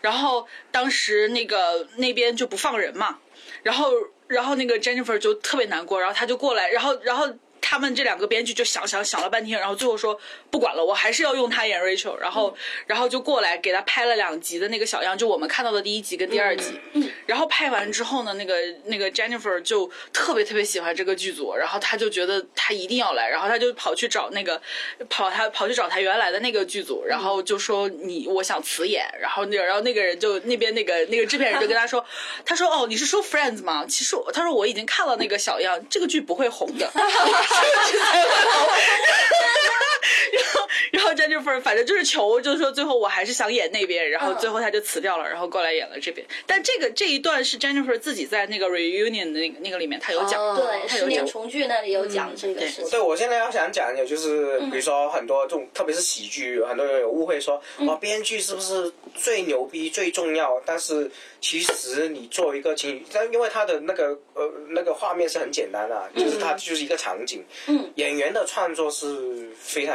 Speaker 1: 然后当时那个那边就不放人嘛，然后然后那个 Jennifer 就特别难过，然后她就过来，然后然后他们这两个编剧就想想想了半天，然后最后说不管了，我还是要用她演 Rachel，然后、然后就过来给她拍了两集的那个小样，就我们看到的第一集跟第二集，然后拍完之后呢，那个那个 Jennifer 就特别特别喜欢这个剧组，然后她就觉得她一定要来，然后她就跑去找那个跑她跑去找她原来的那个剧组，然后就说你我想辞演，然后那然后那个人就那边那个那个制片人就跟她说，她说哦你是说 Friends 吗？其实我她说我已经看了那个小样，这个 *laughs* 剧不会红的，这个剧才会红。然后然后 Jennifer 月份反正就是求，就是说最后我还是想演那边，然后
Speaker 4: 嗯
Speaker 1: 最后他就辞掉了，然后过来演了这边。但这个这一段是 Jennifer 自己在那个 reunion 的那个那个里面，他有讲，
Speaker 2: 哦
Speaker 4: *laughs* 对，
Speaker 1: 他
Speaker 4: 十
Speaker 1: 有
Speaker 4: 年
Speaker 1: 讲。
Speaker 4: 重聚那里有
Speaker 2: 嗯
Speaker 4: 讲这个
Speaker 1: 对
Speaker 4: 事情
Speaker 3: 对，。我现在要想讲的就是，比如说很多这种，特别是喜剧，很多人有误会说，哇，编剧是不是最牛逼、最重要？但是其实你做一个情侣，但因为它的那个呃那个画面是很简单的、啊就是它就是一个场景。嗯。演员的创作是非常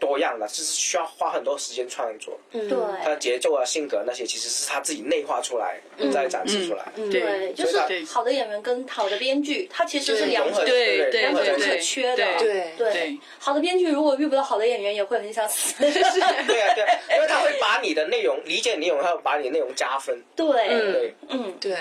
Speaker 3: 多样的，就是需要花很多时间创作。嗯。他
Speaker 4: 对
Speaker 3: 节奏啊、性格那些，其实是他自己内化出来，再展示出来。嗯
Speaker 1: 对
Speaker 4: 对，就是
Speaker 3: 所以他
Speaker 4: 好的演员跟好的编剧，他其实是
Speaker 3: 对
Speaker 4: 两
Speaker 3: 融合
Speaker 4: 者
Speaker 3: 的
Speaker 1: 对
Speaker 3: 对
Speaker 1: 对
Speaker 3: 两个
Speaker 1: 对
Speaker 3: 人
Speaker 1: 对，
Speaker 3: 是
Speaker 4: 缺的
Speaker 2: 对
Speaker 4: 对
Speaker 1: 对，
Speaker 4: 好的编剧如果遇不到好的演员，也会很想死。
Speaker 3: 对啊，对啊，因为他会把你的内容理解你内容，他会把你的内容加分。
Speaker 4: 对，
Speaker 3: 对。
Speaker 4: 嗯，
Speaker 2: 对，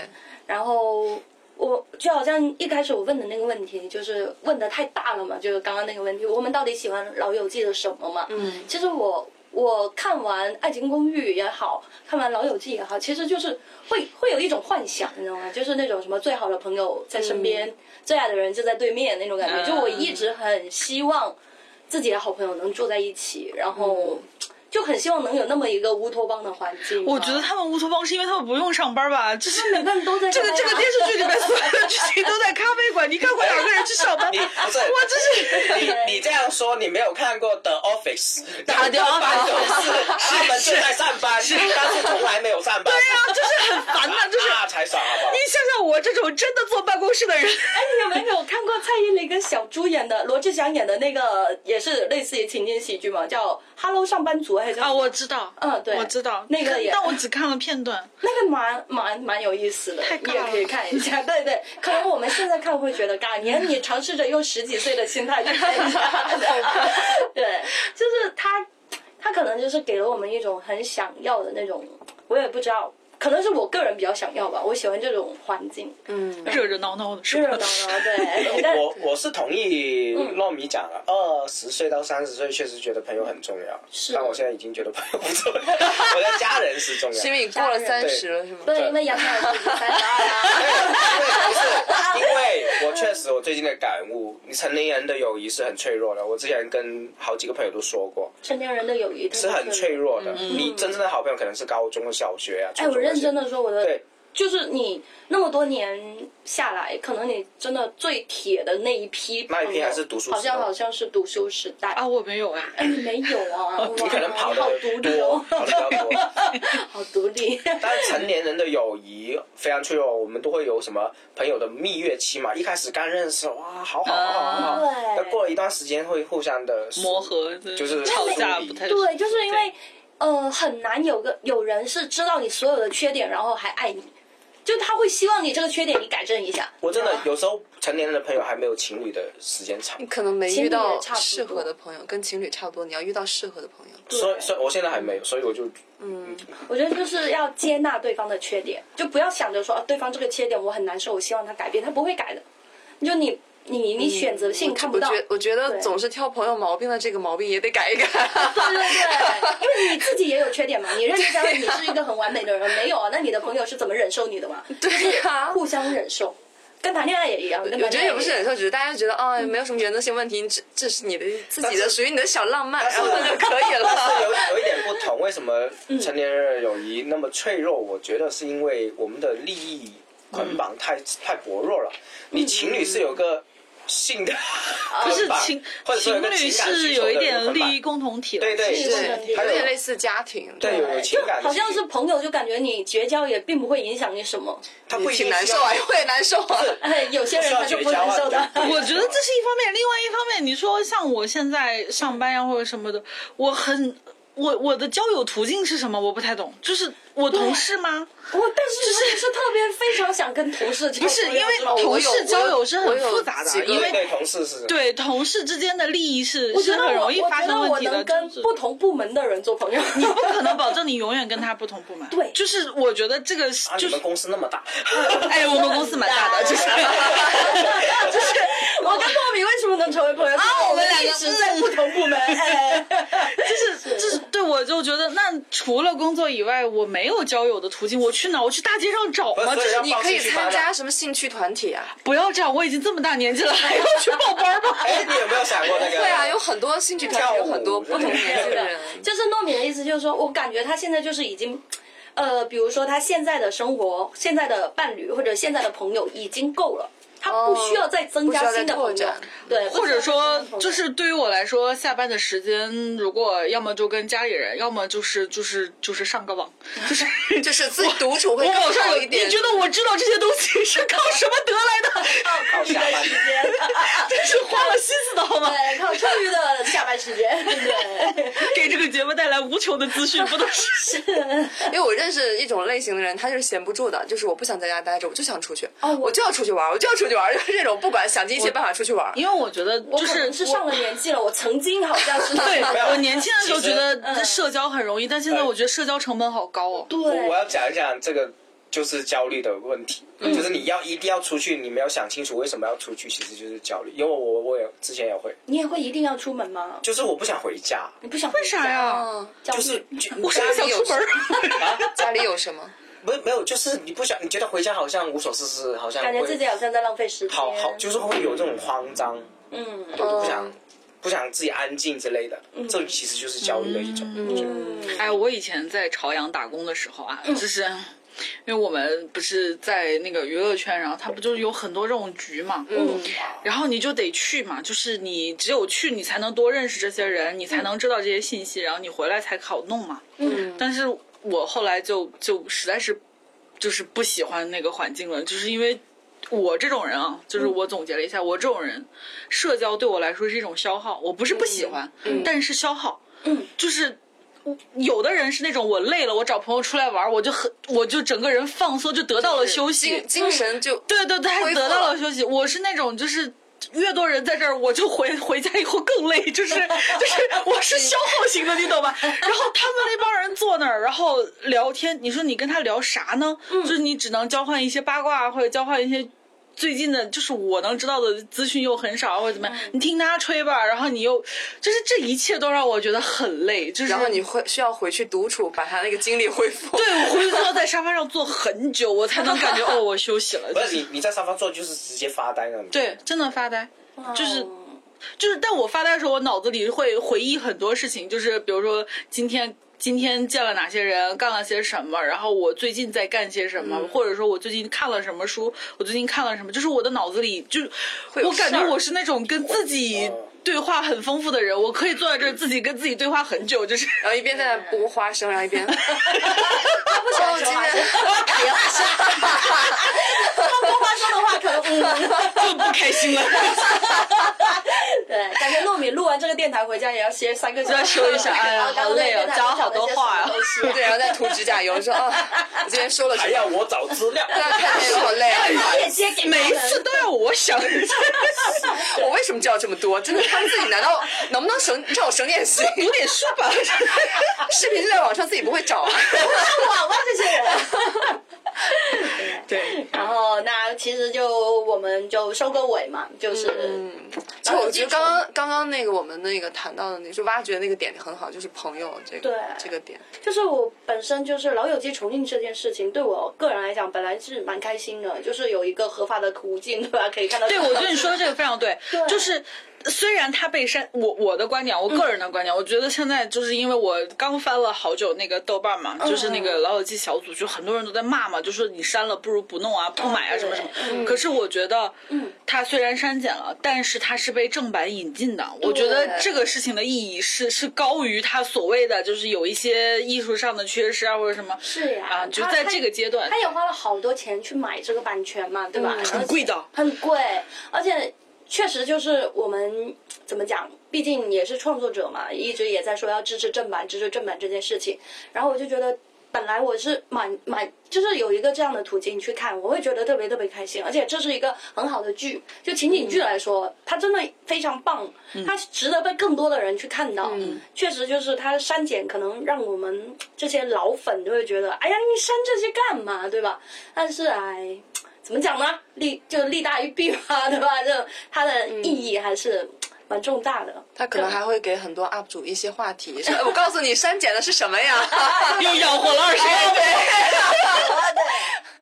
Speaker 4: 然后我就好像一开始我问的那个问题，就是问的太大了嘛，就是刚刚那个问题，我们到底喜欢《老友记》的什么嘛？嗯，其实我我看完《爱情公寓》也好看完《老友记》也好，其实就是会会有一种幻想，你知道吗？就是那种什么最好的朋友在身边，最爱的人就在对面那种感觉。
Speaker 1: 嗯
Speaker 4: 就我一直很希望自己的好朋友能住在一起，然后。就很希望能有那么一个乌托邦的环境啊吧。
Speaker 1: 嗯我觉得他们乌托邦是因为他们不用上班吧，就是
Speaker 4: 每个人都在
Speaker 1: 这个
Speaker 4: 上班
Speaker 1: 这个
Speaker 4: 啊呀
Speaker 1: 电视剧里面所有的剧情都在咖啡馆，你看过两个人去上班吗？ *laughs*
Speaker 3: 你不是
Speaker 1: 我真是。
Speaker 3: 你你这样说，你没有看过《The Office》？
Speaker 1: 啊对
Speaker 3: 班
Speaker 1: 啊
Speaker 3: 有事，他们正在上班，但是从来没有上班。对
Speaker 1: 对呀、就是很烦呐、就是
Speaker 3: 那才爽，好不好
Speaker 1: 你？想想我这种真的坐办公室
Speaker 4: *laughs*
Speaker 1: 的人，
Speaker 4: 哎，你有没有看过蔡依林跟小猪演的、罗志祥演的那个，也是类似于情景喜剧嘛？叫《Hello 上班族》还是叫
Speaker 1: 啊，我知道，
Speaker 4: 嗯对
Speaker 1: 我知道
Speaker 4: 那个也
Speaker 1: 但我只看了片段。
Speaker 4: 那个蛮蛮蛮有意思的，
Speaker 1: 太
Speaker 4: 你
Speaker 1: 尬
Speaker 4: 也
Speaker 1: 了
Speaker 4: 可以看一下。对对，可能我们现在看会觉得尬，你你尝试着用十几岁的心态去看一
Speaker 1: *laughs*
Speaker 4: 下，对，就是他他可能就是给了我们一种很想要的那种，我也不知道，可能是我个人比较想要吧，我喜欢这种环境，
Speaker 2: 嗯，
Speaker 1: 热热闹闹的，是
Speaker 4: 热
Speaker 1: 吧
Speaker 4: 热闹
Speaker 3: *laughs*
Speaker 4: 闹，对，但
Speaker 3: 我我是同意糯米讲了，二十岁到三十岁确实觉得朋友很重要，
Speaker 4: 是
Speaker 3: 但我现在已经觉得朋友不重要，我的家人是重要。
Speaker 2: 是因
Speaker 3: 对，
Speaker 2: 为你过了三十了是吗？
Speaker 4: 对，因为杨澜已经三十二了。 *laughs*
Speaker 3: 不是，因为我确实我最近的感悟，你成年人的友谊是很脆弱的。我之前跟好几个朋友都说过，
Speaker 4: 成年人的友谊
Speaker 3: 是很脆。弱的。
Speaker 2: 嗯
Speaker 3: 你真正的好朋友可能是高中和小学啊。
Speaker 4: 哎，我认真
Speaker 3: 的。
Speaker 4: 的说，我的
Speaker 3: 对，
Speaker 4: 就是你那么多年下来，可能你真的最铁的那一批朋友，
Speaker 3: 那一批还是读书时代
Speaker 4: 好像好像是读书时代
Speaker 1: 啊，。我没有
Speaker 4: *laughs*
Speaker 1: 哎，
Speaker 4: 哎，你没有啊，
Speaker 3: 哦你可能
Speaker 4: 哇
Speaker 3: 跑
Speaker 4: 你好
Speaker 3: 得
Speaker 4: 独立
Speaker 3: 多，
Speaker 4: 哦，
Speaker 3: 跑得比较多。
Speaker 4: 好独
Speaker 3: *laughs*
Speaker 4: 立。
Speaker 3: 但是成年人的友谊非常脆弱，我们都会有什么朋友的蜜月期嘛？一开始刚认识，哇，好好好好好好，
Speaker 4: 啊对
Speaker 3: 但过了一段时间会互相的
Speaker 1: 磨，合
Speaker 3: 就是
Speaker 1: 吵架
Speaker 3: 疏离
Speaker 1: 不太
Speaker 4: 对，就是因为呃，很难有个有人是知道你所有的缺点，然后还爱你，就他会希望你这个缺点你改正一下。
Speaker 3: 我真的有时候成年人的朋友还没有情侣的时间长
Speaker 2: 你， *laughs* 可能没
Speaker 4: 情侣
Speaker 2: 遇到
Speaker 4: 也差不多
Speaker 2: 适合的朋友，跟情侣差不多，你要遇到适合的朋友。
Speaker 3: 所以所以我现在还没有，所以我就嗯，
Speaker 4: 我觉得就是要接纳对方的缺点，就不要想着说啊，对方这个缺点我很难受，我希望他改变，他不会改的。就你你你选择性看不到，
Speaker 2: 嗯我觉
Speaker 4: 对
Speaker 2: 我觉得
Speaker 4: 对
Speaker 2: 总是挑朋友毛病的这个毛病也得改一改。
Speaker 4: 对对，因为你自己也有缺点嘛。你认真想想，你是一个很完美的人，没有啊？那你的朋友是怎么忍受你的嘛？
Speaker 2: *laughs* 对啊呀、
Speaker 4: 互相忍受，跟谈恋爱也一样。我
Speaker 2: 我觉得也不是忍受，只是大家觉得啊、没有什么原则性问题，这这是你的自己
Speaker 3: 但
Speaker 2: 的，
Speaker 3: 是
Speaker 2: 属于你的小浪漫，然
Speaker 3: 是
Speaker 2: 后就可以
Speaker 3: 但是
Speaker 2: 了。
Speaker 3: 有有一点不同，为什么成年人的友谊那么脆弱？我觉得是因为我们的利益捆绑太、太薄弱了。你情侣是有个性的 *laughs*
Speaker 1: 不
Speaker 3: 捆
Speaker 1: 是
Speaker 3: 绑，
Speaker 1: 情
Speaker 3: 或者说有
Speaker 1: 情侣
Speaker 3: 个情感
Speaker 1: 是
Speaker 3: 需求
Speaker 1: 有
Speaker 3: 的
Speaker 1: 一点
Speaker 3: 捆绑
Speaker 1: 利益共同体的，
Speaker 3: 对对
Speaker 2: 对，
Speaker 4: 是
Speaker 3: 还
Speaker 2: 有
Speaker 3: 有
Speaker 2: 点类似家庭。
Speaker 3: 对有有情感，
Speaker 4: 好像是朋友，就感觉你绝交也并不会影响你什么。 *laughs*
Speaker 3: 他不一
Speaker 2: 挺
Speaker 3: 定需要
Speaker 2: 难受啊，会难受啊。 *laughs*
Speaker 4: 哎，有些人他就不难受的。
Speaker 1: 我觉得这是一方面，另外一方面，你说像我现在上班呀或者什么的，我很我我的交友途径是什么？我不太懂，就是我同事吗？
Speaker 4: 我但是就是是特别非常想跟同事交
Speaker 1: 不是
Speaker 4: 朋友
Speaker 1: 因为
Speaker 4: 这种
Speaker 1: 同
Speaker 2: 我有
Speaker 1: 事交友是
Speaker 2: 我
Speaker 1: 很
Speaker 2: 有
Speaker 1: 复杂
Speaker 2: 几
Speaker 1: 的，
Speaker 2: 个
Speaker 1: 因
Speaker 3: 对
Speaker 1: 为
Speaker 3: 对同事是，
Speaker 1: 对同事之间的利益是
Speaker 4: 我觉
Speaker 1: 是
Speaker 4: 得
Speaker 1: 很
Speaker 4: 我
Speaker 1: 容易发生问题
Speaker 4: 我觉得我能
Speaker 1: 的，
Speaker 4: 跟
Speaker 1: 就是
Speaker 4: 不同部门的人做朋友，
Speaker 1: 你不可能
Speaker 4: *laughs*
Speaker 1: 保证你永远跟他不同部门。
Speaker 4: 对
Speaker 1: 就是我觉得这个是
Speaker 3: 啊，
Speaker 1: 就是
Speaker 3: 你们公司那么大， *laughs*
Speaker 1: 哎，我们公司蛮大的，就是
Speaker 4: 就是我跟糯米为什么能成为朋友？啊
Speaker 1: 我们两个
Speaker 4: 一直在不同部门，哎， *laughs*
Speaker 1: 就是就是对我我就觉得，那除了工作以外，我没有交友的途径，我去哪？我去大街上找吗？
Speaker 3: 不
Speaker 1: 这
Speaker 3: 是
Speaker 1: 是
Speaker 3: 要
Speaker 2: 你可以参加什么兴趣团体啊？
Speaker 1: 不要这样，我已经这么大年纪了， *laughs* 还要去报班吗？ *laughs*
Speaker 3: 哎，你有没有想过那个？
Speaker 2: *laughs* 对啊，有很多兴趣团体，有很多不同年纪
Speaker 4: 是
Speaker 2: 的
Speaker 4: 的
Speaker 3: *laughs*
Speaker 2: 人。，
Speaker 4: 就是糯米的意思，就是说我感觉他现在就是已经，呃，比如说他现在的生活、现在的伴侣或者现在的朋友已经够了，他不需
Speaker 1: 哦
Speaker 4: 要再增
Speaker 2: 不需
Speaker 4: 加
Speaker 2: 要再
Speaker 4: 新的
Speaker 2: 拓
Speaker 4: 朋友
Speaker 2: 展，
Speaker 4: 对，
Speaker 1: 或者说，就是是对于我来说，下班的时间，如果要么就跟家里人，要么就是就是就是上个网， *laughs* 就是
Speaker 2: 就是自己独处会
Speaker 1: 我
Speaker 2: 更
Speaker 1: 网上
Speaker 2: 好
Speaker 1: 有，
Speaker 2: 一点。
Speaker 1: 你觉得我知道这些东西是靠什么得来 *laughs* 的？
Speaker 4: 靠
Speaker 3: 下班
Speaker 4: 时间，
Speaker 1: 这是花了心思的好吗？
Speaker 4: 对，呃靠充裕的下班时间，对，
Speaker 1: 给这个节目带来无穷的资讯，不都是？
Speaker 2: 因为我认识一种类型的人，他就是闲不住的，就是我不想在家待着，我就想出去，
Speaker 4: 哦我
Speaker 2: 我就要出去玩，我就要出去玩，就是这种不管想尽一切办法出去玩。
Speaker 1: *laughs* 因为我觉得
Speaker 4: 我
Speaker 1: 就
Speaker 4: 可能
Speaker 1: 是
Speaker 4: 是上了年纪了，我曾经好像
Speaker 1: *laughs*
Speaker 4: 是
Speaker 1: 对嗯
Speaker 3: 有
Speaker 1: 我年轻的时候
Speaker 3: 其
Speaker 1: 觉
Speaker 3: 实
Speaker 1: 得社交很容易，但现在我觉得社交成本好高哦。
Speaker 3: 我我
Speaker 4: *laughs* 对，
Speaker 3: 要讲一讲这个就是焦虑的问题，就是你要一定要出去，你没有想清楚为什么要出去，其实就是焦虑。因为我我我也之前也会，
Speaker 4: 你也会一定要出门吗？
Speaker 3: 就是我不想回家，
Speaker 4: 你不想
Speaker 1: 为啥？呀？
Speaker 2: 嗯，
Speaker 4: 焦虑
Speaker 3: 就是就
Speaker 1: 我是
Speaker 3: 家
Speaker 1: 不是
Speaker 3: 里
Speaker 1: 想
Speaker 3: 有
Speaker 1: 出门儿。
Speaker 3: 啊，
Speaker 2: 家里有什
Speaker 3: *laughs*
Speaker 2: 么？
Speaker 3: 不是没有，就是你不想，你觉得回家好像无所事事，好像
Speaker 4: 感觉
Speaker 3: 会
Speaker 4: 自己好像在浪费时间，
Speaker 3: 好好，就是会有这种慌张，
Speaker 4: 嗯
Speaker 3: 对，就不想
Speaker 2: 嗯
Speaker 3: 不想自己安静之类的，这其实就是焦虑的一种。我觉得
Speaker 4: 嗯，
Speaker 1: 哎，我以前在朝阳打工的时候啊，就是因为我们不是在那个娱乐圈，然后它不就有很多这种局嘛，嗯，然后你就得去嘛，就是你只有去，你才能多认识这些人，你才能知道这些信息，然后你回来才好弄嘛。
Speaker 4: 嗯，
Speaker 1: 但是我后来就就实在是就是不喜欢那个环境了，就是因为。我这种人啊，就是我总结了一下，我这种人，社交对我来说是一种消耗。我不是不喜欢，但是消耗，
Speaker 4: 嗯，
Speaker 1: 就是有的人是那种我累了，我找朋友出来玩儿，我就很我就整个人放松，就得到了休息
Speaker 2: 精。精神就
Speaker 1: 对对对，还
Speaker 2: 恢复
Speaker 1: 得到
Speaker 2: 了
Speaker 1: 了休息。我是那种就是。越多人在这儿，我就回回家以后更累，就是就
Speaker 2: *laughs*
Speaker 1: 是我是消耗型的，你懂吧？然后他们那帮人坐那儿，然后聊天，你说你跟他聊啥呢？
Speaker 2: 嗯
Speaker 1: 就是你只能交换一些八卦，啊或者交换一些最近的，就是我能知道的资讯又很少，或者怎么样。
Speaker 2: 嗯
Speaker 1: 你听他吹吧，然后你又就是这一切都让我觉得很累，就是
Speaker 2: 然后你会需要回去独处，把他那个精力恢复。
Speaker 1: 对我回去都要在沙发上坐很久，我才能感
Speaker 2: *laughs*
Speaker 1: 觉哦，我休息了。
Speaker 3: 不
Speaker 1: 就是
Speaker 3: 你你在沙发坐就是直接发呆那种。
Speaker 1: 对，真的发呆，
Speaker 4: 哦
Speaker 1: 就是。就是，但我发呆的时候，我脑子里会回忆很多事情，就是比如说今天今天见了哪些人，干了些什么，然后我最近在干些什么，或者说我最近看了什么书，我最近看了什么，就是我的脑子里就是，
Speaker 2: 有
Speaker 1: 我感觉
Speaker 2: 事儿
Speaker 1: 我是那种跟自己对话很丰富的人，我可以坐在这儿自己跟自己对话很久，就是。
Speaker 2: *laughs* 然后一边在那剥花生，然后一边，
Speaker 4: 他不喜欢说话，别花生，他不花生的话，可
Speaker 1: *laughs*
Speaker 4: 能嗯，
Speaker 1: 哦就不开心了，
Speaker 4: 对，感觉糯米录完这个电台回家也要歇三个小时，
Speaker 1: 要 *laughs* 休一下哎呀好累哦讲了好多
Speaker 4: 啊
Speaker 1: 话呀
Speaker 2: 对，然后在涂指甲油，说啊，我今天说了什
Speaker 3: 还
Speaker 2: 么？
Speaker 3: 要我找资料？
Speaker 2: 对啊，看见好累啊。
Speaker 4: 也 *laughs* 歇
Speaker 1: *laughs*
Speaker 4: 给
Speaker 1: 每一次都要我想。
Speaker 2: 我为什么知道这么多？真的，他们自己难道能不能省让我省点心？
Speaker 1: 读点书吧。
Speaker 2: 视频就在网上，自己不会 *laughs* 找啊。
Speaker 4: 网吧这些人。
Speaker 1: *laughs* 对，
Speaker 4: 然后那其实就我们就收个尾嘛，就是
Speaker 1: 嗯
Speaker 2: 就我觉得刚刚刚刚那个我们那个谈到的那，就挖掘那个点很好，就是朋友这个
Speaker 4: 对
Speaker 2: 这个点。
Speaker 4: 就是我本身就是老友记重映这件事情，对我个人来讲本来是蛮开心的，就是有一个合法的途径，对吧？可以看到
Speaker 1: 对，我觉得你说的这个非常对，就是。虽然它被删，我我的观点，我个人的观点，我觉得现在就是因为我刚翻了好久那个豆瓣嘛，就是那个老友记小组，就很多人都在骂嘛，就说你删了不如不弄啊，不买啊什么什么。可是我觉得，它虽然删减了，但是它是被正版引进的，我觉得这个事情的意义是是高于它所谓的就是有一些艺术上的缺失啊或者什么
Speaker 4: 是呀，
Speaker 1: 啊，就
Speaker 4: 他
Speaker 1: 在
Speaker 4: 他
Speaker 1: 这个阶段嗯
Speaker 4: 他也花了好多钱去买这个版权嘛，对吧？
Speaker 1: 很贵的，
Speaker 4: 很贵，而且确实就是我们怎么讲，毕竟也是创作者嘛，一直也在说要支持正版、支持正版这件事情。然后我就觉得，本来我是蛮蛮，就是有一个这样的途径去看，我会觉得特别特别开心，而且这是一个很好的剧，就情
Speaker 1: 嗯
Speaker 4: 景剧来说，它真的非常棒，它值得被更多的人去看到。确实就是它删减，可能让我们这些老粉就会觉得，哎呀，你删这些干嘛，对吧？但是哎。怎么讲呢？利就利大于弊嘛，对吧？就它的意义还是蛮重大的。
Speaker 2: 他可能还会给很多 UP 主一些话 *laughs* 题，说哎我告诉你删减的是什么呀？
Speaker 1: 又养活了二十个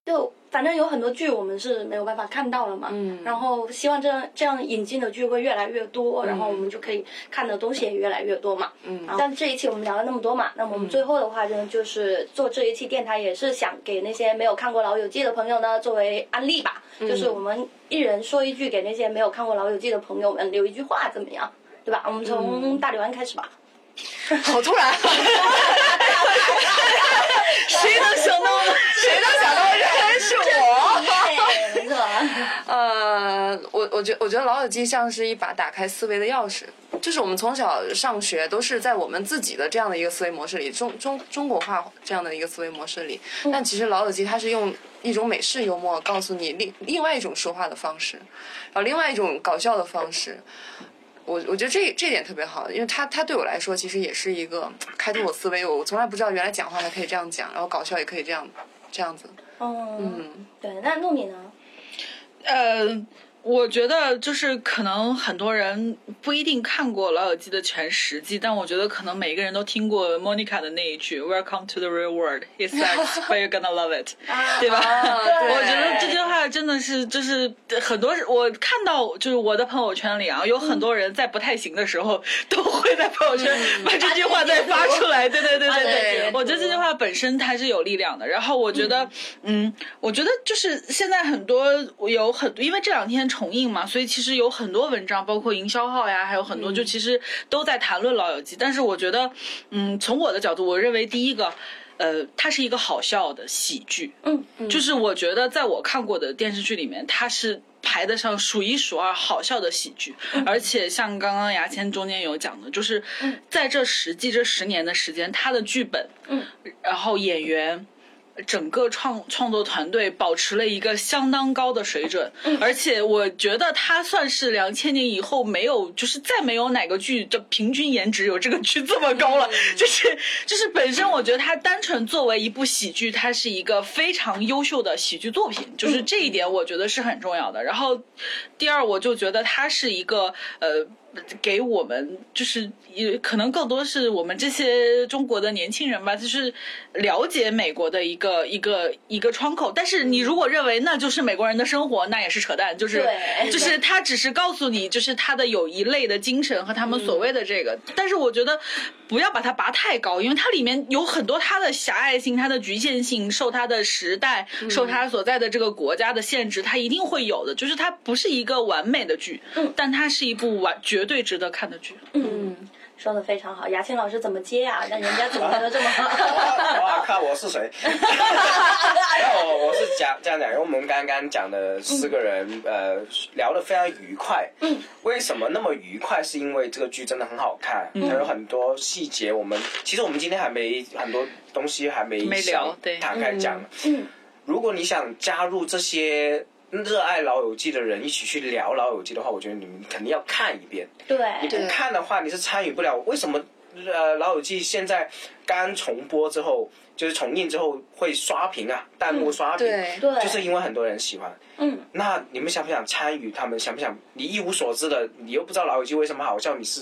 Speaker 4: 就反正有很多剧我们是没有办法看到了嘛，嗯，然后希望这样这样引进的剧会越来越多，然后我们就可以看的东西也越来越多嘛，嗯，但这一期我们聊了那么多嘛，那我们最后的话呢，就是做这一期电台也是想给那些没有看过《老友记》的朋友呢作为安利吧，
Speaker 1: 嗯
Speaker 4: 就是我们一人说一句，给那些没有看过《老友记》的朋友们留一句话，怎么样？对吧？我们从大刘安开始吧。
Speaker 2: *laughs* 好突然，
Speaker 1: 谁能想到呢？
Speaker 2: 谁能想到这是
Speaker 1: 嗯
Speaker 2: 我？
Speaker 4: *laughs*
Speaker 1: *laughs*
Speaker 4: 对，没错。
Speaker 2: 呃，我我觉我觉得《老友记》像是一把打开思维的钥匙，就是我们从小上学都是在我们自己的这样的一个思维模式里，中中中国化这样的一个思维模式里。但其实《老友记》它是用一种美式幽默告诉你另另外一种说话的方式，然后另外一种搞笑的方式。我我觉得这这点特别好，因为它它对我来说其实也是一个开拓我思维，我从来不知道原来讲话还可以这样讲，然后搞笑也可以这样这样子。
Speaker 4: 嗯，对，那糯米呢？
Speaker 1: 呃，我觉得就是可能很多人不一定看过《老友记》的全十季，但我觉得可能每个人都听过 Monica 的那一句 “Welcome to the real world, it sucks, but you're gonna love it”，对吧？
Speaker 2: 啊
Speaker 1: *laughs*
Speaker 2: 对
Speaker 1: 我觉得这句话真的是，就是很多我看到，就是我的朋友圈里啊，有很多人在不太行的时候，都会在朋友圈把这句话再发出来。对对对对
Speaker 4: 对
Speaker 1: 对，我觉得这句话本身它是有力量的。然后我觉得，嗯，我觉得就是现在很多有很，因为这两天重映嘛，所以其实有很多文章，包括营销号呀，还有很多就其实都在谈论《老友记》，但是我觉得，嗯，从我的角度，我认为第一个。呃，它是一个好笑的喜剧，
Speaker 4: 嗯，
Speaker 1: 就是我觉得在我看过的电视剧里面，它是排得上数一数二好笑的喜剧，而且像刚刚牙签中间有讲的，就是在这实际这十年的时间，它的剧本，
Speaker 4: 嗯，
Speaker 1: 然后演员。整个创创作团队保持了一个相当高的水准，而且我觉得它算是两千年以后没有，就是再没有哪个剧的平均颜值有这个剧这么高了。就是就是本身我觉得它单纯作为一部喜剧，它是一个非常优秀的喜剧作品，就是这一点我觉得是很重要的。然后第二，我就觉得它是一个呃。给我们就是也可能更多是我们这些中国的年轻人吧，就是了解美国的一个一个一个窗口。但是你如果认为那就是美国人的生活，那也是扯淡，就是
Speaker 4: 对
Speaker 1: 就是他只是告诉你，就是他的有一类的精神和他们所谓的这个。但是我觉得不要把它拔太高，因为它里面有很多它的狭隘性、它的局限性，受它的时代、受它所在的这个国家的限制，它一定会有的。就是它不是一个完美的剧，但它是一部完绝对值得看的剧。
Speaker 4: 嗯，说的非常好，牙签老师怎么接啊？让人家怎么说的这
Speaker 2: *laughs*
Speaker 4: 么好？
Speaker 3: 哇靠！我是谁？然后我我是讲这样讲，因为我们刚刚讲的四个人，呃，聊得非常愉快。嗯。为什么那么愉快？是因为这个剧真的很好看，它有很多细节。我们其实我们今天还没很多东西还没
Speaker 1: 没聊
Speaker 3: 想
Speaker 1: 对
Speaker 3: 摊开讲。
Speaker 4: 嗯。
Speaker 3: 如果你想加入这些热爱《老友记》的人一起去聊《老友记》的话，我觉得你们肯定要看一遍。
Speaker 4: 对，
Speaker 3: 不看的话，你是参与不了。为什么？呃，《老友记》现在刚重播之后，就是重映之后会刷屏啊，弹幕刷屏，
Speaker 2: 对
Speaker 4: 嗯对
Speaker 3: 就是因为很多人喜欢。
Speaker 4: 嗯，
Speaker 3: 那你们想不想参与？他们想不想？你一无所知的，你又不知道《老友记》为什么好笑，你是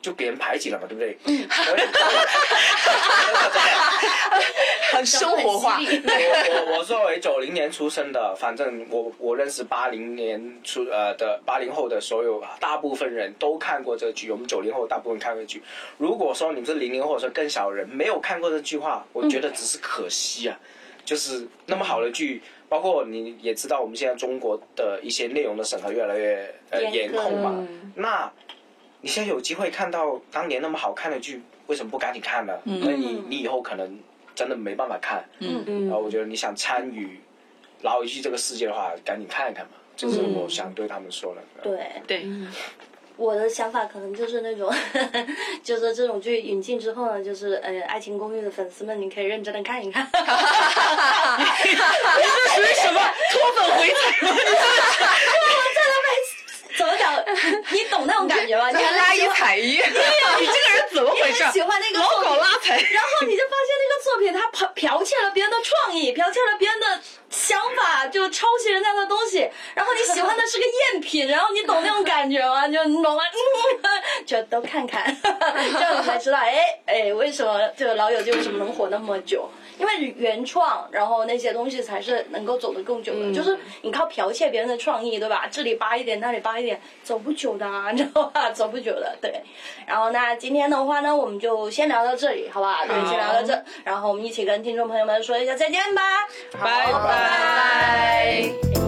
Speaker 3: 就给人排挤了嘛，对不对？ *laughs* 嗯， *laughs*
Speaker 2: 很生活化。
Speaker 4: 很犀利 *laughs*
Speaker 3: 我 *laughs* 我我作为九零年出生的，反正我我认识八零年出呃的八零后的所有呃大部分人都看过这个剧，我们九零后大部分看过这个剧。如果说你们是零零后或者更小的人没有看过这句话，我觉得只是可惜啊。 *laughs* 就是那么好的剧，包括你也知道我们现在中国的一些内容的审核越来越呃
Speaker 4: 严
Speaker 3: 严
Speaker 4: 格
Speaker 3: 控嘛，那你现在有机会看到当年那么好看的剧，为什么不赶紧看呢？那你你以后可能真的没办法看。
Speaker 1: 嗯
Speaker 3: 然后我觉得你想参与老友记这个世界的话，赶紧看一看嘛。这是我想对他们说的。
Speaker 4: 对，
Speaker 1: 对， *laughs*
Speaker 4: 我的想法可能就是那种，就是这种剧引进之后呢，就是呃，《爱情公寓》的粉丝们，你可以认真的看一 *laughs* 看。
Speaker 1: 这属于什么脱粉回踩吗？
Speaker 4: 怎么讲？你懂那种感觉吗？你很
Speaker 2: 拉一
Speaker 4: 喜欢
Speaker 2: 踩一，
Speaker 1: *laughs* 你这个人怎么回事
Speaker 4: 你很？喜欢那个
Speaker 1: 老
Speaker 4: 作
Speaker 1: 搞
Speaker 4: 品，
Speaker 1: 拉踩。
Speaker 4: 然后你就发现那个作品它剽剽窃了别人的创意，剽窃了别人的想法，就抄袭人家的东西。然后你喜欢的是个赝品，然后你懂那种感感觉吗？就啊你懂吗？嗯，就都看看， *laughs* 这样你才知道，哎哎，为什么这个老友记为什么能火那么久？因为原创，然后那些东西才是能够走得更久的。就是你靠剽窃别人的创意，对吧？这里扒一点，那里扒一点，走不久的、啊，你 *laughs* 知道吧？走不久的，对。然后那今天的话呢，我们就先聊到这里，好吧？对，先聊到这，然后我们一起跟听众朋友们说一下再见吧。
Speaker 1: 拜
Speaker 4: 拜拜。